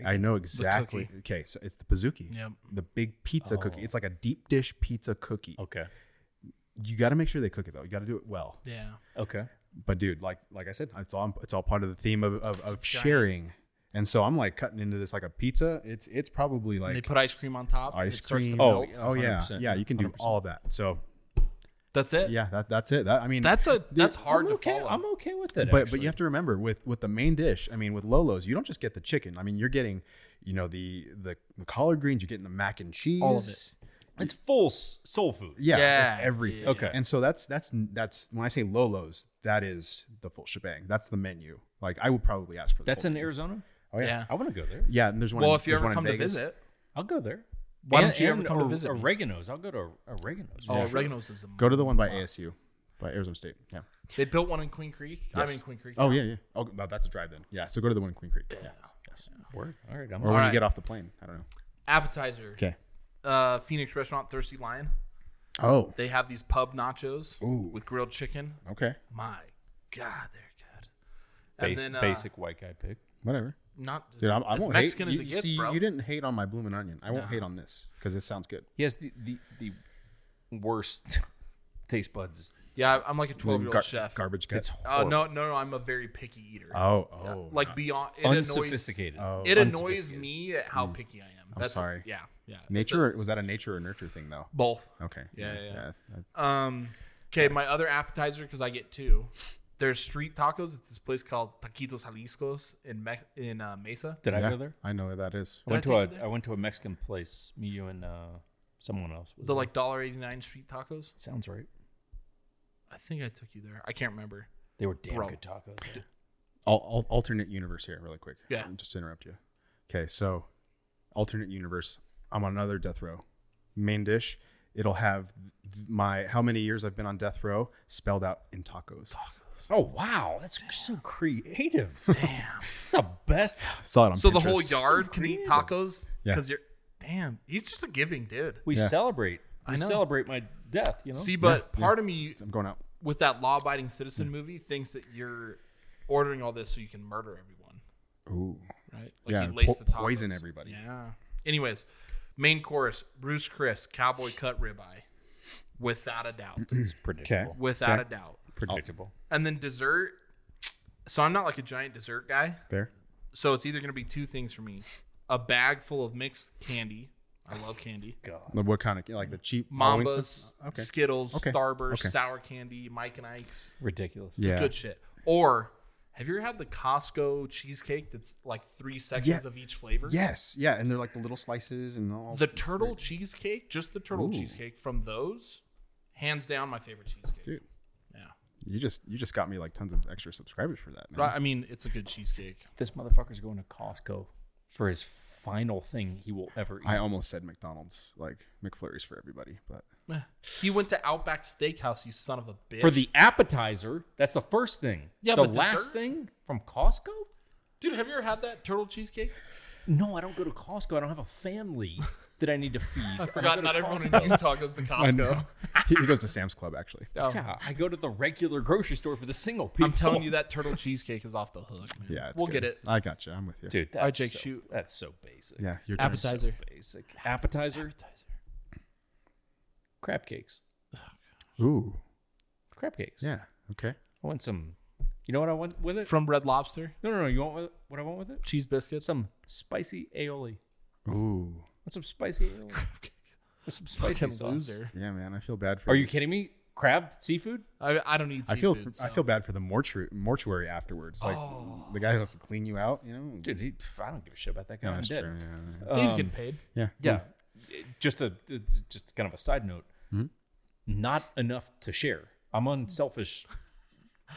Speaker 1: I know exactly.
Speaker 2: cookie.
Speaker 1: Okay, so it's the pizookie.
Speaker 2: Yep.
Speaker 1: The big pizza cookie.
Speaker 3: Oh.
Speaker 1: It's like a deep dish pizza cookie.
Speaker 3: Okay.
Speaker 1: You got to make sure they cook it though. You got to do it well.
Speaker 2: Yeah.
Speaker 3: Okay.
Speaker 1: but dude, like like I said, it's all it's all part of the theme of of, of
Speaker 2: giant.
Speaker 1: sharing. And so I'm like cutting into this like a pizza. It's it's probably
Speaker 2: and they
Speaker 1: like
Speaker 2: put ice cream on top. and
Speaker 1: ice
Speaker 2: it starts to
Speaker 1: cream.
Speaker 2: melt.
Speaker 1: oh yeah,
Speaker 3: 100%,
Speaker 1: yeah. You can do all of that. So
Speaker 2: That's it.
Speaker 1: yeah, that, that's it. That, I mean,
Speaker 2: That's a that's hard
Speaker 3: I'm okay.
Speaker 2: to follow.
Speaker 3: I'm okay with it.
Speaker 1: but but you have to remember with with the main dish. I mean, with Lolo's, you don't just get the chicken. I mean, you're getting you know the the, the collard greens. You're getting the mac and cheese.
Speaker 2: All of it.
Speaker 3: it's full s- soul food.
Speaker 1: Yeah, that's
Speaker 2: Yeah,
Speaker 1: everything.
Speaker 2: yeah,
Speaker 3: Okay.
Speaker 1: And so that's that's that's when I say Lolo's, that is the full shebang. That's the menu. Like I would probably ask for. The
Speaker 3: That's
Speaker 1: full
Speaker 3: in Arizona.
Speaker 1: Oh, yeah.
Speaker 2: Yeah.
Speaker 3: I want to go there.
Speaker 1: Yeah, and there's one.
Speaker 2: Well,
Speaker 1: in-
Speaker 2: if you
Speaker 1: there's
Speaker 2: ever
Speaker 1: one in
Speaker 2: come to
Speaker 1: Vegas.
Speaker 2: visit,
Speaker 3: I'll go there.
Speaker 2: Why don't you ever come to
Speaker 3: or-
Speaker 2: visit me?
Speaker 3: Oregano's. I'll go to Oregano's.
Speaker 2: oh, oregano's is a
Speaker 1: Go to the one by ASU, by Arizona State. Yeah.
Speaker 2: They built one in Queen Creek. I'm
Speaker 1: Yes.
Speaker 2: in Queen Creek.
Speaker 1: Oh yeah, yeah. Oh, no, that's a drive then. Yeah. So go to the one in Queen Creek. Yeah. Yes.
Speaker 3: Word. All right. I'm
Speaker 1: Or when
Speaker 2: Alright.
Speaker 1: you get off the plane, I don't know.
Speaker 2: Appetizer.
Speaker 1: Okay.
Speaker 2: Uh, Phoenix restaurant Thirsty Lion.
Speaker 1: Oh.
Speaker 2: They have these pub nachos
Speaker 1: Ooh.
Speaker 2: with grilled chicken.
Speaker 1: Okay.
Speaker 2: My God, they're good.
Speaker 3: basic,
Speaker 2: uh,
Speaker 3: basic white guy pick.
Speaker 1: Whatever.
Speaker 2: Not
Speaker 1: Dude, I'm, I
Speaker 2: as
Speaker 1: won't
Speaker 2: Mexican
Speaker 1: hate.
Speaker 2: as
Speaker 1: you,
Speaker 2: it gets,
Speaker 1: see,
Speaker 2: bro.
Speaker 1: you didn't hate on my bloomin' onion. I won't hate on this because this sounds good.
Speaker 3: He has the the, the worst taste buds.
Speaker 2: yeah, I'm like a 12 year
Speaker 1: Gar-
Speaker 2: old chef.
Speaker 1: Garbage cut.
Speaker 3: It's
Speaker 2: Uh,
Speaker 3: horrible.
Speaker 2: no, no, no. I'm a very picky eater.
Speaker 1: oh,
Speaker 2: Yeah,
Speaker 1: oh.
Speaker 2: like beyond it annoys
Speaker 3: unsophisticated.
Speaker 1: oh,
Speaker 2: it annoys
Speaker 1: unsophisticated. Mm.
Speaker 2: me at how picky I am. That's
Speaker 1: sorry.
Speaker 2: Yeah, yeah. That's
Speaker 1: Nature
Speaker 2: it.
Speaker 1: or- was that a nature or nurture thing though?
Speaker 2: both.
Speaker 1: Okay.
Speaker 2: Yeah, yeah, yeah.
Speaker 1: I-
Speaker 2: Um, okay, my other appetizer because I get two. There's street tacos at this place called Taquitos Jalisco's in Me- in uh, Mesa.
Speaker 3: Did I
Speaker 1: yeah,
Speaker 3: go there?
Speaker 1: I know where that is.
Speaker 3: I went
Speaker 2: Did I
Speaker 3: to
Speaker 2: take
Speaker 3: a
Speaker 2: you there?
Speaker 3: I went to a Mexican place. Me, you, and uh, someone else. Was
Speaker 2: The
Speaker 3: there.
Speaker 2: like dollar eighty nine street tacos.
Speaker 3: sounds right.
Speaker 2: I think I took you there. I can't remember.
Speaker 3: They were damn
Speaker 2: Bro.
Speaker 3: good tacos. yeah.
Speaker 1: I'll, I'll alternate universe here really quick. Um,
Speaker 2: Yeah.
Speaker 1: Just to interrupt you. Okay, so alternate universe. I'm on another death row. Main dish. It'll have th- my how many years I've been on death row spelled out in tacos.
Speaker 3: Oh wow, that's so creative. Damn, it's the best.
Speaker 1: Saw it on
Speaker 2: So the
Speaker 1: Pinterest.
Speaker 2: whole yard can eat
Speaker 3: creative.
Speaker 2: tacos
Speaker 1: Yeah.
Speaker 2: because you're. Damn, he's just a giving dude.
Speaker 3: We
Speaker 1: Yeah.
Speaker 3: celebrate. We
Speaker 2: I know.
Speaker 3: celebrate my death. You know.
Speaker 2: See, but part of me
Speaker 1: I'm going out.
Speaker 2: with that law abiding citizen movie thinks that you're ordering all this so you can murder everyone,
Speaker 1: Ooh.
Speaker 2: right?
Speaker 1: yeah.
Speaker 2: he laced
Speaker 1: po-
Speaker 2: the tacos.
Speaker 1: poison everybody.
Speaker 2: Yeah. Anyways, main course Bruce Chris, cowboy cut ribeye. Without a doubt.
Speaker 3: it's predictable.
Speaker 2: Without a doubt.
Speaker 3: Oh, Predictable.
Speaker 2: And then dessert. So I'm not like a giant dessert guy.
Speaker 1: There.
Speaker 2: So it's either going to be two things for me a bag full of mixed candy. I love candy.
Speaker 3: God.
Speaker 1: Like, What kind of like the cheap Halloween
Speaker 2: Mambas,
Speaker 1: stuff? Okay.
Speaker 2: Skittles,
Speaker 1: Okay.
Speaker 2: Starburst,
Speaker 1: Okay.
Speaker 2: sour candy, Mike and Ike's.
Speaker 3: Ridiculous.
Speaker 1: Yeah.
Speaker 2: good shit. Or have you ever had the Costco cheesecake that's like three sections
Speaker 1: Yeah.
Speaker 2: of each flavor?
Speaker 1: Yes. Yeah. And they're like the little slices and all.
Speaker 2: The turtle cheesecake, just the turtle cheesecake from those, hands down my favorite cheesecake.
Speaker 1: Dude.
Speaker 2: Yeah.
Speaker 1: you just you just got me like tons of extra subscribers for that. Man.
Speaker 2: Right, I mean, it's a good cheesecake.
Speaker 3: This motherfucker's going to Costco for his final thing he will ever eat.
Speaker 1: I almost said McDonald's like McFlurries for everybody, but
Speaker 2: Eh. He went to Outback Steakhouse, you son of a bitch.
Speaker 3: for the appetizer, that's the first thing.
Speaker 2: Yeah,
Speaker 3: the
Speaker 2: but
Speaker 3: last
Speaker 2: dessert?
Speaker 3: thing from Costco?
Speaker 2: Dude, have you ever had that turtle cheesecake?
Speaker 3: No, I don't go to Costco. I don't have a family that I need to feed.
Speaker 2: I
Speaker 3: don't
Speaker 2: forgot
Speaker 3: go to
Speaker 2: not everyone
Speaker 3: Costco.
Speaker 2: in Utah goes to Costco.
Speaker 1: he, he goes to Sam's Club actually.
Speaker 2: Oh.
Speaker 3: Yeah, I go to the regular grocery store for the single people.
Speaker 2: I'm telling you, that turtle cheesecake is off the hook. Man.
Speaker 1: Yeah, it's
Speaker 2: we'll
Speaker 1: good.
Speaker 2: get it.
Speaker 1: I got you. I'm with you.
Speaker 3: dude. That's
Speaker 2: All right, Jake,
Speaker 3: so,
Speaker 2: shoot.
Speaker 3: That's so basic.
Speaker 1: Yeah, your turn.
Speaker 2: Appetizer.
Speaker 3: So basic. Appetizer. Crab cakes.
Speaker 1: Ooh.
Speaker 3: Crab cakes.
Speaker 1: Yeah. Okay.
Speaker 3: I want some. You know what I want with it?
Speaker 2: From Red Lobster,
Speaker 3: No, no, no. You want with, what I want with it?
Speaker 2: cheese biscuits.
Speaker 3: Some spicy aioli.
Speaker 1: Ooh.
Speaker 3: What's some spicy aioli? With some spicy
Speaker 2: Fucking
Speaker 3: sauce.
Speaker 2: loser.
Speaker 1: Yeah, man. I feel bad for.
Speaker 3: Are you kidding me? Crab seafood?
Speaker 2: I, I don't need
Speaker 1: I
Speaker 2: seafood.
Speaker 1: feel.
Speaker 2: so.
Speaker 1: I feel bad for the mortuary, mortuary afterwards. Like the guy who has to clean you out. You know.
Speaker 3: Dude, he, pff, I don't give a shit about that guy.
Speaker 1: Yeah,
Speaker 3: I'm
Speaker 1: that's
Speaker 3: dead.
Speaker 1: true. Yeah.
Speaker 2: He's
Speaker 3: Um,
Speaker 2: getting paid.
Speaker 1: Yeah.
Speaker 3: Yeah. It- Just a it- just kind of a side note.
Speaker 1: Hmm?
Speaker 3: Not enough to share. I'm on selfish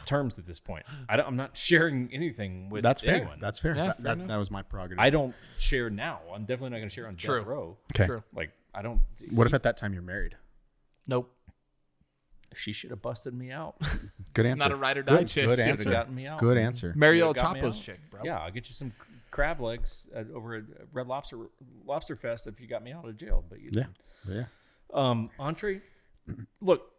Speaker 3: terms at this point. I don't, I'm not sharing anything with
Speaker 1: That's fair.
Speaker 3: anyone.
Speaker 1: That's fair.
Speaker 2: Yeah,
Speaker 1: that,
Speaker 2: fair
Speaker 1: that,
Speaker 2: enough.
Speaker 1: that was my prerogative.
Speaker 3: I don't share now. I'm definitely not going to share on
Speaker 2: True.
Speaker 3: death row.
Speaker 1: okay.
Speaker 2: True.
Speaker 3: Like I don't.
Speaker 1: What if at that time you're married?
Speaker 2: Nope.
Speaker 3: she should have busted me out?
Speaker 1: Good answer.
Speaker 2: not a ride or die
Speaker 1: good,
Speaker 2: chick.
Speaker 1: Good
Speaker 2: Should've
Speaker 1: answer.
Speaker 3: gotten me out.
Speaker 1: Good answer.
Speaker 2: Mario
Speaker 3: You got me
Speaker 2: Chapo's
Speaker 3: out.
Speaker 2: chick, bro.
Speaker 3: Yeah, I'll get you some crab legs at, over at Red Lobster Lobster Fest if you got me out of jail. But you
Speaker 1: Yeah. Yeah.
Speaker 3: Um, entree. Look,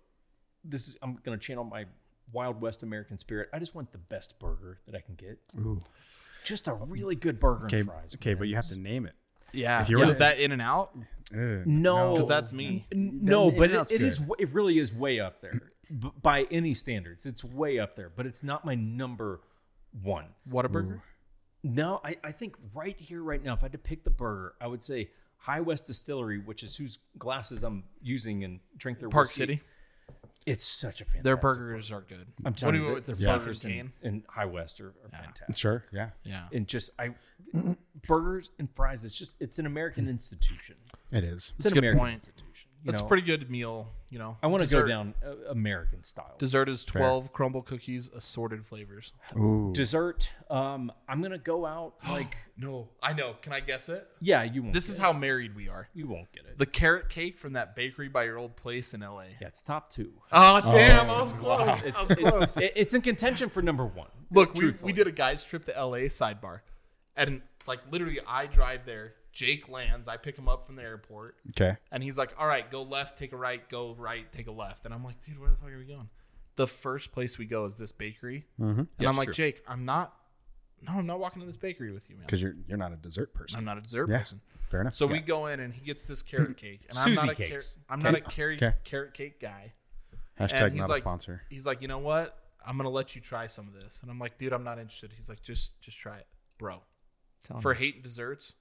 Speaker 3: this is I'm gonna channel my Wild West American spirit. I just want the best burger that I can get.
Speaker 1: Ooh.
Speaker 3: Just a really good burger
Speaker 1: Okay,
Speaker 3: and fries.
Speaker 1: okay,
Speaker 3: man.
Speaker 1: but you have to name it.
Speaker 2: Yeah.
Speaker 1: If you
Speaker 2: so
Speaker 1: were
Speaker 2: is
Speaker 1: to-
Speaker 2: that in and out?
Speaker 1: Ugh.
Speaker 3: No.
Speaker 2: Because that's me.
Speaker 3: N- no,
Speaker 1: Then
Speaker 3: but
Speaker 1: In-N-Out's
Speaker 3: it, it is
Speaker 1: good.
Speaker 3: w- it really is way up there b- by any standards. It's way up there, but it's not my number one.
Speaker 2: Whataburger?
Speaker 3: No, I, I think right here, right now, if I had to pick the burger, I would say High West Distillery, which is whose glasses I'm using and drink their
Speaker 2: Park
Speaker 3: whiskey.
Speaker 2: City.
Speaker 3: It's such a fantastic.
Speaker 2: Their burgers are good.
Speaker 3: I'm
Speaker 2: What
Speaker 3: telling
Speaker 2: do
Speaker 3: you,
Speaker 2: you with
Speaker 3: the
Speaker 2: the
Speaker 3: their
Speaker 2: Burger
Speaker 3: burgers
Speaker 2: King?
Speaker 3: in, in High West are, are fantastic.
Speaker 1: Sure. Yeah.
Speaker 2: Yeah.
Speaker 3: And just I burgers and fries. It's just it's an American institution.
Speaker 1: It is.
Speaker 2: That's
Speaker 3: It's an
Speaker 2: a good
Speaker 3: American
Speaker 2: point.
Speaker 3: institution. You
Speaker 2: That's
Speaker 3: know,
Speaker 2: a pretty good meal, you know.
Speaker 3: I want to go
Speaker 2: Dessert-
Speaker 3: down uh, American style.
Speaker 2: Dessert is 12 crumble cookies, assorted flavors.
Speaker 1: Ooh.
Speaker 3: dessert. Um, I'm gonna go out like
Speaker 2: No, I know. Can I guess it?
Speaker 3: yeah. You won't.
Speaker 2: This
Speaker 3: get
Speaker 2: is
Speaker 3: it.
Speaker 2: how married we are.
Speaker 3: you won't get it.
Speaker 2: The carrot cake from that bakery by your old place in LA.
Speaker 3: yeah, it's top two.
Speaker 2: Oh, damn. I was close. I was
Speaker 3: It's,
Speaker 2: close.
Speaker 3: it- it's in contention for number one.
Speaker 2: Look, we,
Speaker 3: truthfully.
Speaker 2: we did a guy's trip to LA sidebar. And, like, literally, I drive there. Jake lands. I pick him up from the airport.
Speaker 1: Okay.
Speaker 2: And he's like, all right, go left, take a right, go right, take a left. And I'm like, dude, where the fuck are we going? The first place we go is this bakery.
Speaker 1: Mm-hmm.
Speaker 2: And I'm like,
Speaker 3: sure.
Speaker 2: Jake, I'm not, no, I'm not walking to this bakery with you, man.
Speaker 1: Because you're you're not a dessert person.
Speaker 2: I'm not a dessert
Speaker 1: Yeah.
Speaker 2: person.
Speaker 1: Fair enough.
Speaker 2: So we go in and he gets this carrot cake. And I'm
Speaker 3: Suzy
Speaker 2: not a, car-
Speaker 3: cakes.
Speaker 2: I'm not a carry-
Speaker 1: Okay.
Speaker 2: carrot cake guy. And
Speaker 1: hashtag
Speaker 2: he's
Speaker 1: not a
Speaker 2: like,
Speaker 1: sponsor.
Speaker 2: He's like, you know what? I'm gonna let you try some of this. And I'm like, dude, I'm not interested. He's like, just just try it, bro. For hating desserts,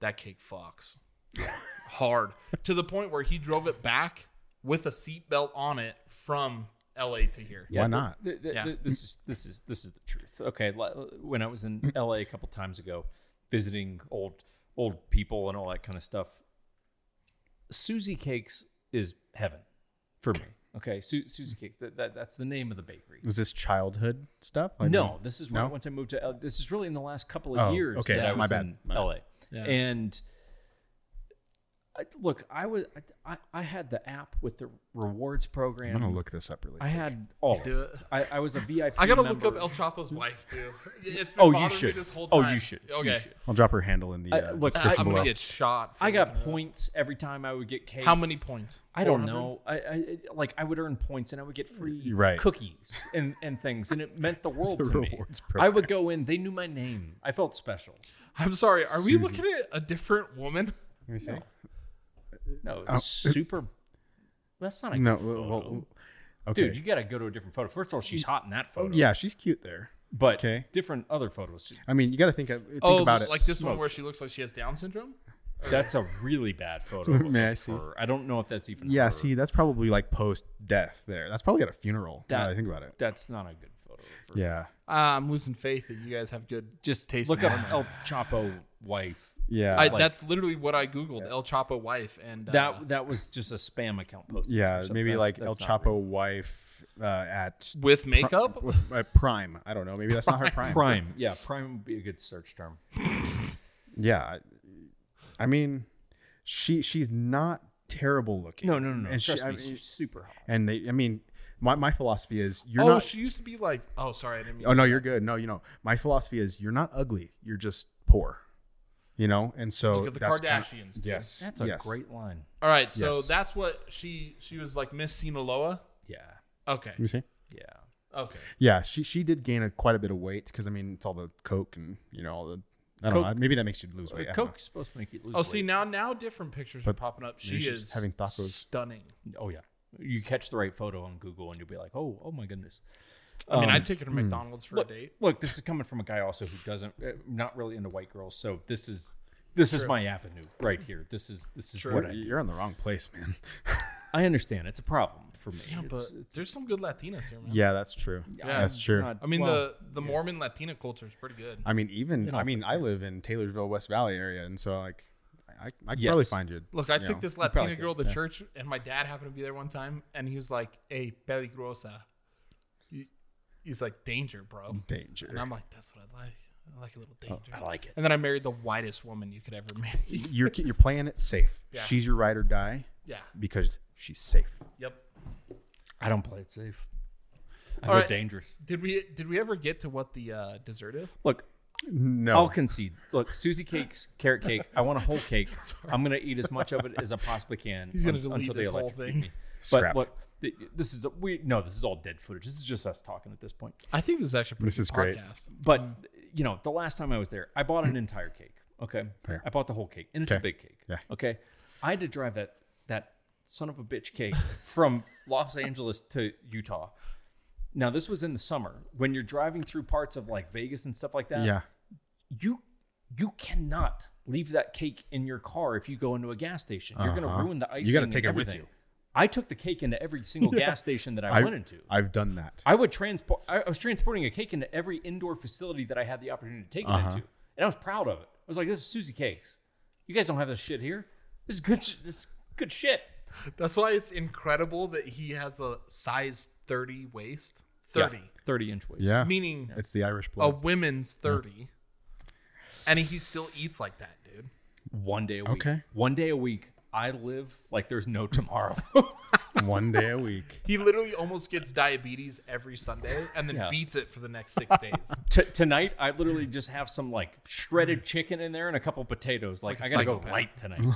Speaker 2: that cake fucks hard to the point where he drove it back with a seatbelt on it from L.A. to here.
Speaker 1: Why
Speaker 3: th-
Speaker 1: not?
Speaker 3: th- th-
Speaker 2: Yeah.
Speaker 3: th- this is this is this is the truth. Okay, l- when I was
Speaker 1: Mm.
Speaker 3: in LA a couple times ago, visiting old old people and all that kind of stuff, Susie Cakes is heaven for me. Okay, Su- Susie Cakes. That, that that's the name of the bakery.
Speaker 1: Was this childhood stuff? Like-
Speaker 3: no, this is when
Speaker 1: No?
Speaker 3: once I moved to. L- this is really in the last couple of
Speaker 1: Oh,
Speaker 3: years
Speaker 1: okay,
Speaker 3: that I
Speaker 1: my
Speaker 3: was
Speaker 1: bad,
Speaker 3: in
Speaker 1: my bad.
Speaker 3: LA.
Speaker 2: Yeah.
Speaker 3: And I, look, I was I, I had the app with the rewards program.
Speaker 1: I'm gonna look this up really.
Speaker 3: I
Speaker 1: quick.
Speaker 3: had all. of
Speaker 2: Do
Speaker 3: it.
Speaker 2: it.
Speaker 3: I, I was a VIP.
Speaker 2: I gotta
Speaker 3: member.
Speaker 2: look up El Chapo's wife too. It's been
Speaker 3: Oh,
Speaker 2: bothering
Speaker 3: you
Speaker 2: me
Speaker 3: should.
Speaker 2: this whole
Speaker 3: Oh,
Speaker 2: time.
Speaker 3: you should. You
Speaker 2: Okay,
Speaker 3: should.
Speaker 1: I'll drop her handle in the
Speaker 3: I-
Speaker 1: uh,
Speaker 3: look,
Speaker 2: I,
Speaker 1: description
Speaker 2: am
Speaker 1: below.
Speaker 2: gonna get shot. for
Speaker 3: I got
Speaker 2: looking it up.
Speaker 3: points every time I would get cake.
Speaker 2: How many points?
Speaker 3: I don't
Speaker 2: 400?
Speaker 3: know. I, I like I would earn points and I would get free
Speaker 1: Right.
Speaker 3: cookies and, and things, and it meant the world
Speaker 1: a
Speaker 3: to me.
Speaker 1: rewards
Speaker 3: I would go in. They knew my name. I felt special.
Speaker 2: I'm sorry. Are we looking at a different woman?
Speaker 1: Let me see.
Speaker 3: No, it's super. That's not a
Speaker 1: Oh, No.
Speaker 3: good photo.
Speaker 1: Well, well, okay.
Speaker 3: dude, you got to go to a different photo. First of all, she's hot in that photo.
Speaker 1: yeah, she's cute there.
Speaker 3: but
Speaker 1: okay.
Speaker 3: different other photos.
Speaker 1: I mean, you got to think, of, think
Speaker 2: Oh,
Speaker 1: about it.
Speaker 2: like this one where she looks like she has Down syndrome.
Speaker 3: That's a really bad photo. of
Speaker 1: May I see?
Speaker 3: her. I don't know if that's even.
Speaker 1: yeah.
Speaker 3: her.
Speaker 1: See, that's probably like post death. There. That's probably at a funeral. now
Speaker 3: That-
Speaker 1: that I think about it.
Speaker 3: that's not a good photo. Of her.
Speaker 1: Yeah.
Speaker 2: Uh, I'm losing faith that you guys have good just taste.
Speaker 3: Look
Speaker 2: in
Speaker 3: up
Speaker 2: women.
Speaker 3: El Chapo wife.
Speaker 1: Yeah.
Speaker 2: I, that's literally what I googled. El Chapo wife and uh,
Speaker 3: That that was just a spam account post.
Speaker 1: yeah. Maybe like El Chapo wife uh, at
Speaker 2: with makeup.
Speaker 1: uh, Prime. I don't know. Maybe that's not her prime.
Speaker 3: Prime. Yeah, Prime would be a good search term.
Speaker 1: Yeah. I- I mean, she she's not terrible looking.
Speaker 3: No, no, no. no.
Speaker 1: And she,
Speaker 3: Trust
Speaker 1: I
Speaker 3: me,
Speaker 1: mean,
Speaker 3: she's super hot.
Speaker 1: and they. I mean, my, my philosophy is you're
Speaker 2: oh,
Speaker 1: not.
Speaker 2: she used to be like. Oh, sorry, I didn't mean.
Speaker 1: oh no, you're good. No, you know, my philosophy is you're not ugly. You're just poor. You know, and so
Speaker 2: Look at the
Speaker 1: that's kinda-
Speaker 2: Kardashians. dude.
Speaker 1: yes,
Speaker 3: That's a
Speaker 1: yes.
Speaker 3: great line.
Speaker 2: All right, so
Speaker 1: Yes.
Speaker 2: that's what she she was like Miss Sinaloa.
Speaker 3: Yeah,
Speaker 2: Okay.
Speaker 1: Let me see.
Speaker 3: yeah.
Speaker 2: Okay.
Speaker 1: Yeah, she she did gain a, quite a bit of weight because I mean it's all the coke and you know all the I don't
Speaker 3: Coke-
Speaker 1: know maybe that makes you lose weight. I don't know.
Speaker 3: Coke's supposed to make you lose.
Speaker 2: Oh, see
Speaker 3: weight.
Speaker 2: now now different pictures are popping up. She
Speaker 1: maybe she's
Speaker 2: is
Speaker 1: having tacos.
Speaker 2: stunning.
Speaker 3: Oh yeah. You catch the right photo on Google and you'll be like, oh, oh my goodness.
Speaker 1: Um,
Speaker 3: Um,
Speaker 2: I mean, I'd take
Speaker 1: hmm.
Speaker 2: her to McDonald's for
Speaker 3: Look,
Speaker 2: a date.
Speaker 3: look, this is coming from a guy also who doesn't, uh, not really into white girls. So this is, this is my avenue right here. This is, this is what
Speaker 1: You're-
Speaker 3: I,
Speaker 1: You're in the wrong place, man.
Speaker 3: I understand. It's a problem for me.
Speaker 2: Yeah, but
Speaker 3: It's-
Speaker 2: there's some good Latinas here, man.
Speaker 1: Yeah, that's true.
Speaker 2: Yeah.
Speaker 1: that's true.
Speaker 3: not-
Speaker 2: I mean,
Speaker 3: well,
Speaker 2: the the Mormon Latina culture is pretty good.
Speaker 1: I mean, even
Speaker 3: In
Speaker 1: I mean, I live in Taylorsville, West Valley area, and so like, I I could
Speaker 3: Yes.
Speaker 1: probably find you.
Speaker 2: Look, I
Speaker 1: you
Speaker 2: took
Speaker 1: know,
Speaker 2: this
Speaker 1: you probably
Speaker 2: Latina
Speaker 1: could,
Speaker 2: girl to
Speaker 1: yeah.
Speaker 2: church, and my dad happened to be there one time, and he was like, "Hey, peligrosa." He- He's like, "Danger, bro."
Speaker 1: Danger. Oh,
Speaker 2: And I'm like, "That's what I like. I like a little danger."
Speaker 3: I like it.
Speaker 2: And then I married the whitest woman you could ever marry.
Speaker 1: you're you're playing it safe.
Speaker 2: Yeah.
Speaker 1: She's your ride or die
Speaker 2: yeah.
Speaker 1: because she's safe.
Speaker 2: Yep.
Speaker 3: I don't play it safe. I
Speaker 2: All
Speaker 3: go
Speaker 2: right.
Speaker 3: dangerous.
Speaker 2: Did we did we ever get to what the uh, dessert is?
Speaker 3: Look,
Speaker 1: No,
Speaker 3: I'll concede. Look, Susie cakes, carrot cake. I want a whole cake. I'm gonna eat as much of it as I possibly can.
Speaker 2: He's gonna
Speaker 3: un-
Speaker 2: delete this whole
Speaker 3: electrocute
Speaker 2: thing.
Speaker 3: me. But
Speaker 1: Scrap.
Speaker 3: look, th- this is a, we no, this is all dead footage. This is just us talking at this point.
Speaker 2: I think this is actually a pretty
Speaker 1: This
Speaker 2: good
Speaker 1: is great.
Speaker 2: podcast.
Speaker 3: But
Speaker 1: Mm-hmm.
Speaker 3: you know, the last time I was there, I bought an entire cake. Okay,
Speaker 1: Fair.
Speaker 3: I bought the whole cake, and it's a
Speaker 1: Okay.
Speaker 3: big cake.
Speaker 1: Yeah.
Speaker 3: Okay, I had to drive that that son of a bitch cake from Los Angeles to Utah. Now this was in the summer when you're driving through parts of like Vegas and stuff like that.
Speaker 1: yeah.
Speaker 3: you you cannot leave that cake in your car if you go into a gas station. You're going
Speaker 1: Uh-huh.
Speaker 3: to ruin the
Speaker 1: You
Speaker 3: ice.
Speaker 1: gotta take it with you.
Speaker 3: I took the cake into every single gas station that I, went into.
Speaker 1: I've done that.
Speaker 3: I would transport. I I was transporting a cake into every indoor facility that I had the opportunity to take it into, and I was proud of it. I was like, "This is Susie Cakes. You guys don't have this shit here. This is good. sh- This is good shit."
Speaker 2: That's why it's incredible that he has a size 30 waist. 30.
Speaker 3: Yeah, thirty inch waist.
Speaker 1: yeah.
Speaker 2: Meaning
Speaker 1: it's the Irish
Speaker 2: a
Speaker 1: blood.
Speaker 2: women's 30. And he still eats like that, dude.
Speaker 3: one day a week.
Speaker 1: Okay.
Speaker 3: one day a week. I live like there's no tomorrow.
Speaker 1: One day a week.
Speaker 2: He literally almost gets diabetes every Sunday and then
Speaker 3: Yeah.
Speaker 2: beats it for the next six days.
Speaker 3: T- tonight, I literally just have some like shredded chicken in there and a couple potatoes. Like,
Speaker 2: Like a
Speaker 3: I gotta go
Speaker 2: psychopath.
Speaker 3: light tonight.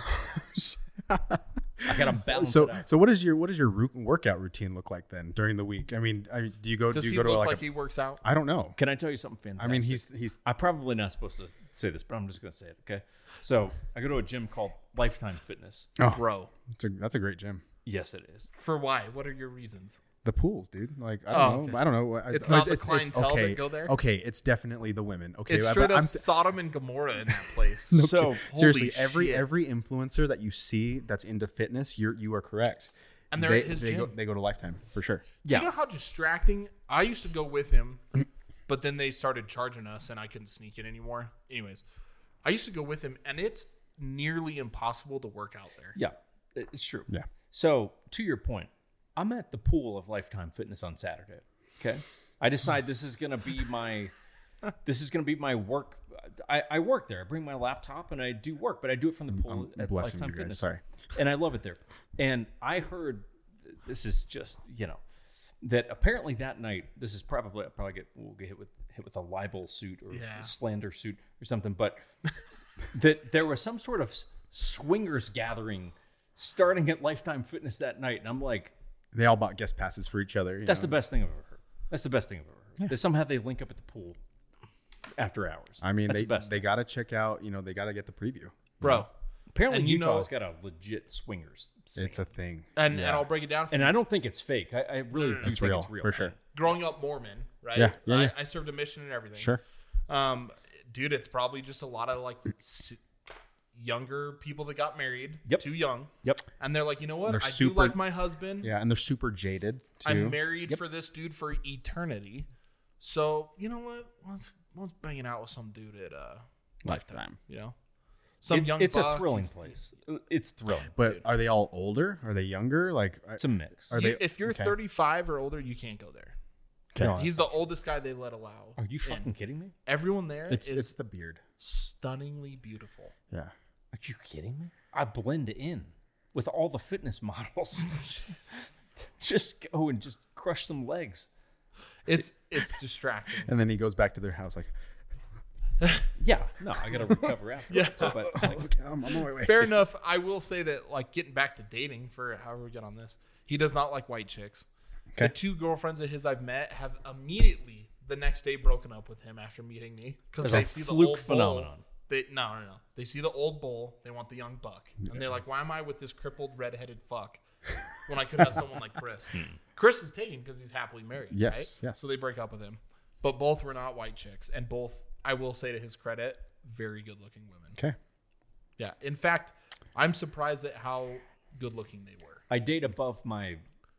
Speaker 3: I gotta balance
Speaker 1: So
Speaker 3: it out.
Speaker 1: so what is your what does your ru- workout routine look like then during the week? I mean, I, do you go
Speaker 2: Does
Speaker 1: do
Speaker 2: he
Speaker 1: you go
Speaker 2: look
Speaker 1: to
Speaker 2: like,
Speaker 1: like, a,
Speaker 2: he works out?
Speaker 1: I don't know.
Speaker 3: Can I tell you something fantastic?
Speaker 1: I mean, he's he's
Speaker 3: I'm probably not supposed to say this, but I'm just gonna say it. Okay. So I go to a gym called Lifetime Fitness.
Speaker 1: oh,
Speaker 2: Bro.
Speaker 1: it's a, that's a great gym.
Speaker 3: Yes, it is.
Speaker 2: For why? What are your reasons?
Speaker 1: The pools, dude. Like I don't
Speaker 2: Oh,
Speaker 1: know.
Speaker 2: okay.
Speaker 1: I don't know. I-
Speaker 2: It's
Speaker 1: I-
Speaker 2: not the clientele that go there?
Speaker 1: Okay, it's definitely the women. Okay,
Speaker 2: it's
Speaker 1: but
Speaker 2: straight up
Speaker 1: I'm-
Speaker 2: Sodom and Gomorrah in that place.
Speaker 3: So
Speaker 1: Okay, seriously,
Speaker 2: holy
Speaker 1: every
Speaker 2: shit.
Speaker 1: every influencer that you see that's into fitness, you're you are correct.
Speaker 2: And they're
Speaker 1: they,
Speaker 2: at his
Speaker 1: they Go,
Speaker 2: gym.
Speaker 1: they go to Lifetime for sure.
Speaker 2: Do you know how distracting? I used to go with him, but then they started charging us and I couldn't sneak in anymore. Anyways, I used to go with him and it's nearly impossible to work out there.
Speaker 3: Yeah, it- it's true.
Speaker 1: Yeah.
Speaker 3: So to your point, I'm at the pool of Lifetime Fitness on Saturday. Okay. I decide this is gonna be my this is gonna be my work. I, I work there. I bring my laptop and I do work, but I do it from the pool
Speaker 1: I'm
Speaker 3: at
Speaker 1: blessing
Speaker 3: Lifetime
Speaker 1: you guys.
Speaker 3: Fitness.
Speaker 1: Sorry.
Speaker 3: And I love it there. And I heard this is just you know that apparently that night this is probably I'll probably get we'll get hit with hit with a libel suit or
Speaker 2: Yeah.
Speaker 3: slander suit or something, but that there was some sort of s- swingers gathering starting at Lifetime Fitness that night, and I'm like,
Speaker 1: They all bought guest passes for each other.
Speaker 3: that's the best thing I've ever heard. That's the best thing I've ever heard. That somehow they link up at the pool after hours.
Speaker 1: I mean,
Speaker 3: that's
Speaker 1: they
Speaker 3: the best.
Speaker 1: they got to check out. You know, they got to get the preview.
Speaker 2: Bro.
Speaker 3: apparently
Speaker 2: and you know-
Speaker 3: Utah's got a legit swingers, scene.
Speaker 1: It's a thing.
Speaker 2: And and I'll break it down for
Speaker 3: and I don't think it's fake. I, I really do
Speaker 1: It's
Speaker 3: think
Speaker 1: real,
Speaker 3: it's real
Speaker 1: for sure.
Speaker 2: growing up Mormon, right?
Speaker 1: Yeah, yeah,
Speaker 2: I,
Speaker 1: yeah.
Speaker 2: I served a mission and everything.
Speaker 1: Sure.
Speaker 2: Um, dude, it's probably just a lot of like s- younger people that got married
Speaker 3: Yep.
Speaker 2: too young.
Speaker 3: Yep.
Speaker 2: And they're like, you know what?
Speaker 1: They're
Speaker 2: I
Speaker 1: super-
Speaker 2: do like my husband.
Speaker 1: Yeah, and they're super jaded too.
Speaker 2: I'm married for this dude for eternity. So you know what? Let's let's bang it out with some dude at uh,
Speaker 1: Lifetime.
Speaker 2: you know, some
Speaker 3: It-
Speaker 2: young.
Speaker 3: it's a
Speaker 2: buck.
Speaker 3: thrilling
Speaker 2: He's-
Speaker 3: place. It's thrilling.
Speaker 1: But are they all older? Are they younger? Like, I-
Speaker 3: It's a mix.
Speaker 1: Are
Speaker 2: you-
Speaker 1: they-
Speaker 2: if you're
Speaker 1: okay.
Speaker 2: 35 or older, you can't go there.
Speaker 1: no,
Speaker 2: He's the oldest guy they let allow.
Speaker 3: Are you
Speaker 2: in.
Speaker 3: fucking kidding me?
Speaker 2: Everyone there
Speaker 1: it's
Speaker 2: is
Speaker 1: it's the beard.
Speaker 2: stunningly beautiful.
Speaker 1: Yeah.
Speaker 3: Are you kidding me? I blend in with all the fitness models. just go and just crush some legs.
Speaker 2: It's it's distracting.
Speaker 1: And then he goes back to their house like,
Speaker 3: Yeah, no, I gotta recover after. yeah, but like,
Speaker 1: okay, I'm I'm on my way.
Speaker 2: Fair enough. I will say that, like, getting back to dating for however we get on this, he does not like white chicks. The
Speaker 1: Okay.
Speaker 2: two girlfriends of his I've met have immediately the next day broken up with him after meeting me because
Speaker 3: As
Speaker 2: they
Speaker 3: a
Speaker 2: see
Speaker 3: fluke
Speaker 2: the old
Speaker 3: phenomenon.
Speaker 2: Bull. They, no, no, no. They see the old bull. They want the young buck, and they're like, "Why am I with this crippled redheaded fuck when I could have someone like Chris?" Chris is taken because he's happily married.
Speaker 1: Hmm. Yes,
Speaker 2: right?
Speaker 1: yes.
Speaker 2: So they break up with him, but both were not white chicks, and both, I will say to his credit, very good looking women.
Speaker 1: Okay.
Speaker 2: Yeah. In fact, I'm surprised at how good looking they were.
Speaker 3: I date above my.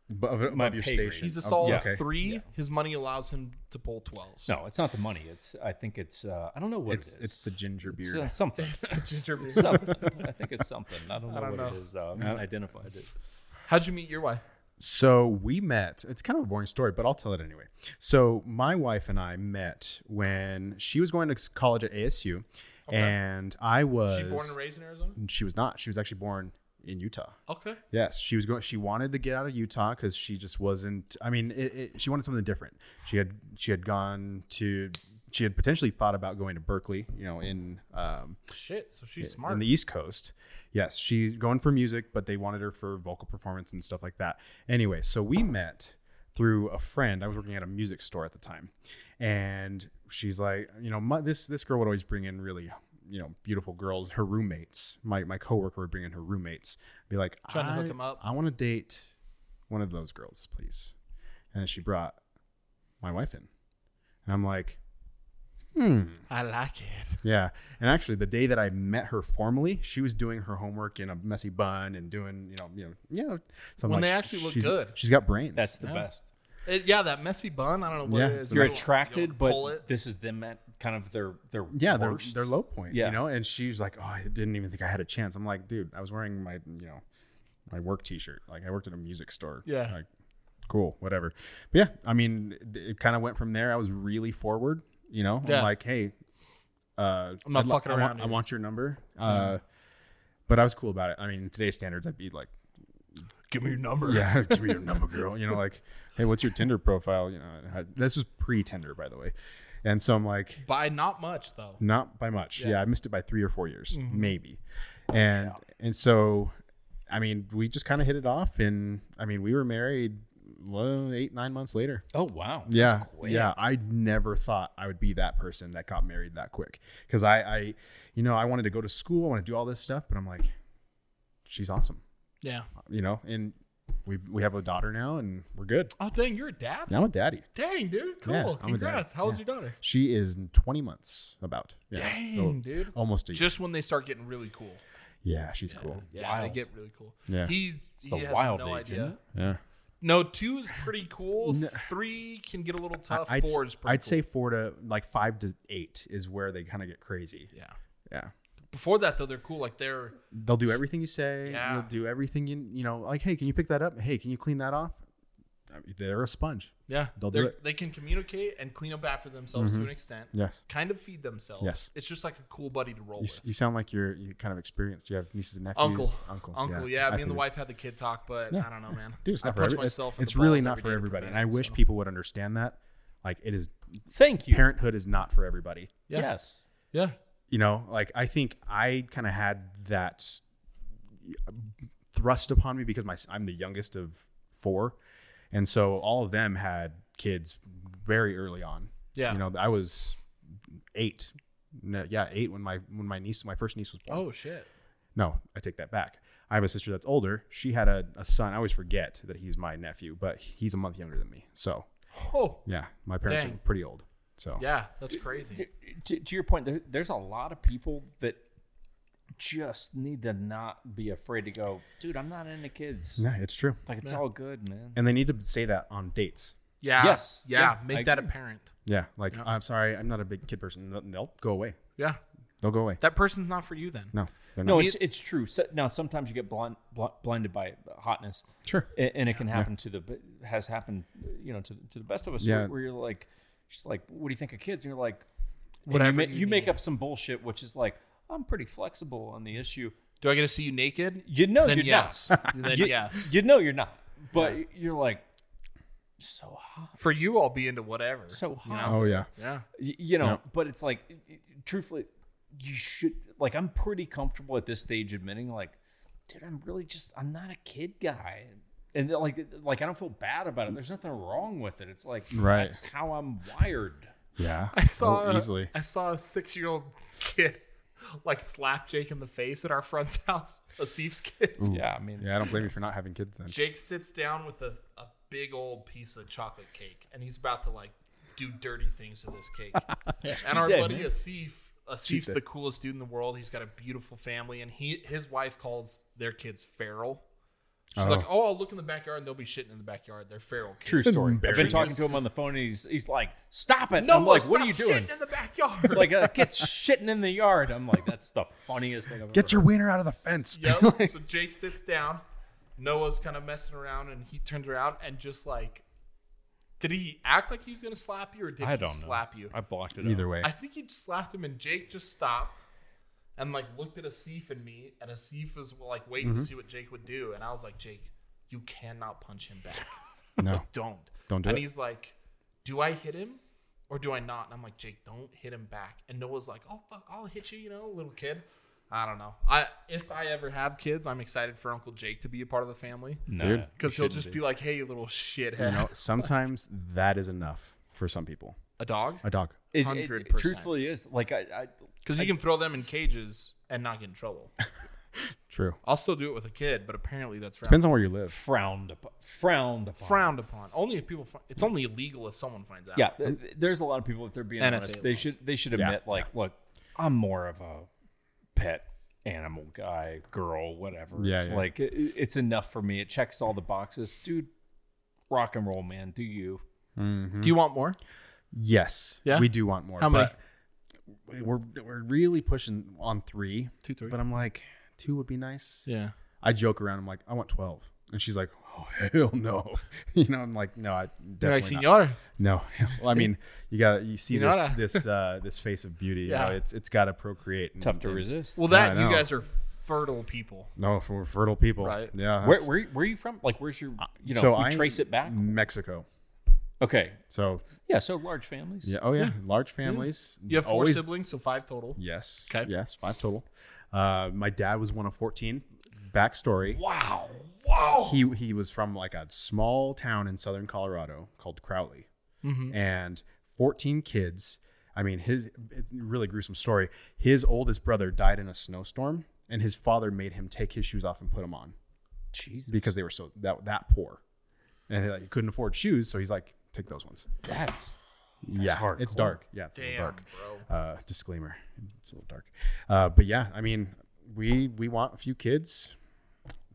Speaker 1: Above, above
Speaker 3: My
Speaker 1: your
Speaker 3: pay grade.
Speaker 1: station.
Speaker 2: He's a
Speaker 1: Oh,
Speaker 2: solid
Speaker 1: okay.
Speaker 2: three. His money allows him to pull 12s.
Speaker 3: No, it's not the money. It's I think it's uh, I don't know what
Speaker 1: It's
Speaker 3: it is.
Speaker 1: it's the ginger
Speaker 3: It's,
Speaker 1: beard.
Speaker 3: uh, something.
Speaker 2: Ginger beer.
Speaker 3: something. I think it's something. I don't know
Speaker 2: don't
Speaker 3: what
Speaker 2: know.
Speaker 3: it is though. I haven't identified it.
Speaker 2: How'd you meet your wife?
Speaker 1: So we met. It's kind of a boring story, but I'll tell it anyway. So my wife and I met when she was going to college at ASU, and I was.
Speaker 2: She born and raised in Arizona?
Speaker 1: she was not. She was actually born in Utah.
Speaker 2: Okay.
Speaker 1: Yes, she was going. She wanted to get out of Utah because she just wasn't. I mean, it, it, she wanted something different. She had she had gone to. she had potentially thought about going to Berkeley, you know, in um,
Speaker 2: Shit. So she's smart.
Speaker 1: in the East Coast. Yes, she's going for music, but they wanted her for vocal performance and stuff like that. Anyway, so we met through a friend. I was working at a music store at the time, and she's like, you know, my, this this girl would always bring in really, you know, beautiful girls. Her roommates, my my coworker would bring in her roommates, be like,
Speaker 2: Trying to hook
Speaker 1: "I-
Speaker 2: 'em up."
Speaker 1: I want to date one of those girls, please. And then she brought my wife in, and I'm like, hmm.
Speaker 2: I like it.
Speaker 1: Yeah. And actually the day that I met her formally, she was doing her homework in a messy bun and doing, you know, you know, you know so I'm
Speaker 2: When they
Speaker 1: like,
Speaker 2: actually look
Speaker 1: she's-
Speaker 2: good.
Speaker 1: She's got brains.
Speaker 3: That's the
Speaker 2: Yeah.
Speaker 3: best.
Speaker 2: It- Uh, Yeah, that messy bun. I don't know what
Speaker 1: Yeah,
Speaker 2: it
Speaker 1: it's
Speaker 2: is.
Speaker 1: the
Speaker 3: You're
Speaker 1: You'll-
Speaker 3: attracted,
Speaker 2: you'll
Speaker 3: but
Speaker 2: pull it.
Speaker 3: this is them at kind of their their
Speaker 1: yeah, their,
Speaker 3: worst.
Speaker 1: their low point,
Speaker 3: Yeah.
Speaker 1: you know, and she's like, Oh, I didn't even think I had a chance. I'm like, dude, I was wearing my, you know, my work t-shirt. Like I worked at a music store.
Speaker 2: Yeah.
Speaker 1: Like, cool, whatever. But yeah, I mean, th- it kind of went from there. I was really forward, you know,
Speaker 2: Yeah.
Speaker 1: I'm like, Hey, uh,
Speaker 2: I'm not
Speaker 1: I'd
Speaker 2: fucking
Speaker 1: I want-
Speaker 2: around
Speaker 1: I
Speaker 2: here. Mm.
Speaker 1: want your number. Uh, but I was cool about it. I mean, in today's standards, I'd be like,
Speaker 2: Give me your number.
Speaker 1: Yeah, give me your number, girl. You know, like, hey, what's your Tinder profile? You know, I- this was pre Tinder, by the way. And so I'm like,
Speaker 2: By not much though.
Speaker 1: not by much. Yeah, I missed it by three or four years,
Speaker 3: Mm-hmm.
Speaker 1: maybe. And and so, I mean, we just kind of hit it off, and I mean, we were married well, eight nine months later.
Speaker 3: Oh wow. That's
Speaker 1: Yeah,
Speaker 3: quick.
Speaker 1: yeah. I never thought I would be that person that got married that quick because I, I, you know, I wanted to go to school, I want to do all this stuff, but I'm like, she's awesome,
Speaker 2: Yeah.
Speaker 1: you know, and. We, we have a daughter now and we're good.
Speaker 2: Oh dang, you're a dad.
Speaker 1: Now a daddy.
Speaker 2: Dang, dude. Cool.
Speaker 1: Yeah, I'm a dad.
Speaker 2: Congrats. How old's
Speaker 1: Yeah.
Speaker 2: your daughter?
Speaker 1: She is 20 months about. Yeah. Oh.
Speaker 2: Dang,
Speaker 1: So,
Speaker 2: dude.
Speaker 1: Almost a year.
Speaker 2: Just when they start getting really cool.
Speaker 1: yeah, she's cool.
Speaker 2: Yeah, they
Speaker 3: Wild.
Speaker 2: get really cool.
Speaker 1: Yeah.
Speaker 2: He's
Speaker 3: the
Speaker 2: he has
Speaker 3: wild
Speaker 2: no
Speaker 3: age,
Speaker 2: idea.
Speaker 3: isn't it?
Speaker 1: Yeah.
Speaker 2: No, two is pretty cool. Three can get a little tough.
Speaker 1: I'd,
Speaker 2: Four is Uh, pretty
Speaker 1: I'd
Speaker 2: cool.
Speaker 1: say four to like five to eight is where they kind of get crazy.
Speaker 2: Yeah.
Speaker 1: Yeah.
Speaker 2: Before that though, they're cool. Like they're
Speaker 1: They'll do everything you say.
Speaker 2: Yeah.
Speaker 1: They'll do everything you, you know, like, hey, can you pick that up? Hey, can you clean that off? I mean, they're a sponge.
Speaker 2: yeah.
Speaker 1: They'll do
Speaker 2: they're,
Speaker 1: it.
Speaker 2: They can communicate and clean up after themselves to an extent.
Speaker 1: Yes.
Speaker 2: Kind of feed themselves.
Speaker 1: Yes.
Speaker 2: It's just like a cool buddy to roll
Speaker 1: You,
Speaker 2: with.
Speaker 1: s- you sound like you're you kind of experienced. You have nieces and nephews.
Speaker 2: Uncle,
Speaker 1: Uncle.
Speaker 2: uncle. Yeah,
Speaker 1: I
Speaker 2: me and the
Speaker 1: figured.
Speaker 2: wife had the kid talk, but I don't know, man.
Speaker 1: Dude, it's
Speaker 2: I
Speaker 1: not for
Speaker 2: punch
Speaker 1: everybody. It's,
Speaker 2: myself in the
Speaker 1: it's really
Speaker 2: balls
Speaker 1: not
Speaker 2: every
Speaker 1: for
Speaker 2: day to
Speaker 1: everybody. And I
Speaker 2: prevent it,
Speaker 1: wish
Speaker 2: so.
Speaker 1: people would understand that. Like, it is
Speaker 3: Thank you.
Speaker 1: parenthood is not for everybody.
Speaker 2: Yeah.
Speaker 3: Yes.
Speaker 2: Yeah.
Speaker 1: you know like i think i kind of had that thrust upon me because my i'm the youngest of four and so all of them had kids very early on
Speaker 2: Yeah.
Speaker 1: you know i was eight no, yeah eight when my when my niece my first niece was born
Speaker 2: Oh shit.
Speaker 1: no i take that back i have a sister that's older she had a, a son i always forget that he's my nephew but he's a month younger than me so
Speaker 2: Oh.
Speaker 1: yeah my parents
Speaker 2: Dang.
Speaker 1: are pretty old so
Speaker 2: Yeah, that's crazy.
Speaker 3: To, to your point, there, there's a lot of people that just need to not be afraid to go, dude. I'm not into kids.
Speaker 1: yeah it's true
Speaker 3: Like it's all good, man.
Speaker 1: and they need to say that on dates
Speaker 2: Yeah.
Speaker 3: Yes.
Speaker 2: Yeah.
Speaker 3: Yeah,
Speaker 2: Make
Speaker 3: I
Speaker 2: that
Speaker 3: agree.
Speaker 2: apparent.
Speaker 1: Yeah, like I'm sorry, I'm not a big kid person. They'll- They'll go away.
Speaker 2: Yeah.
Speaker 1: They'll go away.
Speaker 2: That person's not for you then.
Speaker 1: No, they're not.
Speaker 3: No, it's it's true. So, now sometimes you get blind, bl- blinded by hotness,
Speaker 1: sure.
Speaker 3: and, and it can happen to the has happened, you know, to, to the best of us.
Speaker 1: Yeah.
Speaker 3: Where you're like, she's like, "What do you think of kids?" And you're like, and
Speaker 2: Whatever
Speaker 3: You, ma-
Speaker 2: you
Speaker 3: you make
Speaker 2: need.
Speaker 3: up some bullshit, which is like, I'm pretty flexible on the issue.
Speaker 2: Do I get to see you naked?
Speaker 3: You know,
Speaker 2: then
Speaker 3: you're
Speaker 2: yes.
Speaker 3: not.
Speaker 2: then yes.
Speaker 3: You know, you're not. But you're like, so hot,
Speaker 2: For you, I'll be into whatever.
Speaker 3: so hot.
Speaker 1: Oh yeah.
Speaker 2: yeah.
Speaker 3: Y- you know
Speaker 1: Yeah.
Speaker 3: but it's like it- it- truthfully you should like i'm pretty comfortable at this stage admitting like dude i'm really just i'm not a kid guy and they're like like i don't feel bad about it there's nothing wrong with it it's like
Speaker 1: Right.
Speaker 3: that's how i'm wired
Speaker 1: Yeah.
Speaker 2: I saw
Speaker 1: oh,
Speaker 2: a-
Speaker 1: easily.
Speaker 2: I saw a six year old kid like slap Jake in the face at our friend's house. Asif's kid.
Speaker 3: yeah i mean
Speaker 1: Yeah, I don't blame you for not having kids then.
Speaker 2: Jake sits down with a, a big old piece of chocolate cake and he's about to like do dirty things to this cake. and our
Speaker 3: did,
Speaker 2: buddy
Speaker 3: man.
Speaker 2: Asif Asif's
Speaker 1: did.
Speaker 2: the coolest dude in the world. He's got a beautiful family and he his wife calls their kids feral. She's
Speaker 1: Oh.
Speaker 2: like, Oh, I'll look in the backyard and they'll be shitting in the backyard. They're feral kids.
Speaker 3: true story i've been
Speaker 1: Embarrassing.
Speaker 3: talking to him on the phone and he's, he's like stop it
Speaker 2: No,
Speaker 3: i'm like
Speaker 2: one's
Speaker 3: what are
Speaker 2: not
Speaker 3: you doing
Speaker 2: Shitting in the backyard.
Speaker 3: like a kid's shitting in the yard i'm like that's the funniest thing i've
Speaker 1: Get your wiener out of the fence.
Speaker 2: Yep. so Jake sits down. Noah's kind of messing around, and he turns around and just like, did he act like he was gonna slap you, or did
Speaker 3: ever. i
Speaker 2: he
Speaker 3: don't know
Speaker 2: slap you?
Speaker 3: i blocked it out.
Speaker 1: Either way.
Speaker 2: I think he just slapped him, and Jake just stopped and like looked at Asif and me, and Asif was like waiting
Speaker 3: Mm-hmm.
Speaker 2: to see what Jake would do, and I was like, Jake, you cannot punch him back.
Speaker 1: no.
Speaker 2: Don't.
Speaker 1: Oh. Don't do
Speaker 2: and
Speaker 1: it.
Speaker 2: he's like, do I hit him? or do I not? And I'm like, Jake, don't hit him back. And Noah's like, oh fuck, I'll hit you, you know, little kid. I don't know. I if I ever have kids, I'm excited for Uncle Jake to be a part of the family
Speaker 3: No,
Speaker 1: Dude.
Speaker 3: you
Speaker 2: because he'll
Speaker 3: shouldn't
Speaker 2: just be like, hey, you little shithead.
Speaker 1: You know, sometimes that is enough for some people.
Speaker 2: a dog?
Speaker 1: A dog.
Speaker 3: It- it-
Speaker 2: 100%.
Speaker 3: truthfully is like I, I
Speaker 2: Because you can throw them in cages and not get in trouble.
Speaker 1: True.
Speaker 2: I'll still do it with a kid, but apparently that's frowned,
Speaker 1: Depends on where you live.
Speaker 3: frowned upon, frowned upon.
Speaker 2: frowned upon. Only if people. Fi- it's
Speaker 1: Hmm.
Speaker 2: only illegal if someone finds out.
Speaker 3: Yeah, th- th- there's a lot of people if they're being
Speaker 2: And if
Speaker 3: honest,
Speaker 2: they
Speaker 3: they
Speaker 2: lost.
Speaker 3: should they should
Speaker 1: Yeah.
Speaker 3: admit like, look, I'm more of a pet animal guy, girl, whatever.
Speaker 1: Yeah,
Speaker 3: it's
Speaker 1: yeah.
Speaker 3: like it, it- it's enough for me. It checks all the boxes, dude. Rock and roll, man. Do you?
Speaker 2: Do you want more?
Speaker 1: Yes.
Speaker 2: Yeah?
Speaker 1: We do want more.
Speaker 2: How many?
Speaker 1: but We're we're really pushing on three,
Speaker 2: Two, three.
Speaker 1: but I'm like two would be nice.
Speaker 2: yeah.
Speaker 1: I joke around. I'm like, I want twelve, and she's like, Oh hell no. you know, I'm like, No, I
Speaker 2: They're like,
Speaker 1: definitely not.
Speaker 2: Senor.
Speaker 1: No. Well, I mean, you got to you see
Speaker 2: Senora.
Speaker 1: this this uh, this face of beauty. Yeah.
Speaker 2: Yeah.
Speaker 1: it's it's got to procreate. and-
Speaker 3: Tough to
Speaker 1: and-
Speaker 3: resist.
Speaker 2: Well,
Speaker 1: Yeah, I
Speaker 2: that you
Speaker 1: know.
Speaker 2: guys are fertile people.
Speaker 1: No, for fertile people.
Speaker 2: Right.
Speaker 1: Yeah.
Speaker 3: where,
Speaker 1: that's-
Speaker 3: where where are you from? Like, where's your you know?
Speaker 1: so
Speaker 3: if we
Speaker 1: I'm-
Speaker 3: trace it back.
Speaker 1: Mexico.
Speaker 3: Okay,
Speaker 1: So
Speaker 3: yeah. So large families.
Speaker 1: yeah. Oh yeah. Large families.
Speaker 2: You have four
Speaker 1: always-
Speaker 2: siblings, so five total.
Speaker 1: Yes.
Speaker 2: Okay.
Speaker 1: Yes, five total. Uh, my dad was one of fourteen. Backstory:
Speaker 3: Wow. Wow.
Speaker 1: he he was from like a small town in southern Colorado called Crowley,
Speaker 3: Mm-hmm.
Speaker 1: and fourteen kids. I mean, his it's a really gruesome story. His oldest brother died in a snowstorm, and his father made him take his shoes off and put them on
Speaker 3: Jesus,
Speaker 1: because they were so that that poor, and he, like, he couldn't afford shoes, so he's like, take those ones.
Speaker 3: that's
Speaker 1: yeah,
Speaker 3: hardcore.
Speaker 1: it's dark. Yeah, it's a little
Speaker 2: Damn,
Speaker 1: dark.
Speaker 2: bro.
Speaker 1: Uh, disclaimer: it's a little dark. Uh, but yeah, I mean, we we want a few kids.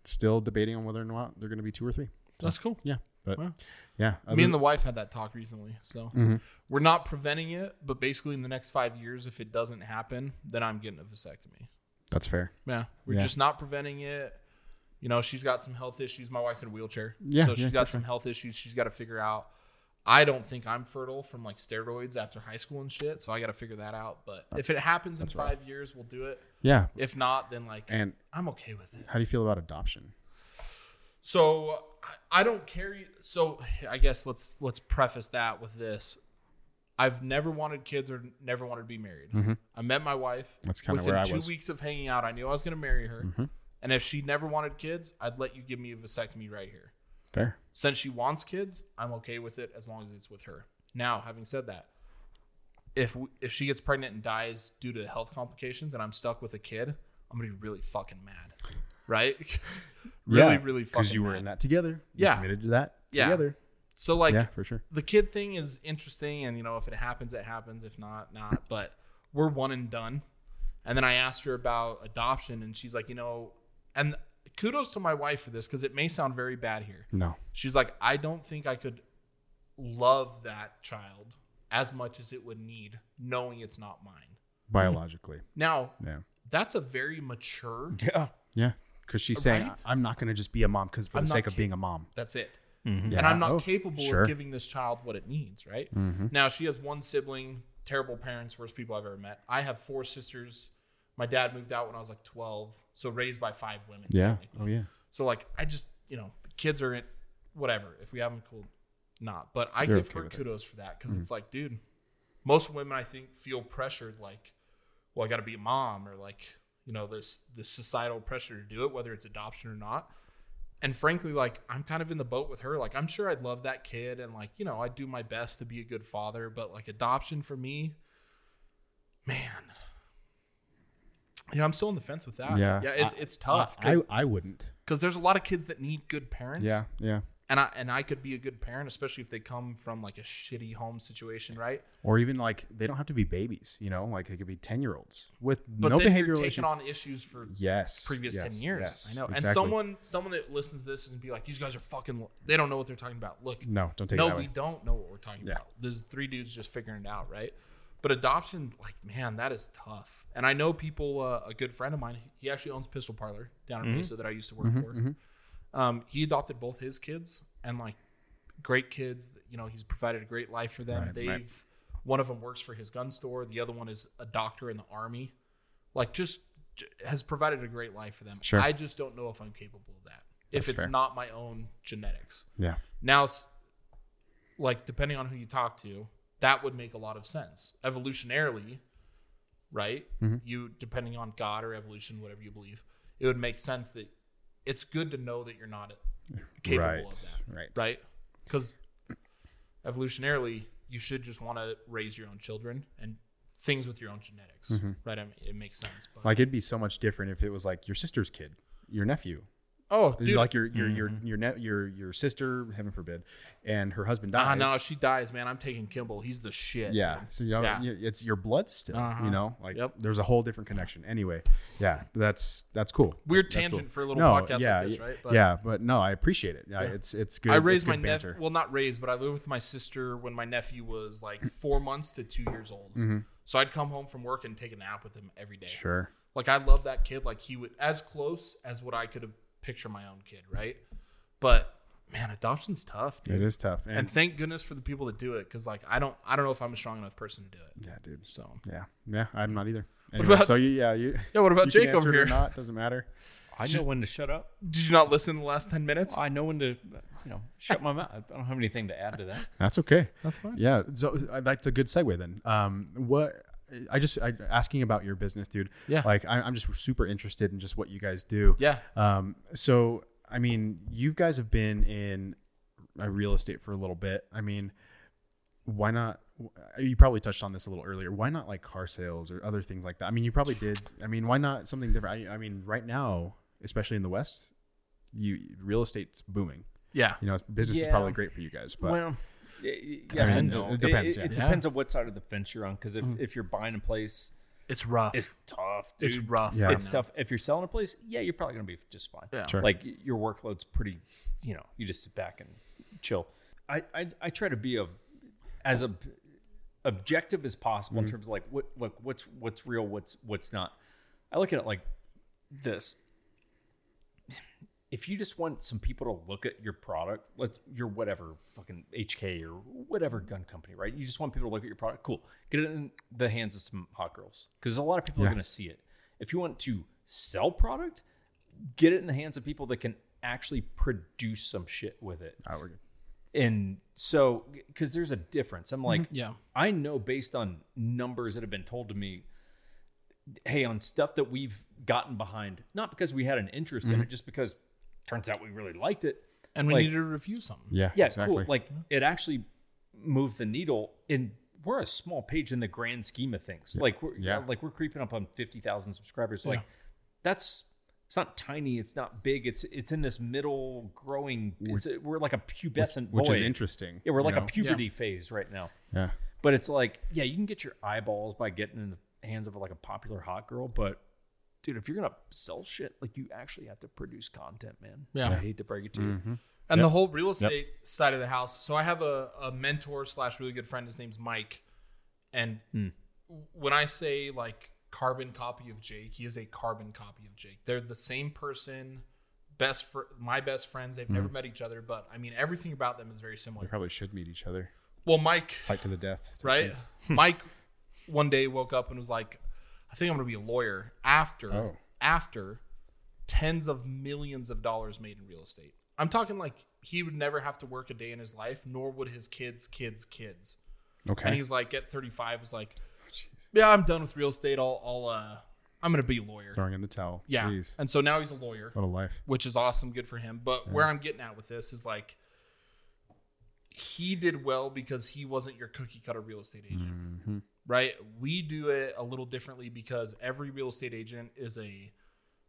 Speaker 1: Still debating on whether or not they're going to be two or three.
Speaker 2: That's cool.
Speaker 1: Yeah, but
Speaker 2: Wow.
Speaker 1: yeah,
Speaker 2: Me and the wife had that talk recently, so
Speaker 1: Mm-hmm.
Speaker 2: we're not preventing it, but basically in the next five years, if it doesn't happen, then I'm getting a vasectomy.
Speaker 1: that's fair.
Speaker 2: Yeah, we're
Speaker 1: Yeah.
Speaker 2: just not preventing it. You know, she's got some health issues. My wife's in a wheelchair,
Speaker 1: Yeah,
Speaker 2: so she's
Speaker 1: yeah,
Speaker 2: got some health issues. She's got to figure out. I don't think I'm fertile from like steroids after high school and shit, so I got to figure that out. But if it happens in five years, we'll do it.
Speaker 1: Yeah,
Speaker 2: If not, then like
Speaker 1: and
Speaker 2: I'm okay with it.
Speaker 1: how do you feel about adoption?
Speaker 2: So I- I don't carry. So I guess let's let's preface that with this. I've never wanted kids or never wanted to be married. I met my wife.
Speaker 1: Mm-hmm. That's kinda
Speaker 2: within
Speaker 1: where I
Speaker 2: two
Speaker 1: was. Mm-hmm.
Speaker 2: weeks of hanging out. I knew I was going to marry her, and if she never wanted kids, I'd let you give me a vasectomy right here.
Speaker 1: Fair.
Speaker 2: Since she wants kids, I'm okay with it as long as it's with her. Now, having said that, if we, if she gets pregnant and dies due to health complications, and I'm stuck with a kid, I'm gonna be really fucking mad, right? really, really fucking.
Speaker 1: because you were
Speaker 2: mad.
Speaker 1: in that together. You
Speaker 2: Yeah.
Speaker 1: committed to that
Speaker 2: Yeah.
Speaker 1: together.
Speaker 2: So like
Speaker 1: yeah, for sure.
Speaker 2: the kid thing is interesting, and you know if it happens, it happens. If not, not. But we're one and done. And then I asked her about adoption, and she's like, you know, and kudos to my wife for this because it may sound very bad here.
Speaker 1: No,
Speaker 2: She's like, I don't think I could love that child as much as it would need, knowing it's not mine.
Speaker 1: biologically.
Speaker 2: Now,
Speaker 1: Yeah,
Speaker 2: that's a very mature.
Speaker 3: yeah.
Speaker 1: yeah. Because she's saying
Speaker 2: Right?
Speaker 1: "I- I'm not going to just be a mom because for
Speaker 2: I'm
Speaker 1: the
Speaker 2: not
Speaker 1: sake of
Speaker 2: ki-
Speaker 1: being a mom.
Speaker 2: That's it.
Speaker 1: Yeah.
Speaker 2: and I'm not
Speaker 1: Oh,
Speaker 2: capable
Speaker 1: sure. Mm-hmm.
Speaker 2: of giving this child what it needs, right? Now she has one sibling, terrible parents, worst people I've ever met. I have four sisters. My dad moved out when I was like 12, so raised by five women.
Speaker 1: Yeah.
Speaker 2: technically.
Speaker 1: Oh yeah.
Speaker 2: So like I just, you know, the kids are in whatever. If we have them cool, not. But I
Speaker 1: They're
Speaker 2: give
Speaker 1: okay
Speaker 2: her
Speaker 1: with it. Mm-hmm.
Speaker 2: kudos for that because it's like, dude, most women I think feel pressured like, well, I got to be a mom or like, you know, this this societal pressure to do it, whether it's adoption or not. And frankly, like I'm kind of in the boat with her. Like I'm sure I'd love that kid and like, you know, I do my best to be a good father, but like adoption for me, man. Yeah, I'm still on the fence with that.
Speaker 1: Yeah.
Speaker 2: yeah, it's it's tough. 'cause-
Speaker 1: I I wouldn't.
Speaker 2: because there's a lot of kids that need good parents.
Speaker 1: Yeah. Yeah.
Speaker 2: and I and I could be a good parent, especially if they come from like a shitty home situation, right?
Speaker 1: or even like they don't have to be babies you know like they could be 10 year olds with
Speaker 2: But
Speaker 1: no
Speaker 2: then
Speaker 1: behavior
Speaker 2: you're taking
Speaker 1: issue
Speaker 2: on issues for
Speaker 1: yes
Speaker 2: previous
Speaker 1: yes,
Speaker 2: ten years.
Speaker 1: yes,
Speaker 2: I know, and
Speaker 1: exactly.
Speaker 2: someone someone that listens to this and be like, these guys are fucking, they don't know what they're talking about. Look,
Speaker 1: no don't take it
Speaker 2: no,
Speaker 1: that
Speaker 2: we
Speaker 1: way
Speaker 2: don't know what we're talking
Speaker 1: Yeah.
Speaker 2: about. There's three dudes just figuring it out, right? But adoption, like man, that is tough. And I know people. Uh, a good friend of mine, he actually owns Pistol Parlor down in
Speaker 1: Mm-hmm.
Speaker 2: Mesa that I used to work for. Um, he adopted both his kids and like great kids. that, You know, he's provided a great life for them.
Speaker 1: Right,
Speaker 2: They've
Speaker 1: right.
Speaker 2: one of them works for his gun store. The other one is a doctor in the army. Like just j- has provided a great life for them.
Speaker 1: Sure.
Speaker 2: I just don't know if I'm capable of that.
Speaker 1: That's
Speaker 2: if it's
Speaker 1: fair.
Speaker 2: not my own genetics.
Speaker 1: yeah
Speaker 2: Now, s- like depending on who you talk to, that would make a lot of sense evolutionarily right
Speaker 1: Mm-hmm.
Speaker 2: you depending on god or evolution whatever you believe it would make sense that it's good to know that you're not uh, capable of
Speaker 1: Right.
Speaker 2: that
Speaker 3: Right.
Speaker 2: right? Because evolutionarily, you should just want to raise your own children and things with your own genetics, right? I mean, it makes sense. But
Speaker 1: Mm-hmm. Like it'd be so much different if it was like your sister's kid, your nephew,
Speaker 2: oh, dude,
Speaker 1: like your your your your ne- your your sister, heaven forbid, and her husband dies.
Speaker 2: ah, no, if she dies, man. I'm taking Kimball. He's the shit.
Speaker 1: yeah. So you know,
Speaker 2: Yeah.
Speaker 1: you- it's your blood still.
Speaker 2: Uh-huh.
Speaker 1: You know, like
Speaker 2: Yep.
Speaker 1: there's a whole different connection. Anyway, yeah, that's that's cool.
Speaker 2: Weird
Speaker 1: That's cool.
Speaker 2: tangent for a little podcast
Speaker 1: yeah,
Speaker 2: like this,
Speaker 1: y-
Speaker 2: right?
Speaker 1: yeah, but no, I appreciate it. Yeah, it's it's good.
Speaker 2: I
Speaker 1: it's
Speaker 2: raised
Speaker 1: good
Speaker 2: my nephew.
Speaker 1: banter.
Speaker 2: Well, not raised, but I lived with my sister when my nephew was like four months to two years old. So I'd come home from work and take a nap with him every day.
Speaker 1: Mm-hmm. Sure.
Speaker 2: Like I love that kid. Like he would as close as what I could have pictured my own kid, right? But man, adoption's tough, dude.
Speaker 1: It is tough. And,
Speaker 2: And thank goodness for the people that do it, because like I don't, I don't know if I'm a strong enough person to do it.
Speaker 1: yeah, dude.
Speaker 2: So
Speaker 1: Yeah. Yeah, I'm not either. Anyway,
Speaker 2: about-
Speaker 1: so you, yeah, you
Speaker 2: yeah, what about
Speaker 1: you
Speaker 2: Jake
Speaker 1: can answer
Speaker 2: over
Speaker 1: it
Speaker 2: here?
Speaker 1: or not, doesn't matter.
Speaker 3: I know when to shut up.
Speaker 2: Did you not listen the last ten minutes?
Speaker 3: I know when to, you know, shut my mouth. I don't have anything to add to that.
Speaker 1: That's okay.
Speaker 2: That's fine.
Speaker 1: Yeah, so uh, that's a good segue then. Um, what I just I, asking about your business, dude.
Speaker 2: Yeah.
Speaker 1: like I, I'm just super interested in just what you guys do.
Speaker 2: Yeah.
Speaker 1: Um, so I mean, you guys have been in uh, real estate for a little bit. I mean, why not? uh, You probably touched on this a little earlier. Why not like car sales or other things like that? I mean, you probably did. I mean, why not something different? I, I mean, right now, especially in the West, you real estate's booming.
Speaker 2: Yeah.
Speaker 1: You know, it's- business is
Speaker 3: Yeah.
Speaker 1: probably great for you guys, but
Speaker 3: well, y- y- yes
Speaker 1: mean,
Speaker 3: and
Speaker 1: it's-
Speaker 3: no.
Speaker 1: it depends,
Speaker 3: It,
Speaker 1: yeah. Mm.
Speaker 3: it
Speaker 2: Yeah.
Speaker 3: depends on what side of the fence you're on. Because if, if you're buying a place,
Speaker 2: It's rough.
Speaker 3: it's tough. Dude.
Speaker 2: It's rough
Speaker 1: Yeah.
Speaker 2: right
Speaker 1: It's
Speaker 2: now.
Speaker 3: Stuff. If you're selling a place, yeah, you're probably gonna be just fine.
Speaker 2: Yeah.
Speaker 1: Sure.
Speaker 3: Like y- your workload's pretty. You know, you just sit back and chill. I I, I try to be a as ob objective as possible
Speaker 1: Mm.
Speaker 3: in terms of like what look what's what's real, what's what's not. I look at it like this. If you just want some people to look at your product, let's your whatever fucking HK or whatever gun company, right? You just want people to look at your product. Cool. Get it in the hands of some hot girls because a lot of people are
Speaker 1: Yeah.
Speaker 3: going to see it. If you want to sell product, get it in the hands of people that can actually produce some shit with it.
Speaker 1: Ah, we're good.
Speaker 3: And so, because there's a difference. I'm like,
Speaker 2: yeah.
Speaker 3: I know based on numbers that have been told to me, hey, on stuff that we've gotten behind, not because we had an interest
Speaker 1: Mm-hmm.
Speaker 3: in it, just because turns out we really liked it.
Speaker 2: And we
Speaker 3: Like-
Speaker 2: needed to review something.
Speaker 1: Yeah,
Speaker 3: Yeah,
Speaker 1: exactly.
Speaker 3: cool. Like it actually moved the needle, and we're a small page in the grand scheme of things. Like we're yeah.
Speaker 1: Yeah.
Speaker 3: like we're creeping up on fifty thousand subscribers. Like that's it's not tiny, it's not big, it's it's in this middle growing. It's, we're like a pubescent
Speaker 1: which is
Speaker 3: void.
Speaker 1: interesting.
Speaker 3: Yeah, we're
Speaker 1: you
Speaker 3: like a
Speaker 1: know?
Speaker 3: puberty phase right now.
Speaker 1: yeah.
Speaker 3: But it's like, yeah, you can get your eyeballs by getting in the hands of like a popular hot girl, but dude, if you're gonna sell shit, like you actually have to produce content, man.
Speaker 2: Yeah.
Speaker 3: I hate to break it to you.
Speaker 2: and the whole real estate side of the house. So I have a, a mentor slash really good friend. His name's Mike, and when I say like carbon copy of Jake, he is a carbon copy of Jake. They're the same person, best for my best friends. They've never met each other, but I mean everything about them is very
Speaker 1: We
Speaker 2: similar.
Speaker 1: probably should meet each other.
Speaker 2: Well, Mike
Speaker 1: Fight to the death.
Speaker 2: right?
Speaker 1: Hmm.
Speaker 2: Mike one day woke up and was like, I think I'm gonna be a lawyer after
Speaker 1: Oh.
Speaker 2: after tens of millions of dollars made in real estate. I'm talking like he would never have to work a day in his life, nor would his kids, kids, kids.
Speaker 1: Okay.
Speaker 2: And he's like at 35 was like,
Speaker 1: Oh,
Speaker 2: Yeah, I'm done with real estate. I'll I'll uh I'm gonna be a lawyer.
Speaker 1: Throwing in the towel.
Speaker 2: Yeah.
Speaker 1: Oh, Jeez.
Speaker 2: And so now he's a lawyer
Speaker 1: What a life.
Speaker 2: which is awesome, good for him. But where I'm getting at with this is like he did well because he wasn't your cookie cutter real estate agent.
Speaker 1: Mm-hmm.
Speaker 2: Right? We do it a little differently because every real estate agent is a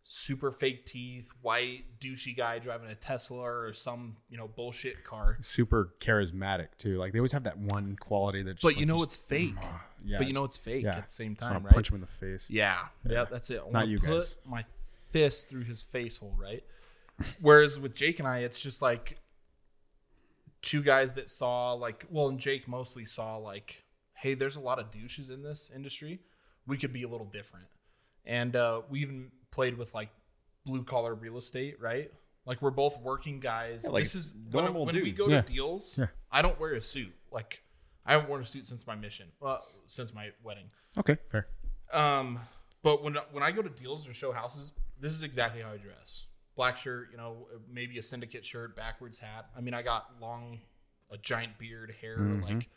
Speaker 2: super fake teeth, white, douchey guy driving a Tesla or some, you know, bullshit car.
Speaker 1: Super charismatic too. Like they always have that one quality that. Just,
Speaker 2: But
Speaker 1: like,
Speaker 2: you know
Speaker 1: just-
Speaker 2: it's fake.
Speaker 1: yeah,
Speaker 2: but you know
Speaker 1: just-
Speaker 2: it's fake
Speaker 1: yeah.
Speaker 2: at the same
Speaker 1: just wanna
Speaker 2: time, right?
Speaker 1: Punch him in the face.
Speaker 2: Yeah, yeah, that's it. I wanna
Speaker 1: you
Speaker 2: put
Speaker 1: guys.
Speaker 2: My fist through his face hole, right? Whereas with Jake and I, it's just like two guys that saw like, well, and Jake mostly saw like, hey, there's a lot of douches in this industry. We could be a little different, and uh, we even played with like blue collar real estate, right? Like we're both working guys.
Speaker 3: Yeah, like,
Speaker 2: this is
Speaker 3: it's
Speaker 2: when,
Speaker 3: normal
Speaker 2: when we
Speaker 3: dudes.
Speaker 2: go
Speaker 1: Yeah.
Speaker 2: to deals.
Speaker 1: Yeah.
Speaker 2: I don't wear a suit. Like I haven't worn a suit since my mission, well, since my wedding.
Speaker 1: Okay. Fair.
Speaker 2: Um, but when when I go to deals or show houses, this is exactly how I dress: black shirt, you know, maybe a syndicate shirt, backwards hat. I mean, I got long, a giant beard, hair. Like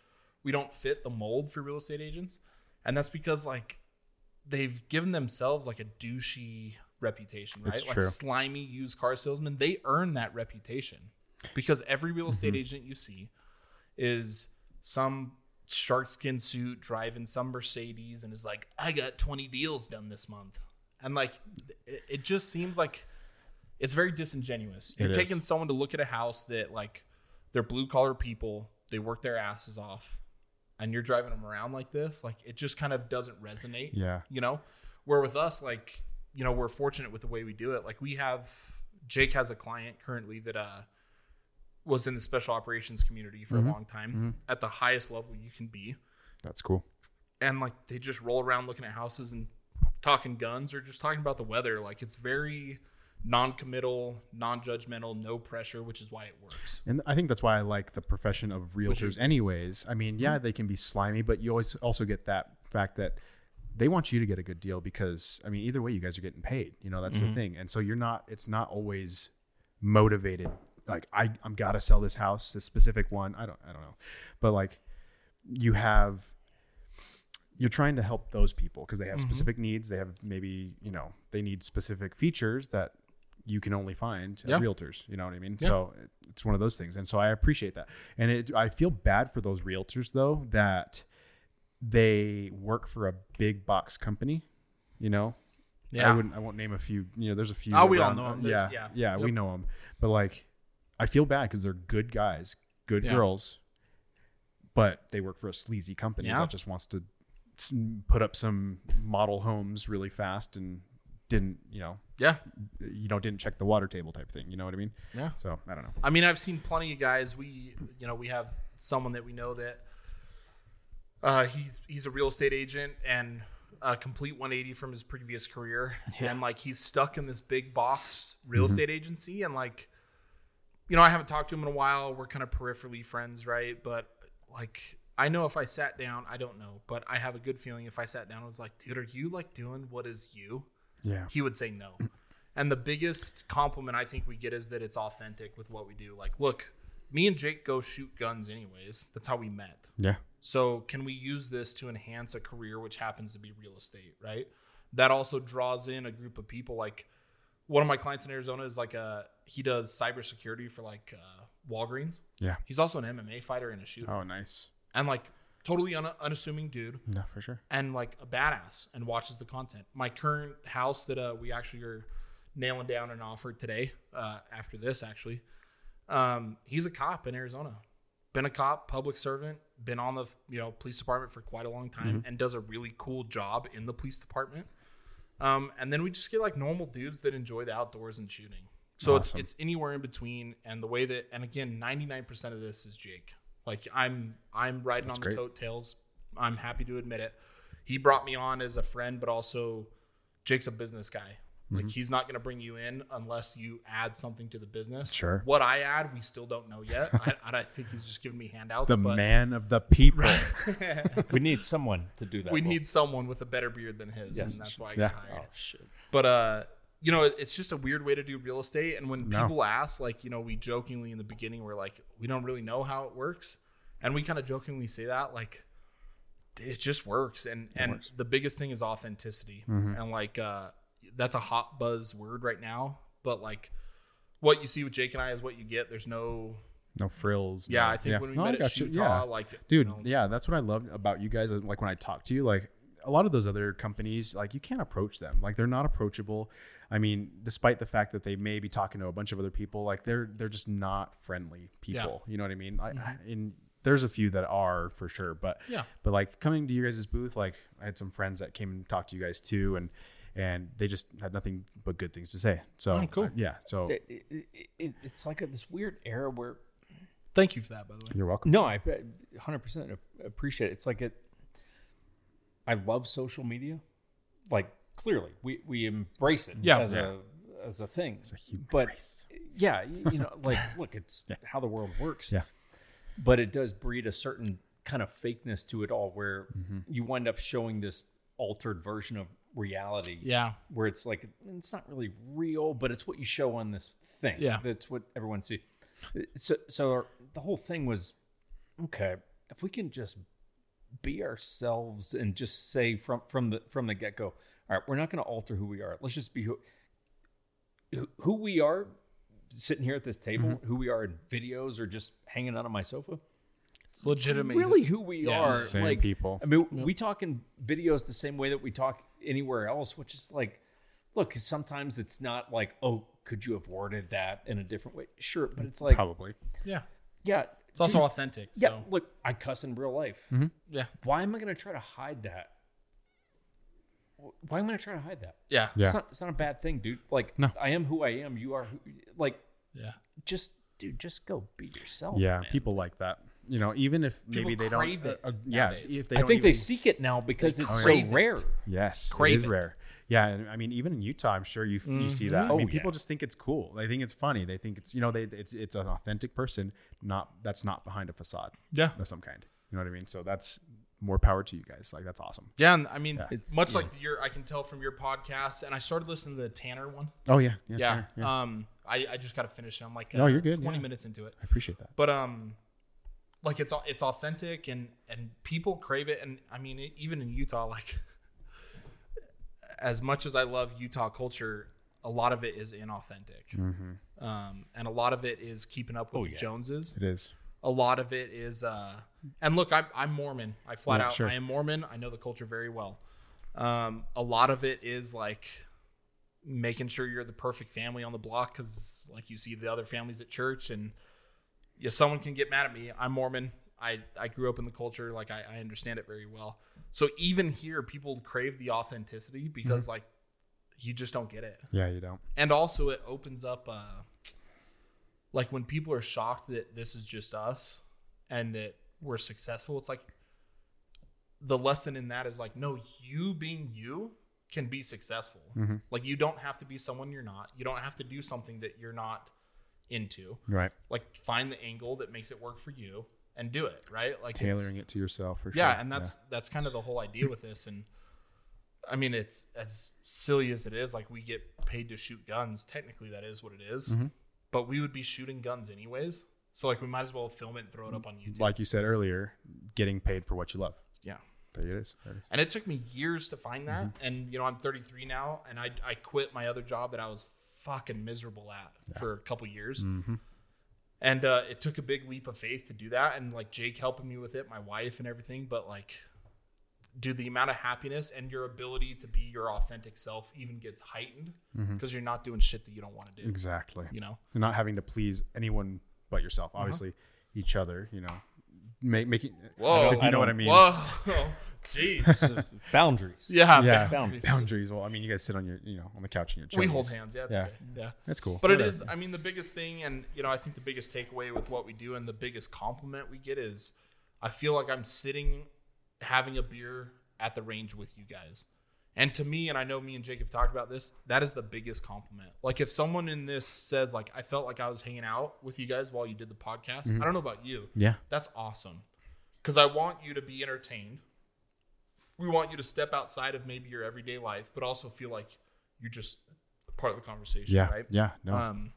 Speaker 2: we don't fit the mold for real estate agents, and that's because like they've given themselves like a douchey reputation, right?
Speaker 1: It's
Speaker 2: like
Speaker 1: true.
Speaker 2: slimy used car salesman. They earn that reputation because every real estate agent you see is some shark skin suit driving some Mercedes and is like, I got 20 deals done this month. And like, it, it just seems like it's very disingenuous. You're
Speaker 1: It is.
Speaker 2: taking someone to look at a house that like they're blue collar people, they work their asses off, and you're driving them around like this. Like, it just kind of doesn't resonate
Speaker 1: Yeah.
Speaker 2: you know where with us like you know we're fortunate with the way we do it like we have jake has a client currently that uh was in the special operations community for
Speaker 1: Mm-hmm.
Speaker 2: a long time at the highest level you can be
Speaker 1: That's cool.
Speaker 2: and like they just roll around looking at houses and talking guns or just talking about the weather like it's very non-committal non-judgmental no pressure which is why it works
Speaker 1: And I think that's why I like the profession of
Speaker 2: you-
Speaker 1: realtors, anyways. I mean, yeah, they can be slimy, but you always also get that fact that they want you to get a good deal because, I mean, either way, you guys are getting paid. You know, that's the thing. And so you're not, it's not always motivated. Like, I, I'm got to sell this house, this specific one. I don't, I don't know. But like, you have, you're trying to help those people because they have specific needs. They have maybe, you know, they need specific features that you can only find
Speaker 2: Yeah.
Speaker 1: at realtors. You know what I mean? So it- it's one of those things, and so I appreciate that. And it, I feel bad for those realtors though that they work for a big box company. You know, I wouldn't. I won't name a few. You know, there's a few. uh,
Speaker 2: Oh, we all know 'em.
Speaker 1: Yeah,
Speaker 2: There's-
Speaker 1: yeah,
Speaker 2: yeah.
Speaker 1: we know them. But like, I feel bad because they're good guys, good
Speaker 2: Yeah.
Speaker 1: girls, but they work for a sleazy company
Speaker 2: Yeah.
Speaker 1: that just wants to s- put up some model homes really fast and didn't, you know,
Speaker 2: yeah
Speaker 1: you know, didn't check the water table type thing. You know what I mean?
Speaker 2: yeah
Speaker 1: So I don't know.
Speaker 2: I mean, I've seen plenty of guys. We, you know, we have someone that we know that uh, he's he's a real estate agent and a complete 180 from his previous career, and like he's stuck in this big box real estate agency, and like, you know, I haven't talked to him in a while. We're kind of peripherally friends, right? But like. I know if I sat down, I don't know, but I have a good feeling if I sat down and was like, dude, are you like doing what is you?
Speaker 1: Yeah.
Speaker 2: he would say no. And the biggest compliment I think we get is that it's authentic with what we do. Like, look, me and Jake go shoot guns anyways. That's how we met.
Speaker 1: Yeah.
Speaker 2: So, can we use this to enhance a career which happens to be real estate, right? That also draws in a group of people. Like, one of my clients in Arizona is like a he does cybersecurity for like uh, Walgreens.
Speaker 1: Yeah.
Speaker 2: He's also an MMA fighter and a shooter,
Speaker 1: Oh, nice.
Speaker 2: and like totally un- unassuming dude
Speaker 1: No, for sure.
Speaker 2: and like a badass and watches the content. My current house that uh, we actually are nailing down an offer today, uh, after this actually, um, he's a cop in Arizona. Been a cop, public servant, been on the you know police department for quite a long time,
Speaker 1: Mm-hmm.
Speaker 2: and does a really cool job in the police department. Um, and then we just get like normal dudes that enjoy the outdoors and shooting. So
Speaker 1: Awesome.
Speaker 2: it's it's anywhere in between. And the way that and again, ninety nine percent of this is Jake. Like I'm I'm riding on the
Speaker 1: great.
Speaker 2: coattails. I'm happy to admit it. He brought me on as a friend, but also Jake's a business guy.
Speaker 1: Mm-hmm.
Speaker 2: Like he's not going to bring you in unless you add something to the business.
Speaker 1: Sure.
Speaker 2: What I add, we still don't know yet. I, I think he's just giving me handouts.
Speaker 1: The
Speaker 2: but
Speaker 1: man of the people.
Speaker 3: we need someone to do that.
Speaker 2: we
Speaker 3: role.
Speaker 2: need someone with a better beard than his, and that's why I got
Speaker 1: Yeah.
Speaker 2: hired.
Speaker 3: Oh shit.
Speaker 2: But uh, you know, it- it's just a weird way to do real estate. And when
Speaker 1: No.
Speaker 2: people ask, like, you know, we jokingly in the beginning were like, we don't really know how it works, and we kind of jokingly say that, like, it just works. And and the biggest thing is authenticity,
Speaker 1: Mm-hmm.
Speaker 2: and like, uh, that's a hot buzz word right now. But like, what you see with Jake and I is what you get. There's no,
Speaker 1: No frills.
Speaker 2: yeah.
Speaker 1: no-
Speaker 2: I think when we
Speaker 1: No, I
Speaker 2: met at
Speaker 1: got you.
Speaker 2: Utah,
Speaker 1: Yeah.
Speaker 2: like, you
Speaker 1: dude
Speaker 2: know,
Speaker 1: yeah that's what i love about you guys like when i talk to you like a lot of those other companies like you can't approach them like they're not approachable i mean despite the fact that they may be talking to a bunch of other people like they're they're just not friendly people you know what i mean I, I, and there's a few that are for sure but
Speaker 2: Mm-hmm. Yeah.
Speaker 1: but like coming to you guys' booth like i had some friends that came and talked to you guys too and and they just had nothing but good things to say so
Speaker 2: Oh, cool.
Speaker 1: yeah so
Speaker 3: It- it- it- it- it's like a, this weird era where
Speaker 2: thank you for that, by the way.
Speaker 1: you're welcome
Speaker 3: no, I 100% ap- appreciate it. It's like it. I love social media, like clearly we we embrace it
Speaker 2: Yeah.
Speaker 3: as a as a thing. It's a
Speaker 1: human
Speaker 3: but yeah, you, you know, like look, it's how the world works.
Speaker 1: Yeah.
Speaker 3: but it does breed a certain kind of fakeness to it all, where you wind up showing this altered version of reality
Speaker 2: Yeah,
Speaker 3: where it's like it's not really real, but it's what you show on this thing.
Speaker 2: Yeah.
Speaker 3: that's what everyone sees. So, so our, the whole thing was okay. If we can just be ourselves and just say from from the from the get go. All right, we're not going to alter who we are. Let's just be who who- who we are sitting here at this table, who we are in videos or just hanging out on my sofa.
Speaker 2: It's legitimate.
Speaker 3: Really who we
Speaker 2: Yeah,
Speaker 3: are.
Speaker 1: same
Speaker 3: like
Speaker 1: people.
Speaker 3: I mean, we talk in videos the same way that we talk anywhere else, which is like look, sometimes it's not like, oh, could you have worded that in a different way? Sure, but it's like
Speaker 1: Probably.
Speaker 2: Yeah.
Speaker 3: yeah.
Speaker 2: It's also authentic.
Speaker 3: yeah,
Speaker 2: So
Speaker 3: look, I cuss in real life
Speaker 1: Mm-hmm.
Speaker 2: yeah.
Speaker 3: why am I going to try to hide that? Wh- Why am I going to try to hide that?
Speaker 2: Yeah.
Speaker 1: Yeah.
Speaker 3: It's, not, it's not a bad thing, dude. Like,
Speaker 1: No.
Speaker 3: I am who I am. You are who, like,
Speaker 2: Yeah.
Speaker 3: just, dude, just go be yourself.
Speaker 1: Yeah,
Speaker 3: man.
Speaker 1: people like that. You know, even if
Speaker 2: Oh, People
Speaker 1: maybe they don't. uh,
Speaker 2: crave it
Speaker 1: yeah,
Speaker 2: nowadays.
Speaker 1: if they
Speaker 3: I
Speaker 1: don't
Speaker 3: think they
Speaker 1: even-
Speaker 3: seek it now because it's so
Speaker 2: crave it.
Speaker 3: rare.
Speaker 1: Yes,
Speaker 2: crave
Speaker 1: it is
Speaker 2: it.
Speaker 1: rare. Yeah, and I mean, even in Utah, I'm sure you you
Speaker 2: Mm-hmm.
Speaker 1: see that. I
Speaker 3: Oh,
Speaker 1: mean, people
Speaker 3: yeah.
Speaker 1: just think it's cool. They think it's funny. They think it's you know, they it's it's an authentic person, not that's not behind a facade
Speaker 2: Yeah.
Speaker 1: of some kind. You know what I mean? So that's more power to you guys. Like that's awesome.
Speaker 2: Yeah, and I mean,
Speaker 3: It's-
Speaker 2: much like your, I can tell from your podcast, and I started listening to the Tanner one.
Speaker 1: Oh yeah,
Speaker 2: Yeah,
Speaker 1: Tanner, yeah.
Speaker 2: um, I, I just got to finish. it. I'm like, uh,
Speaker 1: No, you're good,
Speaker 2: Twenty
Speaker 1: yeah.
Speaker 2: minutes into it,
Speaker 1: I appreciate that.
Speaker 2: but um, like it's au- it's authentic and and people crave it, and I mean, e, even in Utah, like, as much as I love Utah culture, a lot of it is inauthentic, um, and a lot of it is keeping up with the
Speaker 3: yeah.
Speaker 2: Joneses
Speaker 1: It is.
Speaker 2: a lot of it is uh and look i'm, I'm mormon i flat
Speaker 1: Yeah,
Speaker 2: out
Speaker 1: sure.
Speaker 2: i am mormon i know the culture very well um a lot of it is like making sure you're the perfect family on the block because like you see the other families at church and yeah someone can get mad at me i'm mormon i i grew up in the culture like i, I understand it very well so even here people crave the authenticity because
Speaker 1: Mm-hmm.
Speaker 2: like you just don't get it
Speaker 1: Yeah, you don't.
Speaker 2: and also it opens up uh like when people are shocked that this is just us and that we're successful it's like the lesson in that is like no you being you can be successful like you don't have to be someone you're not you don't have to do something that you're not into
Speaker 1: Right.
Speaker 2: like find the angle that makes it work for you and do it right like it's-
Speaker 1: Tailoring it to yourself for sure.
Speaker 2: yeah and that's that's kind of the whole idea with this and i mean it's as silly as it is like we get paid to shoot guns technically that is what it is.
Speaker 1: Mm-hmm.
Speaker 2: but we would be shooting guns anyways so like we might as well film it and throw it up on youtube
Speaker 1: like you said earlier, getting paid for what you love.
Speaker 2: yeah
Speaker 1: There it is. There it is.
Speaker 2: and it took me years to find that
Speaker 1: Mm-hmm.
Speaker 2: and you know i'm 33 now and i, I quit my other job that i was fucking miserable at for a couple years
Speaker 1: Mm-hmm.
Speaker 2: and uh, it took a big leap of faith to do that and like jake helping me with it my wife and everything but like dude the amount of happiness and your ability to be your authentic self even gets heightened
Speaker 1: Mm-hmm.
Speaker 2: because you're not doing shit that you don't want to do
Speaker 1: Exactly.
Speaker 2: you know
Speaker 1: and not having to please anyone but yourself. Obviously, each other. You know, make making.
Speaker 2: whoa
Speaker 1: if you know what I mean.
Speaker 2: whoa jeez
Speaker 3: Boundaries.
Speaker 2: yeah,
Speaker 1: Yeah.
Speaker 3: Boundaries.
Speaker 1: Boundaries. Well, I mean, you guys sit on your, you know, on the couch in your chair.
Speaker 2: we hold hands yeah it's
Speaker 1: Yeah.
Speaker 2: okay yeah
Speaker 1: That's cool.
Speaker 2: But it
Speaker 1: Whatever.
Speaker 2: is, I mean, the biggest thing, and you know, I think the biggest takeaway with what we do, and the biggest compliment we get is, I feel like I'm sitting, having a beer at the range with you guys, and to me, and I know me and Jake have talked about this, that is the biggest compliment. Like if someone in this says, like, I felt like I was hanging out with you guys while you did the podcast. I don't know about you,
Speaker 1: Mm-hmm. Yeah.
Speaker 2: that's awesome, because I want you to be entertained. We want you to step outside of maybe your everyday life, but also feel like you're just part of the conversation,
Speaker 1: Yeah.
Speaker 2: right?
Speaker 1: Yeah. No.
Speaker 2: Um,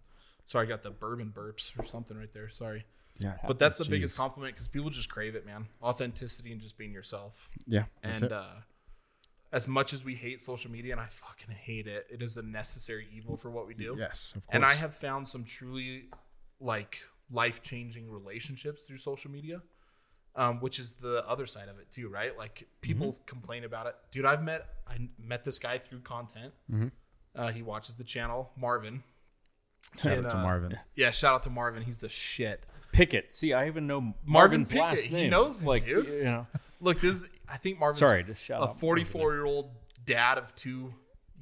Speaker 2: sorry, I got the bourbon burps or something right there. Sorry,
Speaker 1: yeah.
Speaker 2: but that's the
Speaker 1: Jeez.
Speaker 2: biggest compliment because people just crave it, man. Authenticity and just being yourself.
Speaker 1: Yeah. That's
Speaker 2: and
Speaker 1: it.
Speaker 2: uh, as much as we hate social media, and I fucking hate it, it is a necessary evil for what we do.
Speaker 1: yes. Of course.
Speaker 2: And I have found some truly like life changing relationships through social media, um, which is the other side of it too, right? Like people
Speaker 1: Mm-hmm.
Speaker 2: complain about it. Dude, I've met I met this guy through content.
Speaker 1: Mm-hmm.
Speaker 2: Uh, he watches the channel, Marvin.
Speaker 1: Shout
Speaker 2: and,
Speaker 1: out to
Speaker 2: uh,
Speaker 1: Marvin.
Speaker 2: Yeah, shout out to Marvin. He's the shit.
Speaker 3: Pickett. See, I even know
Speaker 2: Marvin
Speaker 3: Marvin's
Speaker 2: Pickett,
Speaker 3: last
Speaker 2: he
Speaker 3: name.
Speaker 2: knows him,
Speaker 3: like,
Speaker 2: dude.
Speaker 3: you know.
Speaker 2: Look, this is, I think Marvin's
Speaker 3: Sorry, just shout
Speaker 2: a
Speaker 3: out
Speaker 2: 44 year old dad of two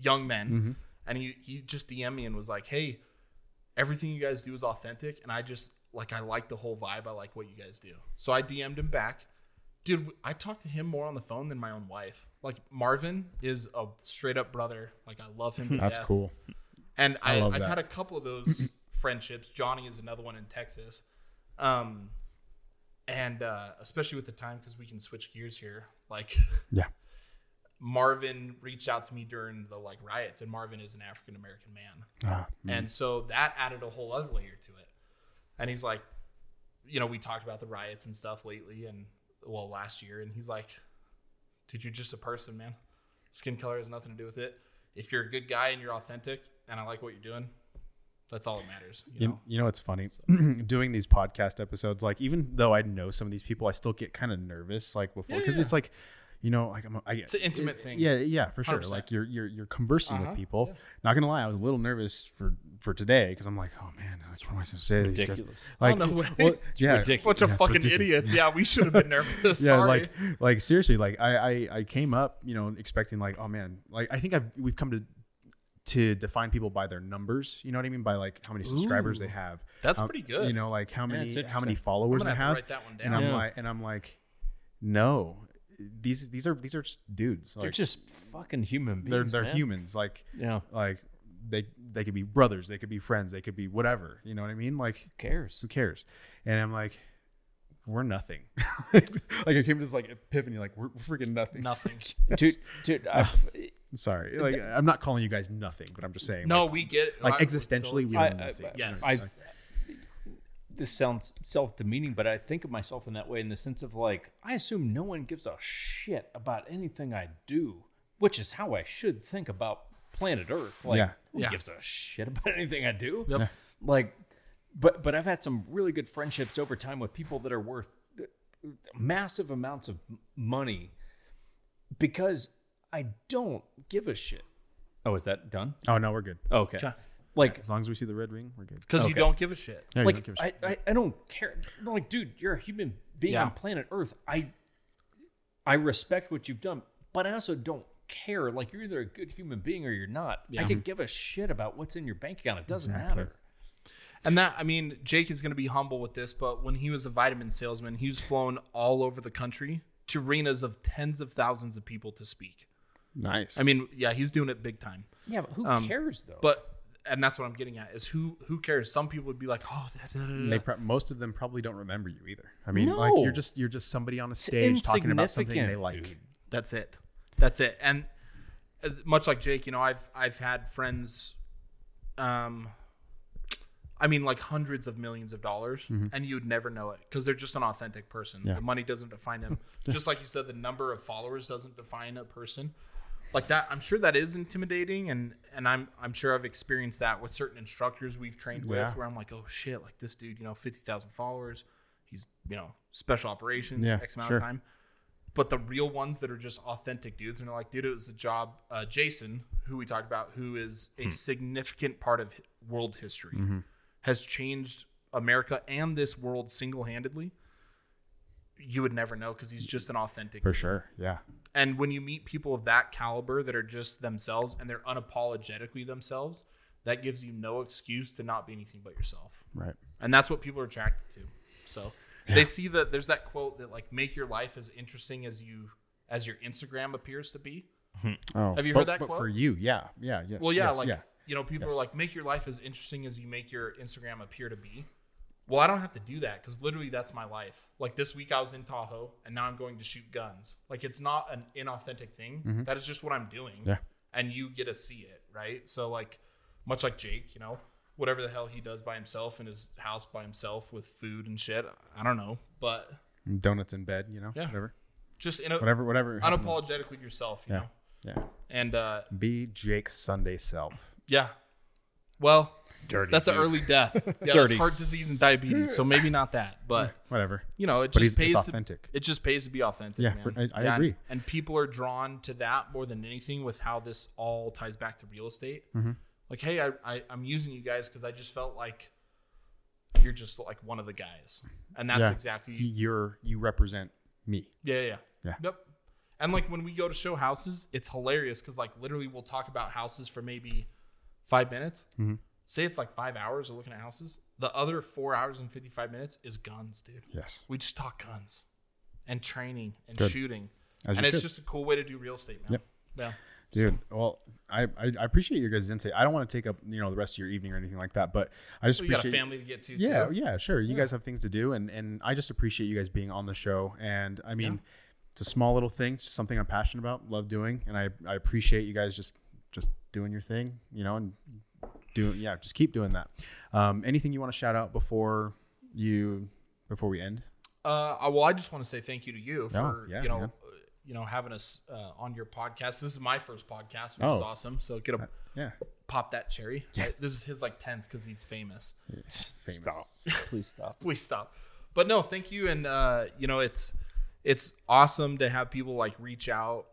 Speaker 2: young men.
Speaker 3: Mm-hmm.
Speaker 2: And he, he just DM'd me and was like, hey, everything you guys do is authentic. And I just, like, I like the whole vibe. I like what you guys do. So I DM'd him back. Dude, I talked to him more on the phone than my own wife. Like, Marvin is a straight up brother. Like, I love him. to
Speaker 1: That's
Speaker 2: death.
Speaker 1: cool.
Speaker 2: And I,
Speaker 1: love
Speaker 2: I've
Speaker 1: that.
Speaker 2: had a couple of those friendships. Johnny is another one in Texas. Um, and uh, especially with the time, because we can switch gears here. Like,
Speaker 1: Yeah.
Speaker 2: Marvin reached out to me during the like riots, and Marvin is an African American man.
Speaker 1: Ah,
Speaker 2: And so that added a whole other layer to it. And he's like, you know, we talked about the riots and stuff lately, and well last year, and he's like, "Dude, you're just a person, man. Skin color has nothing to do with it. If you're a good guy and you're authentic, and I like what you're doing, that's all that matters." You
Speaker 1: You,
Speaker 2: know?
Speaker 1: you know, it's funny doing these podcast episodes. Like, even though I know some of these people, I still get kind of nervous. Like before,
Speaker 2: Yeah,
Speaker 1: because
Speaker 2: yeah.
Speaker 1: it's like, you know, like I'm, a- I,
Speaker 2: It's an intimate thing.
Speaker 1: Yeah, yeah, for sure.
Speaker 2: 100%.
Speaker 1: Like you're you're you're conversing
Speaker 2: Uh-huh,
Speaker 1: with people.
Speaker 2: yeah.
Speaker 1: Not gonna lie, I was a little nervous for for today because I'm like, oh man, what am I supposed to say? to these guys?"
Speaker 3: Ridiculous.
Speaker 1: Like,
Speaker 2: Oh, no way.
Speaker 3: It's
Speaker 1: yeah,
Speaker 3: ridiculous.
Speaker 2: Bunch of
Speaker 1: Yeah, it's
Speaker 2: fucking
Speaker 1: ridiculous.
Speaker 2: idiots. Yeah, we should have been nervous.
Speaker 1: yeah,
Speaker 2: Sorry.
Speaker 1: like like seriously, like I, I I came up, you know, expecting like, oh man, like I think I've we've come to to define people by their numbers. You know what I mean? By like how many subscribers
Speaker 2: Ooh,
Speaker 1: they have.
Speaker 2: that's
Speaker 1: how-
Speaker 2: pretty good.
Speaker 1: You know, like how many
Speaker 3: it's
Speaker 1: how many
Speaker 3: interesting.
Speaker 1: followers
Speaker 2: I'm
Speaker 1: they
Speaker 2: gonna have to
Speaker 1: have.
Speaker 2: write that one
Speaker 1: And
Speaker 2: down.
Speaker 1: I'm
Speaker 3: Yeah.
Speaker 1: like, and I'm like, no, these these are these are just dudes. Like,
Speaker 3: They're just fucking human beings.
Speaker 1: they're they're
Speaker 3: man.
Speaker 1: humans. Like
Speaker 3: Yeah.
Speaker 1: like they they could be brothers, they could be friends, they could be whatever. You know what I mean? Like
Speaker 3: Who cares?
Speaker 1: who cares? And I'm like, we're nothing. like I came to this like epiphany, like we're, we're freaking nothing.
Speaker 2: Nothing.
Speaker 3: dude, dude, I've,
Speaker 1: Sorry, like I'm not calling you guys nothing, but I'm just saying.
Speaker 2: No,
Speaker 1: like,
Speaker 2: we get it.
Speaker 1: like
Speaker 2: I-
Speaker 1: existentially, we
Speaker 3: I-
Speaker 1: are
Speaker 3: I-
Speaker 1: nothing.
Speaker 3: I-
Speaker 2: yes.
Speaker 1: I,
Speaker 3: I've, this sounds self-demeaning, but I think of myself in that way in the sense of like I assume no one gives a shit about anything I do, which is how I should think about planet Earth. Like,
Speaker 1: Yeah.
Speaker 3: who
Speaker 2: Yeah.
Speaker 3: gives a shit about anything I do?
Speaker 2: Yep. Yeah.
Speaker 3: Like, but but I've had some really good friendships over time with people that are worth massive amounts of m- money because I don't give a shit. Oh, is that done?
Speaker 1: oh no, we're good.
Speaker 3: Okay. Like
Speaker 1: As long as we see the red ring, we're good.
Speaker 2: Because you
Speaker 3: Okay.
Speaker 2: don't give a shit.
Speaker 1: Yeah, you don't
Speaker 3: like
Speaker 1: give a
Speaker 3: I,
Speaker 1: shit.
Speaker 3: I, I don't care. I'm like, dude, you're a human being
Speaker 2: Yeah.
Speaker 3: on planet Earth. I I respect what you've done, but I also don't care. Like you're either a good human being or you're not. I could give a shit about what's in your bank account. It doesn't matter.
Speaker 2: And that, I mean, Jake is going to be humble with this, but when he was a vitamin salesman, he was flown all over the country to arenas of tens of thousands of people to speak.
Speaker 1: nice.
Speaker 2: I mean, yeah, he's doing it big time.
Speaker 3: Yeah, but who
Speaker 1: Um,
Speaker 3: cares though?
Speaker 2: But and that's what I'm getting at is who who cares? Some people would be like, oh, da, da, da, da,
Speaker 1: they
Speaker 2: da."
Speaker 1: pro- most of them probably don't remember you either. I mean, like
Speaker 3: No.
Speaker 1: you're just you're just somebody on a stage talking about something they
Speaker 3: insignificant,
Speaker 1: like.
Speaker 3: dude.
Speaker 2: that's it, that's it. And uh, much like Jake, you know, I've I've had friends, um, I mean, like hundreds of millions of dollars,
Speaker 1: Mm-hmm.
Speaker 2: and you would never know it because they're just an authentic person. The money doesn't define them. just like you said, the number of followers doesn't define a person. Like that, I'm sure that is intimidating, and and I'm I'm sure I've experienced that with certain instructors we've trained
Speaker 1: Yeah.
Speaker 2: with, where I'm like, oh shit, like this dude, you know, fifty thousand followers, he's you know special operations,
Speaker 1: Yeah,
Speaker 2: X amount
Speaker 1: sure.
Speaker 2: of time. But the real ones that are just authentic dudes, and they're like, dude, it was a job. Uh, Jason, who we talked about, who is
Speaker 1: Hmm.
Speaker 2: a significant part of hi- world history,
Speaker 1: Mm-hmm.
Speaker 2: has changed America and this world single handedly. You would never know because he's just an authentic.
Speaker 1: For sure. Yeah.
Speaker 2: And when you meet people of that caliber that are just themselves and they're unapologetically themselves, that gives you no excuse to not be anything but yourself
Speaker 1: Right.
Speaker 2: and that's what people are attracted to so they see that there's that quote that like make your life as interesting as you as your instagram appears to be
Speaker 1: Oh,
Speaker 2: Have you
Speaker 1: but-
Speaker 2: heard that
Speaker 1: But
Speaker 2: quote?
Speaker 1: for you, yeah, yeah, yes.
Speaker 2: well yeah
Speaker 1: yes,
Speaker 2: like
Speaker 1: yeah.
Speaker 2: you know people
Speaker 1: Yes.
Speaker 2: are like make your life as interesting as you make your instagram appear to be well i don't have to do that because literally that's my life like this week i was in tahoe and now i'm going to shoot guns like it's not an inauthentic thing That is just what i'm doing
Speaker 1: Mm-hmm. Yeah.
Speaker 2: and you get to see it right so like much like jake you know whatever the hell he does by himself in his house by himself with food and shit i don't know but
Speaker 1: donuts in bed, you know,
Speaker 2: Yeah.
Speaker 1: whatever,
Speaker 2: just in a,
Speaker 1: whatever, whatever.
Speaker 2: unapologetically yourself, you
Speaker 1: Yeah.
Speaker 2: know.
Speaker 1: Yeah.
Speaker 2: And uh,
Speaker 1: Be Jake's Sunday self.
Speaker 2: yeah, well,
Speaker 3: dirty.
Speaker 2: that's an early death. yeah, that's
Speaker 3: dirty.
Speaker 2: heart disease and diabetes, so maybe not that, but
Speaker 1: Whatever.
Speaker 2: you know, it
Speaker 1: But
Speaker 2: just
Speaker 1: he's- it's
Speaker 2: pays to,
Speaker 1: authentic.
Speaker 2: It just pays to be authentic.
Speaker 1: Yeah,
Speaker 2: man.
Speaker 1: for- I- I
Speaker 2: Yeah, and-
Speaker 1: agree.
Speaker 2: And people are drawn to that more than anything with how this all ties back to real estate.
Speaker 1: Mm-hmm.
Speaker 2: Like, hey, I, I I'm using you guys because I just felt like you're just like one of the guys, and that's
Speaker 1: Yeah.
Speaker 2: exactly
Speaker 1: You- You're you represent me.
Speaker 2: Yeah, yeah,
Speaker 1: Yeah.
Speaker 2: Yep. And like when we go to show houses, it's hilarious because like literally we'll talk about houses for maybe five minutes.
Speaker 1: Mm-hmm.
Speaker 2: Say it's like five hours of looking at houses. The other four hours and fifty five minutes is guns, dude.
Speaker 1: Yes.
Speaker 2: We just talk guns and training and
Speaker 1: Good.
Speaker 2: shooting,
Speaker 1: As you
Speaker 2: and it's
Speaker 1: should.
Speaker 2: just a cool way to do real estate, man. Yeah.
Speaker 1: Dude, well, I, I I appreciate your guys' insight. I don't want to take up you know the rest of your evening or anything like that, but I just
Speaker 2: So you got a
Speaker 1: appreciate
Speaker 2: family to get to.
Speaker 1: yeah
Speaker 2: too.
Speaker 1: yeah sure you guys have things to do and and i just appreciate you guys being on the show and i mean it's a small little thing it's just something i'm passionate about love doing and i i appreciate you guys just just doing your thing you know and doing yeah just keep doing that um anything you want to shout out before you before we end
Speaker 2: Uh, I- well, I just want to say thank you to you
Speaker 1: No,
Speaker 2: for
Speaker 1: Oh, yeah,
Speaker 2: you know
Speaker 1: yeah.
Speaker 2: uh, you know having us uh, on your podcast. This is my first podcast, which is
Speaker 1: Oh.
Speaker 2: awesome. So get him,
Speaker 1: Yeah.
Speaker 2: pop that cherry.
Speaker 1: Yes.
Speaker 2: This is his like tenth because he's famous.
Speaker 1: Famous.
Speaker 3: Please stop.
Speaker 2: Please stop. But no, thank you, and uh, you know it's it's awesome to have people like reach out.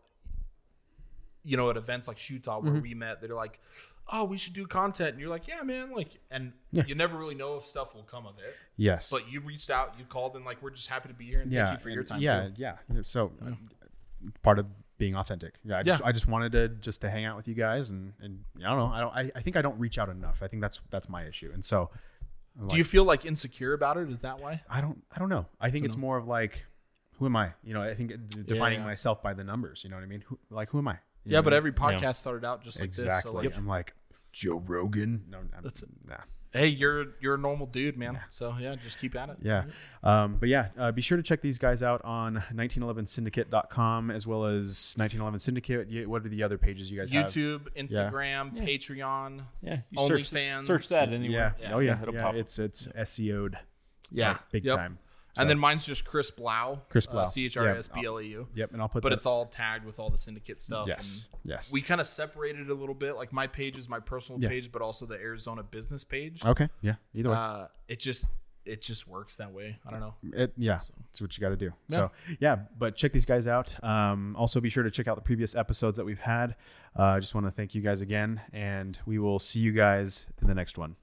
Speaker 2: You know, at events like Shootaw
Speaker 1: Mm-hmm.
Speaker 2: where we met, they're like, "Oh, we should do content," and you're like, "Yeah, man!" Like, and you never really know if stuff will come of it.
Speaker 1: Yes.
Speaker 2: But you reached out, you called, and like we're just happy to be here and
Speaker 1: yeah.
Speaker 2: thank you for your
Speaker 1: and-
Speaker 2: time.
Speaker 1: Yeah.
Speaker 2: too.
Speaker 1: Yeah. You know, So uh, part of being authentic. Yeah. I just,
Speaker 2: Yeah.
Speaker 1: I just wanted to just to hang out with you guys and, and I don't know. I don't, I, I think I don't reach out enough. I think that's, that's my issue. And so
Speaker 2: Do you feel like insecure about it? Is that why?
Speaker 1: I don't, I don't know. I think it's more of like, who am I? You know, I think it- d- defining
Speaker 2: yeah.
Speaker 1: myself by the numbers, you know what I mean? Who, like, who am I? You
Speaker 2: Yeah,
Speaker 1: know
Speaker 2: but
Speaker 1: what I
Speaker 2: every podcast started out just like
Speaker 1: mean? exactly.
Speaker 2: this. So like,
Speaker 1: I'm like Joe Rogan. No, I'm,
Speaker 2: That's it.
Speaker 1: nah.
Speaker 2: hey, you're you're a normal dude, man. So yeah, just keep at it.
Speaker 1: Yeah. Um, but yeah, uh, be sure to check these guys out on 1911syndicate.com as well as 1911 Syndicate. You- What are the other pages you guys have?
Speaker 2: YouTube, Instagram, Patreon.
Speaker 3: Yeah. You search,
Speaker 2: OnlyFans.
Speaker 3: search that
Speaker 1: Yeah.
Speaker 3: anywhere.
Speaker 1: Oh, yeah.
Speaker 3: Yeah, it'll
Speaker 1: yeah,
Speaker 3: pop up.
Speaker 1: It's it's SEO'd
Speaker 2: Yeah,
Speaker 1: like, big
Speaker 2: Yep.
Speaker 1: time.
Speaker 2: And then mine's just Chris Blau. uh,
Speaker 1: Chris Blau.
Speaker 2: C H R S B L E U.
Speaker 1: Yep. And I'll put
Speaker 2: But
Speaker 1: that-
Speaker 2: it's all tagged with all the syndicate stuff.
Speaker 1: Yes.
Speaker 2: And
Speaker 1: Yes.
Speaker 2: we kind of separated a little bit. Like my page is my personal
Speaker 1: Yeah. Oh.
Speaker 2: page, but also the Arizona business page.
Speaker 1: okay. Yeah. Either way.
Speaker 2: Uh, it just it just works that way. I don't know.
Speaker 1: it, yeah, it's what you got to do. So yeah, but check these guys out. Um, also, be sure to check out the previous episodes that we've had. Uh, I just want to thank you guys again, and we will see you guys in the next one.